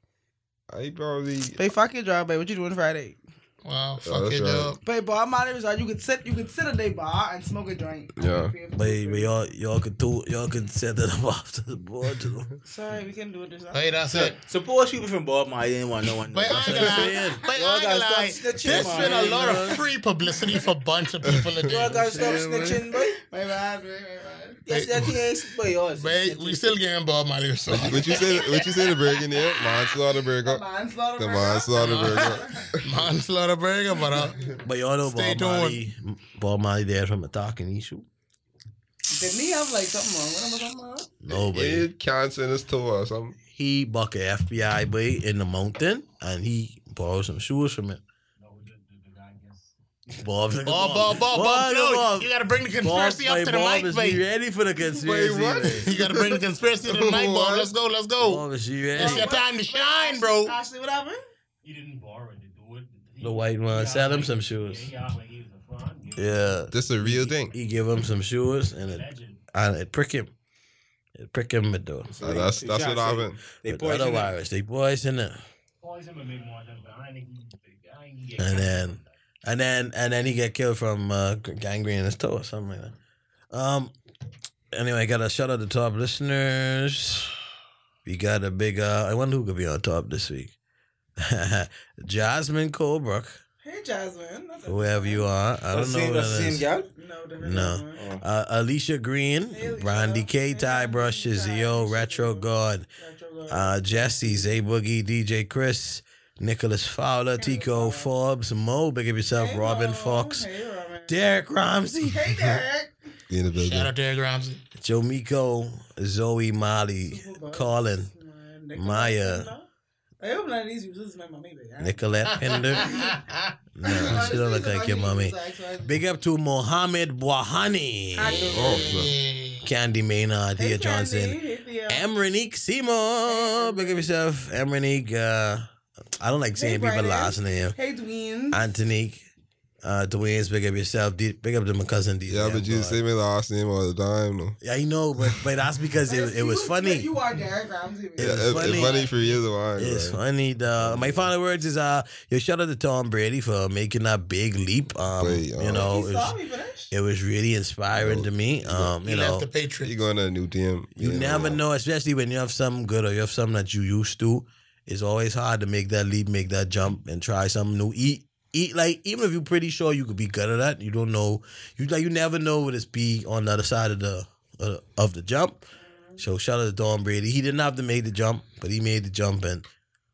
Speaker 3: eh?
Speaker 7: I probably
Speaker 3: Babe, fuck your job, babe. What you doing Friday?
Speaker 4: Wow,
Speaker 7: Oh,
Speaker 4: fuck
Speaker 7: that's
Speaker 4: it
Speaker 7: right.
Speaker 4: up.
Speaker 3: Babe, bar monitor resort. You could sit. You could sit a day bar and smoke a joint.
Speaker 7: Yeah.
Speaker 5: But, but y'all y'all could do y'all could set that up <laughs> after the board. You know?
Speaker 3: Sorry, we can do it this.
Speaker 4: Hey, that's it.
Speaker 6: Suppose people from Bob Marley didn't want no one.
Speaker 4: But I ain't gonna
Speaker 6: <laughs>
Speaker 4: lie. But I ain't gonna lie. There's been a lot of free publicity for a bunch of people today.
Speaker 6: stop snitching, boy.
Speaker 3: My bad, babe, my bad.
Speaker 6: Yes, that is, boy. yours.
Speaker 4: But we still getting Bob Marley. So.
Speaker 7: Would you say would you say the burger there? Manslaughter burger.
Speaker 3: Manslaughter.
Speaker 7: The
Speaker 3: bro.
Speaker 7: manslaughter burger.
Speaker 4: <laughs> Manslaughter burger,
Speaker 5: <laughs>
Speaker 4: but uh,
Speaker 5: But y'all know
Speaker 4: Stay
Speaker 5: Bob Marley, Bob Marley there from attacking issue.
Speaker 3: Didn't he have like something wrong? What am I talking about?
Speaker 5: No, but
Speaker 7: It can't send us tour or something.
Speaker 5: he buck a FBI boy in the mountain and he borrowed some shoes from him. Bob's <laughs> like,
Speaker 4: Bob, Bob, Bob, Bob, no, you gotta bring the conspiracy up
Speaker 5: my
Speaker 4: to the
Speaker 5: Bob
Speaker 4: mic,
Speaker 5: is
Speaker 4: babe.
Speaker 5: ready for the conspiracy.
Speaker 7: Wait, what?
Speaker 5: babe.
Speaker 4: You gotta bring the conspiracy to the mic, Bob. Let's go, let's go.
Speaker 5: Bob is he
Speaker 4: It's
Speaker 5: ready?
Speaker 4: your time to shine, bro.
Speaker 3: Ashley, what happened?
Speaker 8: He didn't borrow it to do it. He,
Speaker 5: The white man sell him some shoes.
Speaker 8: he out like he was a front. He was
Speaker 5: Yeah,
Speaker 7: This a real thing.
Speaker 5: he give him some shoes and
Speaker 8: a
Speaker 5: it
Speaker 8: legend.
Speaker 5: and it prick him. It prick him with the
Speaker 7: Uh, that's that's what happened.
Speaker 6: They
Speaker 5: with the other
Speaker 6: poisoned him.
Speaker 5: virus. They poison it.
Speaker 8: Always him a big more than but I ain't he- I ain't he-
Speaker 5: and then and then and then he get killed from uh, gangrene in his toe or something like that. Um. Anyway, got a shout out to top listeners. We got a big. Uh, I wonder who could be on top this week. <laughs> Jasmine Colebrook,
Speaker 3: Hey, Jasmine. That's a-
Speaker 5: whoever you are. I don't know
Speaker 6: same,
Speaker 5: who
Speaker 6: that's
Speaker 5: that
Speaker 6: the
Speaker 5: is.
Speaker 6: same gal?
Speaker 3: No, different
Speaker 5: No.
Speaker 3: Jasmine.
Speaker 7: Oh.
Speaker 5: Uh, Alicia Green,
Speaker 3: Hey, Alicia.
Speaker 5: Brandy K,
Speaker 3: Hey,
Speaker 5: Ty Brush,
Speaker 3: Alicia.
Speaker 5: Shazio, Retro God,
Speaker 3: Retro
Speaker 5: uh, Jesse, Zay Boogie, DJ Chris, Nicholas Fowler, Tico Forbes, Mo, Big Up Yourself,
Speaker 3: Hey,
Speaker 5: Robin
Speaker 3: Mo.
Speaker 5: Fox,
Speaker 3: Hey, Robin.
Speaker 5: Derek Ramsey, <laughs>
Speaker 3: Hey, Derek.
Speaker 7: in the building.
Speaker 4: Shout out to Eric Ramsey.
Speaker 5: Jomiko, Zoe, Molly, Colin, Maya.
Speaker 3: I hope none of these users is my mommy, baby. <laughs>
Speaker 5: Nicolette Pender.
Speaker 4: <laughs>
Speaker 5: no, she don't look like your mommy. Big up to Mohammed Bouhani, Candy Maynard, Thea Johnson, Emrenique Seymour. Big up yourself, Emrenique. Uh, I don't like saying people
Speaker 3: Brandon.
Speaker 5: last name.
Speaker 3: Hey, Dwayne.
Speaker 5: Antonique, uh, Dwayne's big up yourself. D- big up to my cousin D.
Speaker 7: Yeah, but you say my last name all the time. though.
Speaker 5: Yeah, I know, but but that's because it, it was funny.
Speaker 3: You are Derek Ramsey.
Speaker 5: It
Speaker 7: Yeah,
Speaker 5: was
Speaker 7: it's it's
Speaker 5: funny.
Speaker 7: funny. for you to watch.
Speaker 5: It's
Speaker 7: right?
Speaker 5: funny. The, my final words is uh, yo, shout out to Tom Brady for making that big leap. Um,
Speaker 7: Wait,
Speaker 5: you
Speaker 7: um,
Speaker 5: know,
Speaker 3: Oh,
Speaker 5: it
Speaker 3: he
Speaker 5: was,
Speaker 3: saw me finish.
Speaker 5: it was really inspiring to me. Um,
Speaker 4: uh, He
Speaker 5: you know,
Speaker 4: left the
Speaker 7: You
Speaker 4: Patriots.
Speaker 7: going to a new team.
Speaker 5: you never know, especially when you have something good or you have something that you used to. It's always hard to make that leap, make that jump, and try something new. Eat, eat like even if you're pretty sure you could be good at that, you don't know. You like you never know what it's be on the other side of the uh, of the jump. So shout out to Don Brady. He didn't have to make the jump, but he made the jump, and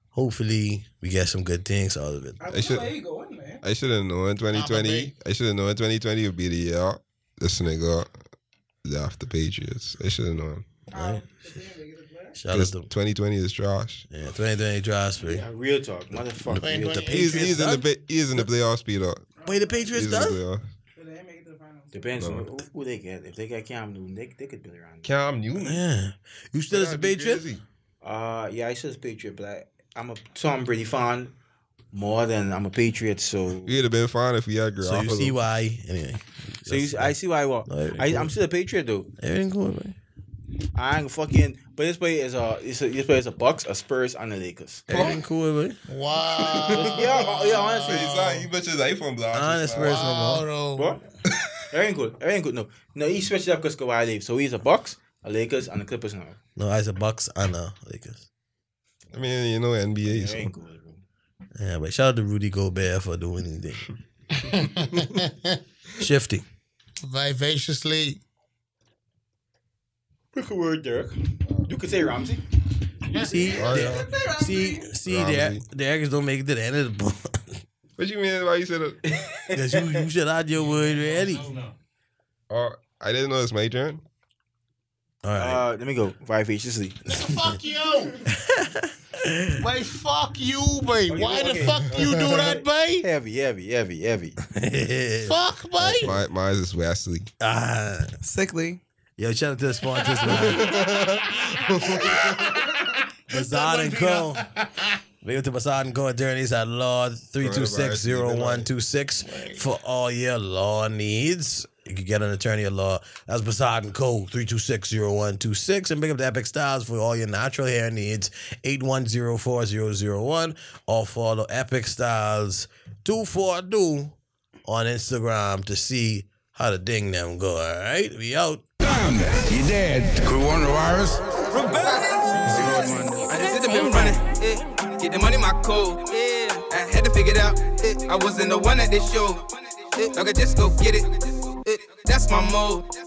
Speaker 5: hopefully we get some good things out of it.
Speaker 3: I
Speaker 7: They
Speaker 3: don't know
Speaker 7: should-
Speaker 3: where you going, man.
Speaker 7: I should have known 2020.
Speaker 4: Bay.
Speaker 7: I should have known 2020 would be the year this nigga left the Patriots. I should have known.
Speaker 3: Um, the damn nigga is black.
Speaker 5: Shout out
Speaker 7: Because
Speaker 5: to
Speaker 7: 2020 is trash.
Speaker 5: yeah, 2020 Drive Spirit.
Speaker 6: Yeah, real talk, motherfucker.
Speaker 4: Wait,
Speaker 6: Real
Speaker 4: wait.
Speaker 6: talk.
Speaker 7: He's, he's in the
Speaker 5: done?
Speaker 7: pa- he's in the playoffs, Peter.
Speaker 5: Wait, the
Speaker 7: He's
Speaker 5: Patriots
Speaker 7: in the
Speaker 5: done?
Speaker 7: playoffs.
Speaker 3: But they didn't make it to the finals.
Speaker 6: Depends on
Speaker 7: No.
Speaker 6: who, who they get. If they get Cam Newton, they, they could do it around.
Speaker 7: Cam Newton.
Speaker 5: Yeah, you still as a Patriot?
Speaker 6: Uh, yeah, I says Patriot, but I, I'm a Tom Brady fan more than I'm a Patriot. So,
Speaker 7: We'd have been fine if we had
Speaker 5: So
Speaker 7: Garoppolo.
Speaker 5: you see why? Anyway,
Speaker 6: so you, see- I see why I walk.
Speaker 5: No, everything
Speaker 6: I,
Speaker 5: cool.
Speaker 6: I'm still a Patriot though.
Speaker 5: everything cool, man.
Speaker 6: I ain't fucking. But this play is a, it's a this play is a Bucks, a Spurs, and the Lakers.
Speaker 5: Everything cool, man.
Speaker 4: Wow.
Speaker 6: <laughs> Yeah, ho- yeah, honestly,
Speaker 7: He's like, you bet your life on black.
Speaker 5: Honest person,
Speaker 4: Wow,
Speaker 5: bro.
Speaker 4: though.
Speaker 6: what? Everything good. Everything good. No, no, he switched it up because Kawhi leave. So he's a Bucks, a Lakers, and the Clippers now.
Speaker 5: No, as a Bucks and a Lakers.
Speaker 7: I mean, you know NBA.
Speaker 6: Everything
Speaker 7: So.
Speaker 6: good, bro.
Speaker 5: Yeah, but shout out to Rudy Gobert for doing anything. Shifty.
Speaker 4: <laughs> Vivaciously.
Speaker 6: Pick a word, Derek. You could say Ramsey.
Speaker 5: See, Der- see, see, Der-
Speaker 7: Ramsey.
Speaker 5: Derek don't make it to the end <laughs> of the book.
Speaker 7: What you mean? Why you
Speaker 5: <laughs>
Speaker 7: said that?
Speaker 5: Because you, you should add your word ready.
Speaker 8: No,
Speaker 5: All
Speaker 8: no.
Speaker 7: Oh, I didn't know it's my turn.
Speaker 5: right.
Speaker 6: Uh, let me go. Vivaciously.
Speaker 4: fuck you. Wait, fuck you, boy. Why the
Speaker 6: okay.
Speaker 4: fuck you do that, <laughs> boy?
Speaker 6: Heavy, heavy, heavy, heavy.
Speaker 4: Fuck, boy.
Speaker 7: My, mine is Wesley.
Speaker 5: <laughs> ah,
Speaker 3: Sickly.
Speaker 5: yo, shout out to the sponsors, man. Bazaar and Co. We went to Bazaar and Co. Attorneys at Law 326-0126 for all your law needs. You can get an attorney at law. That's Bazaar and Co. 326-0126. And pick up the Epic Styles for all your natural hair needs. 8104001. Or follow Epic Styles 242 on Instagram to see how the ding them go. All right? We out.
Speaker 9: You dead. Coronavirus.
Speaker 10: I just hit the bill running. Yeah. Get the money, my code. Yeah. I had to figure it out. Yeah. I wasn't the one that they showed. Yeah. Okay, just go get it. Yeah. That's my mode. Yeah.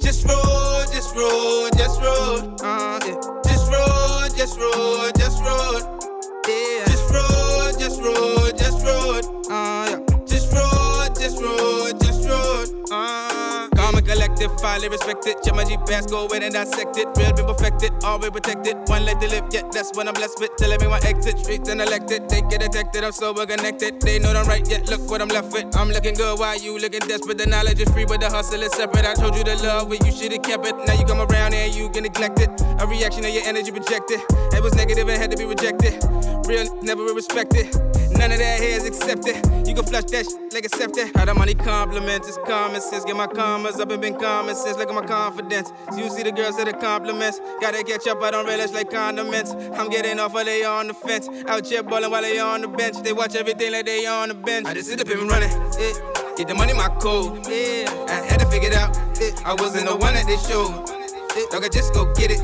Speaker 10: Just roll, just roll, just roll. Uh, yeah. Just roll, just roll, just roll. Yeah. Just roll, just roll, just roll. Uh, yeah. Just roll, just roll, just roll. Uh, calm and collected, finally respected. Check my G pass, go in and dissect it. Real been perfected, always protected. One life to live, yeah, that's what I'm blessed with. Till everyone exit, streets and elected. They get detected, I'm sober connected. They know I'm right, yeah, look what I'm left with. I'm looking good, why you looking desperate? The knowledge is free, but the hustle is separate. I told you to love, but you should've kept it. Now you come around and you get neglected. A reaction of your energy projected. It was negative and had to be rejected. Real never will respect it. None of that here is accepted. You can flush that shit like a septic. How the money compliments, it's common sense. Get my commas up and been common sense. Look at my confidence. So you see the girls that are compliments. Gotta catch up, I don't relish like condiments. I'm getting off while they on the fence. Out here ballin' while they on the bench. They watch everything like they on the bench. I just hit the pivot running. Yeah. Get the money, my code. Yeah. I had to figure it out. Yeah. I wasn't the one that they showed. Yeah. Okay, just go get it.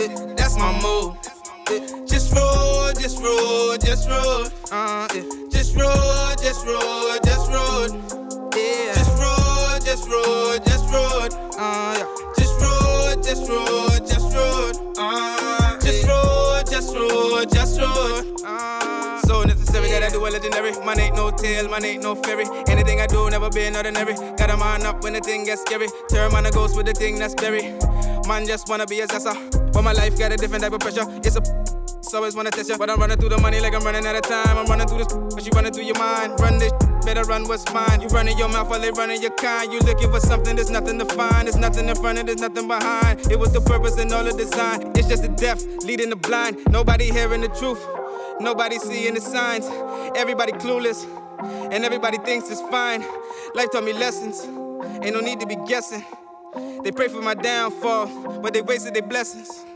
Speaker 10: Yeah. That's my move. Yeah. Just roll, just just roll, just roll, uh, yeah. just roll, just roll, just roll, yeah. Just roll, just roll, just roll, uh, yeah. Just roll, just roll, just roll, uh, just roll, just roll, just roll, uh. So necessary, gotta do a legendary. Man ain't no tail, man ain't no fairy. Anything I do, never been ordinary. Got a man up when the thing gets scary. Turn man a ghost with the thing that's buried. Man just wanna be a zessa. But my life got a different type of pressure. It's a so always wanna test ya, but I'm running through the money like I'm running out of time. I'm running through this, but you running through your mind. Run this, better run what's mine. You running your mouth while they running your kind. You looking for something, there's nothing to find. There's nothing in front of, there's nothing behind. It was the purpose and all the design. It's just the depth, leading the blind. Nobody hearing the truth, nobody seeing the signs. Everybody clueless, and everybody thinks it's fine. Life taught me lessons, ain't no need to be guessing. They pray for my downfall, but they wasted their blessings.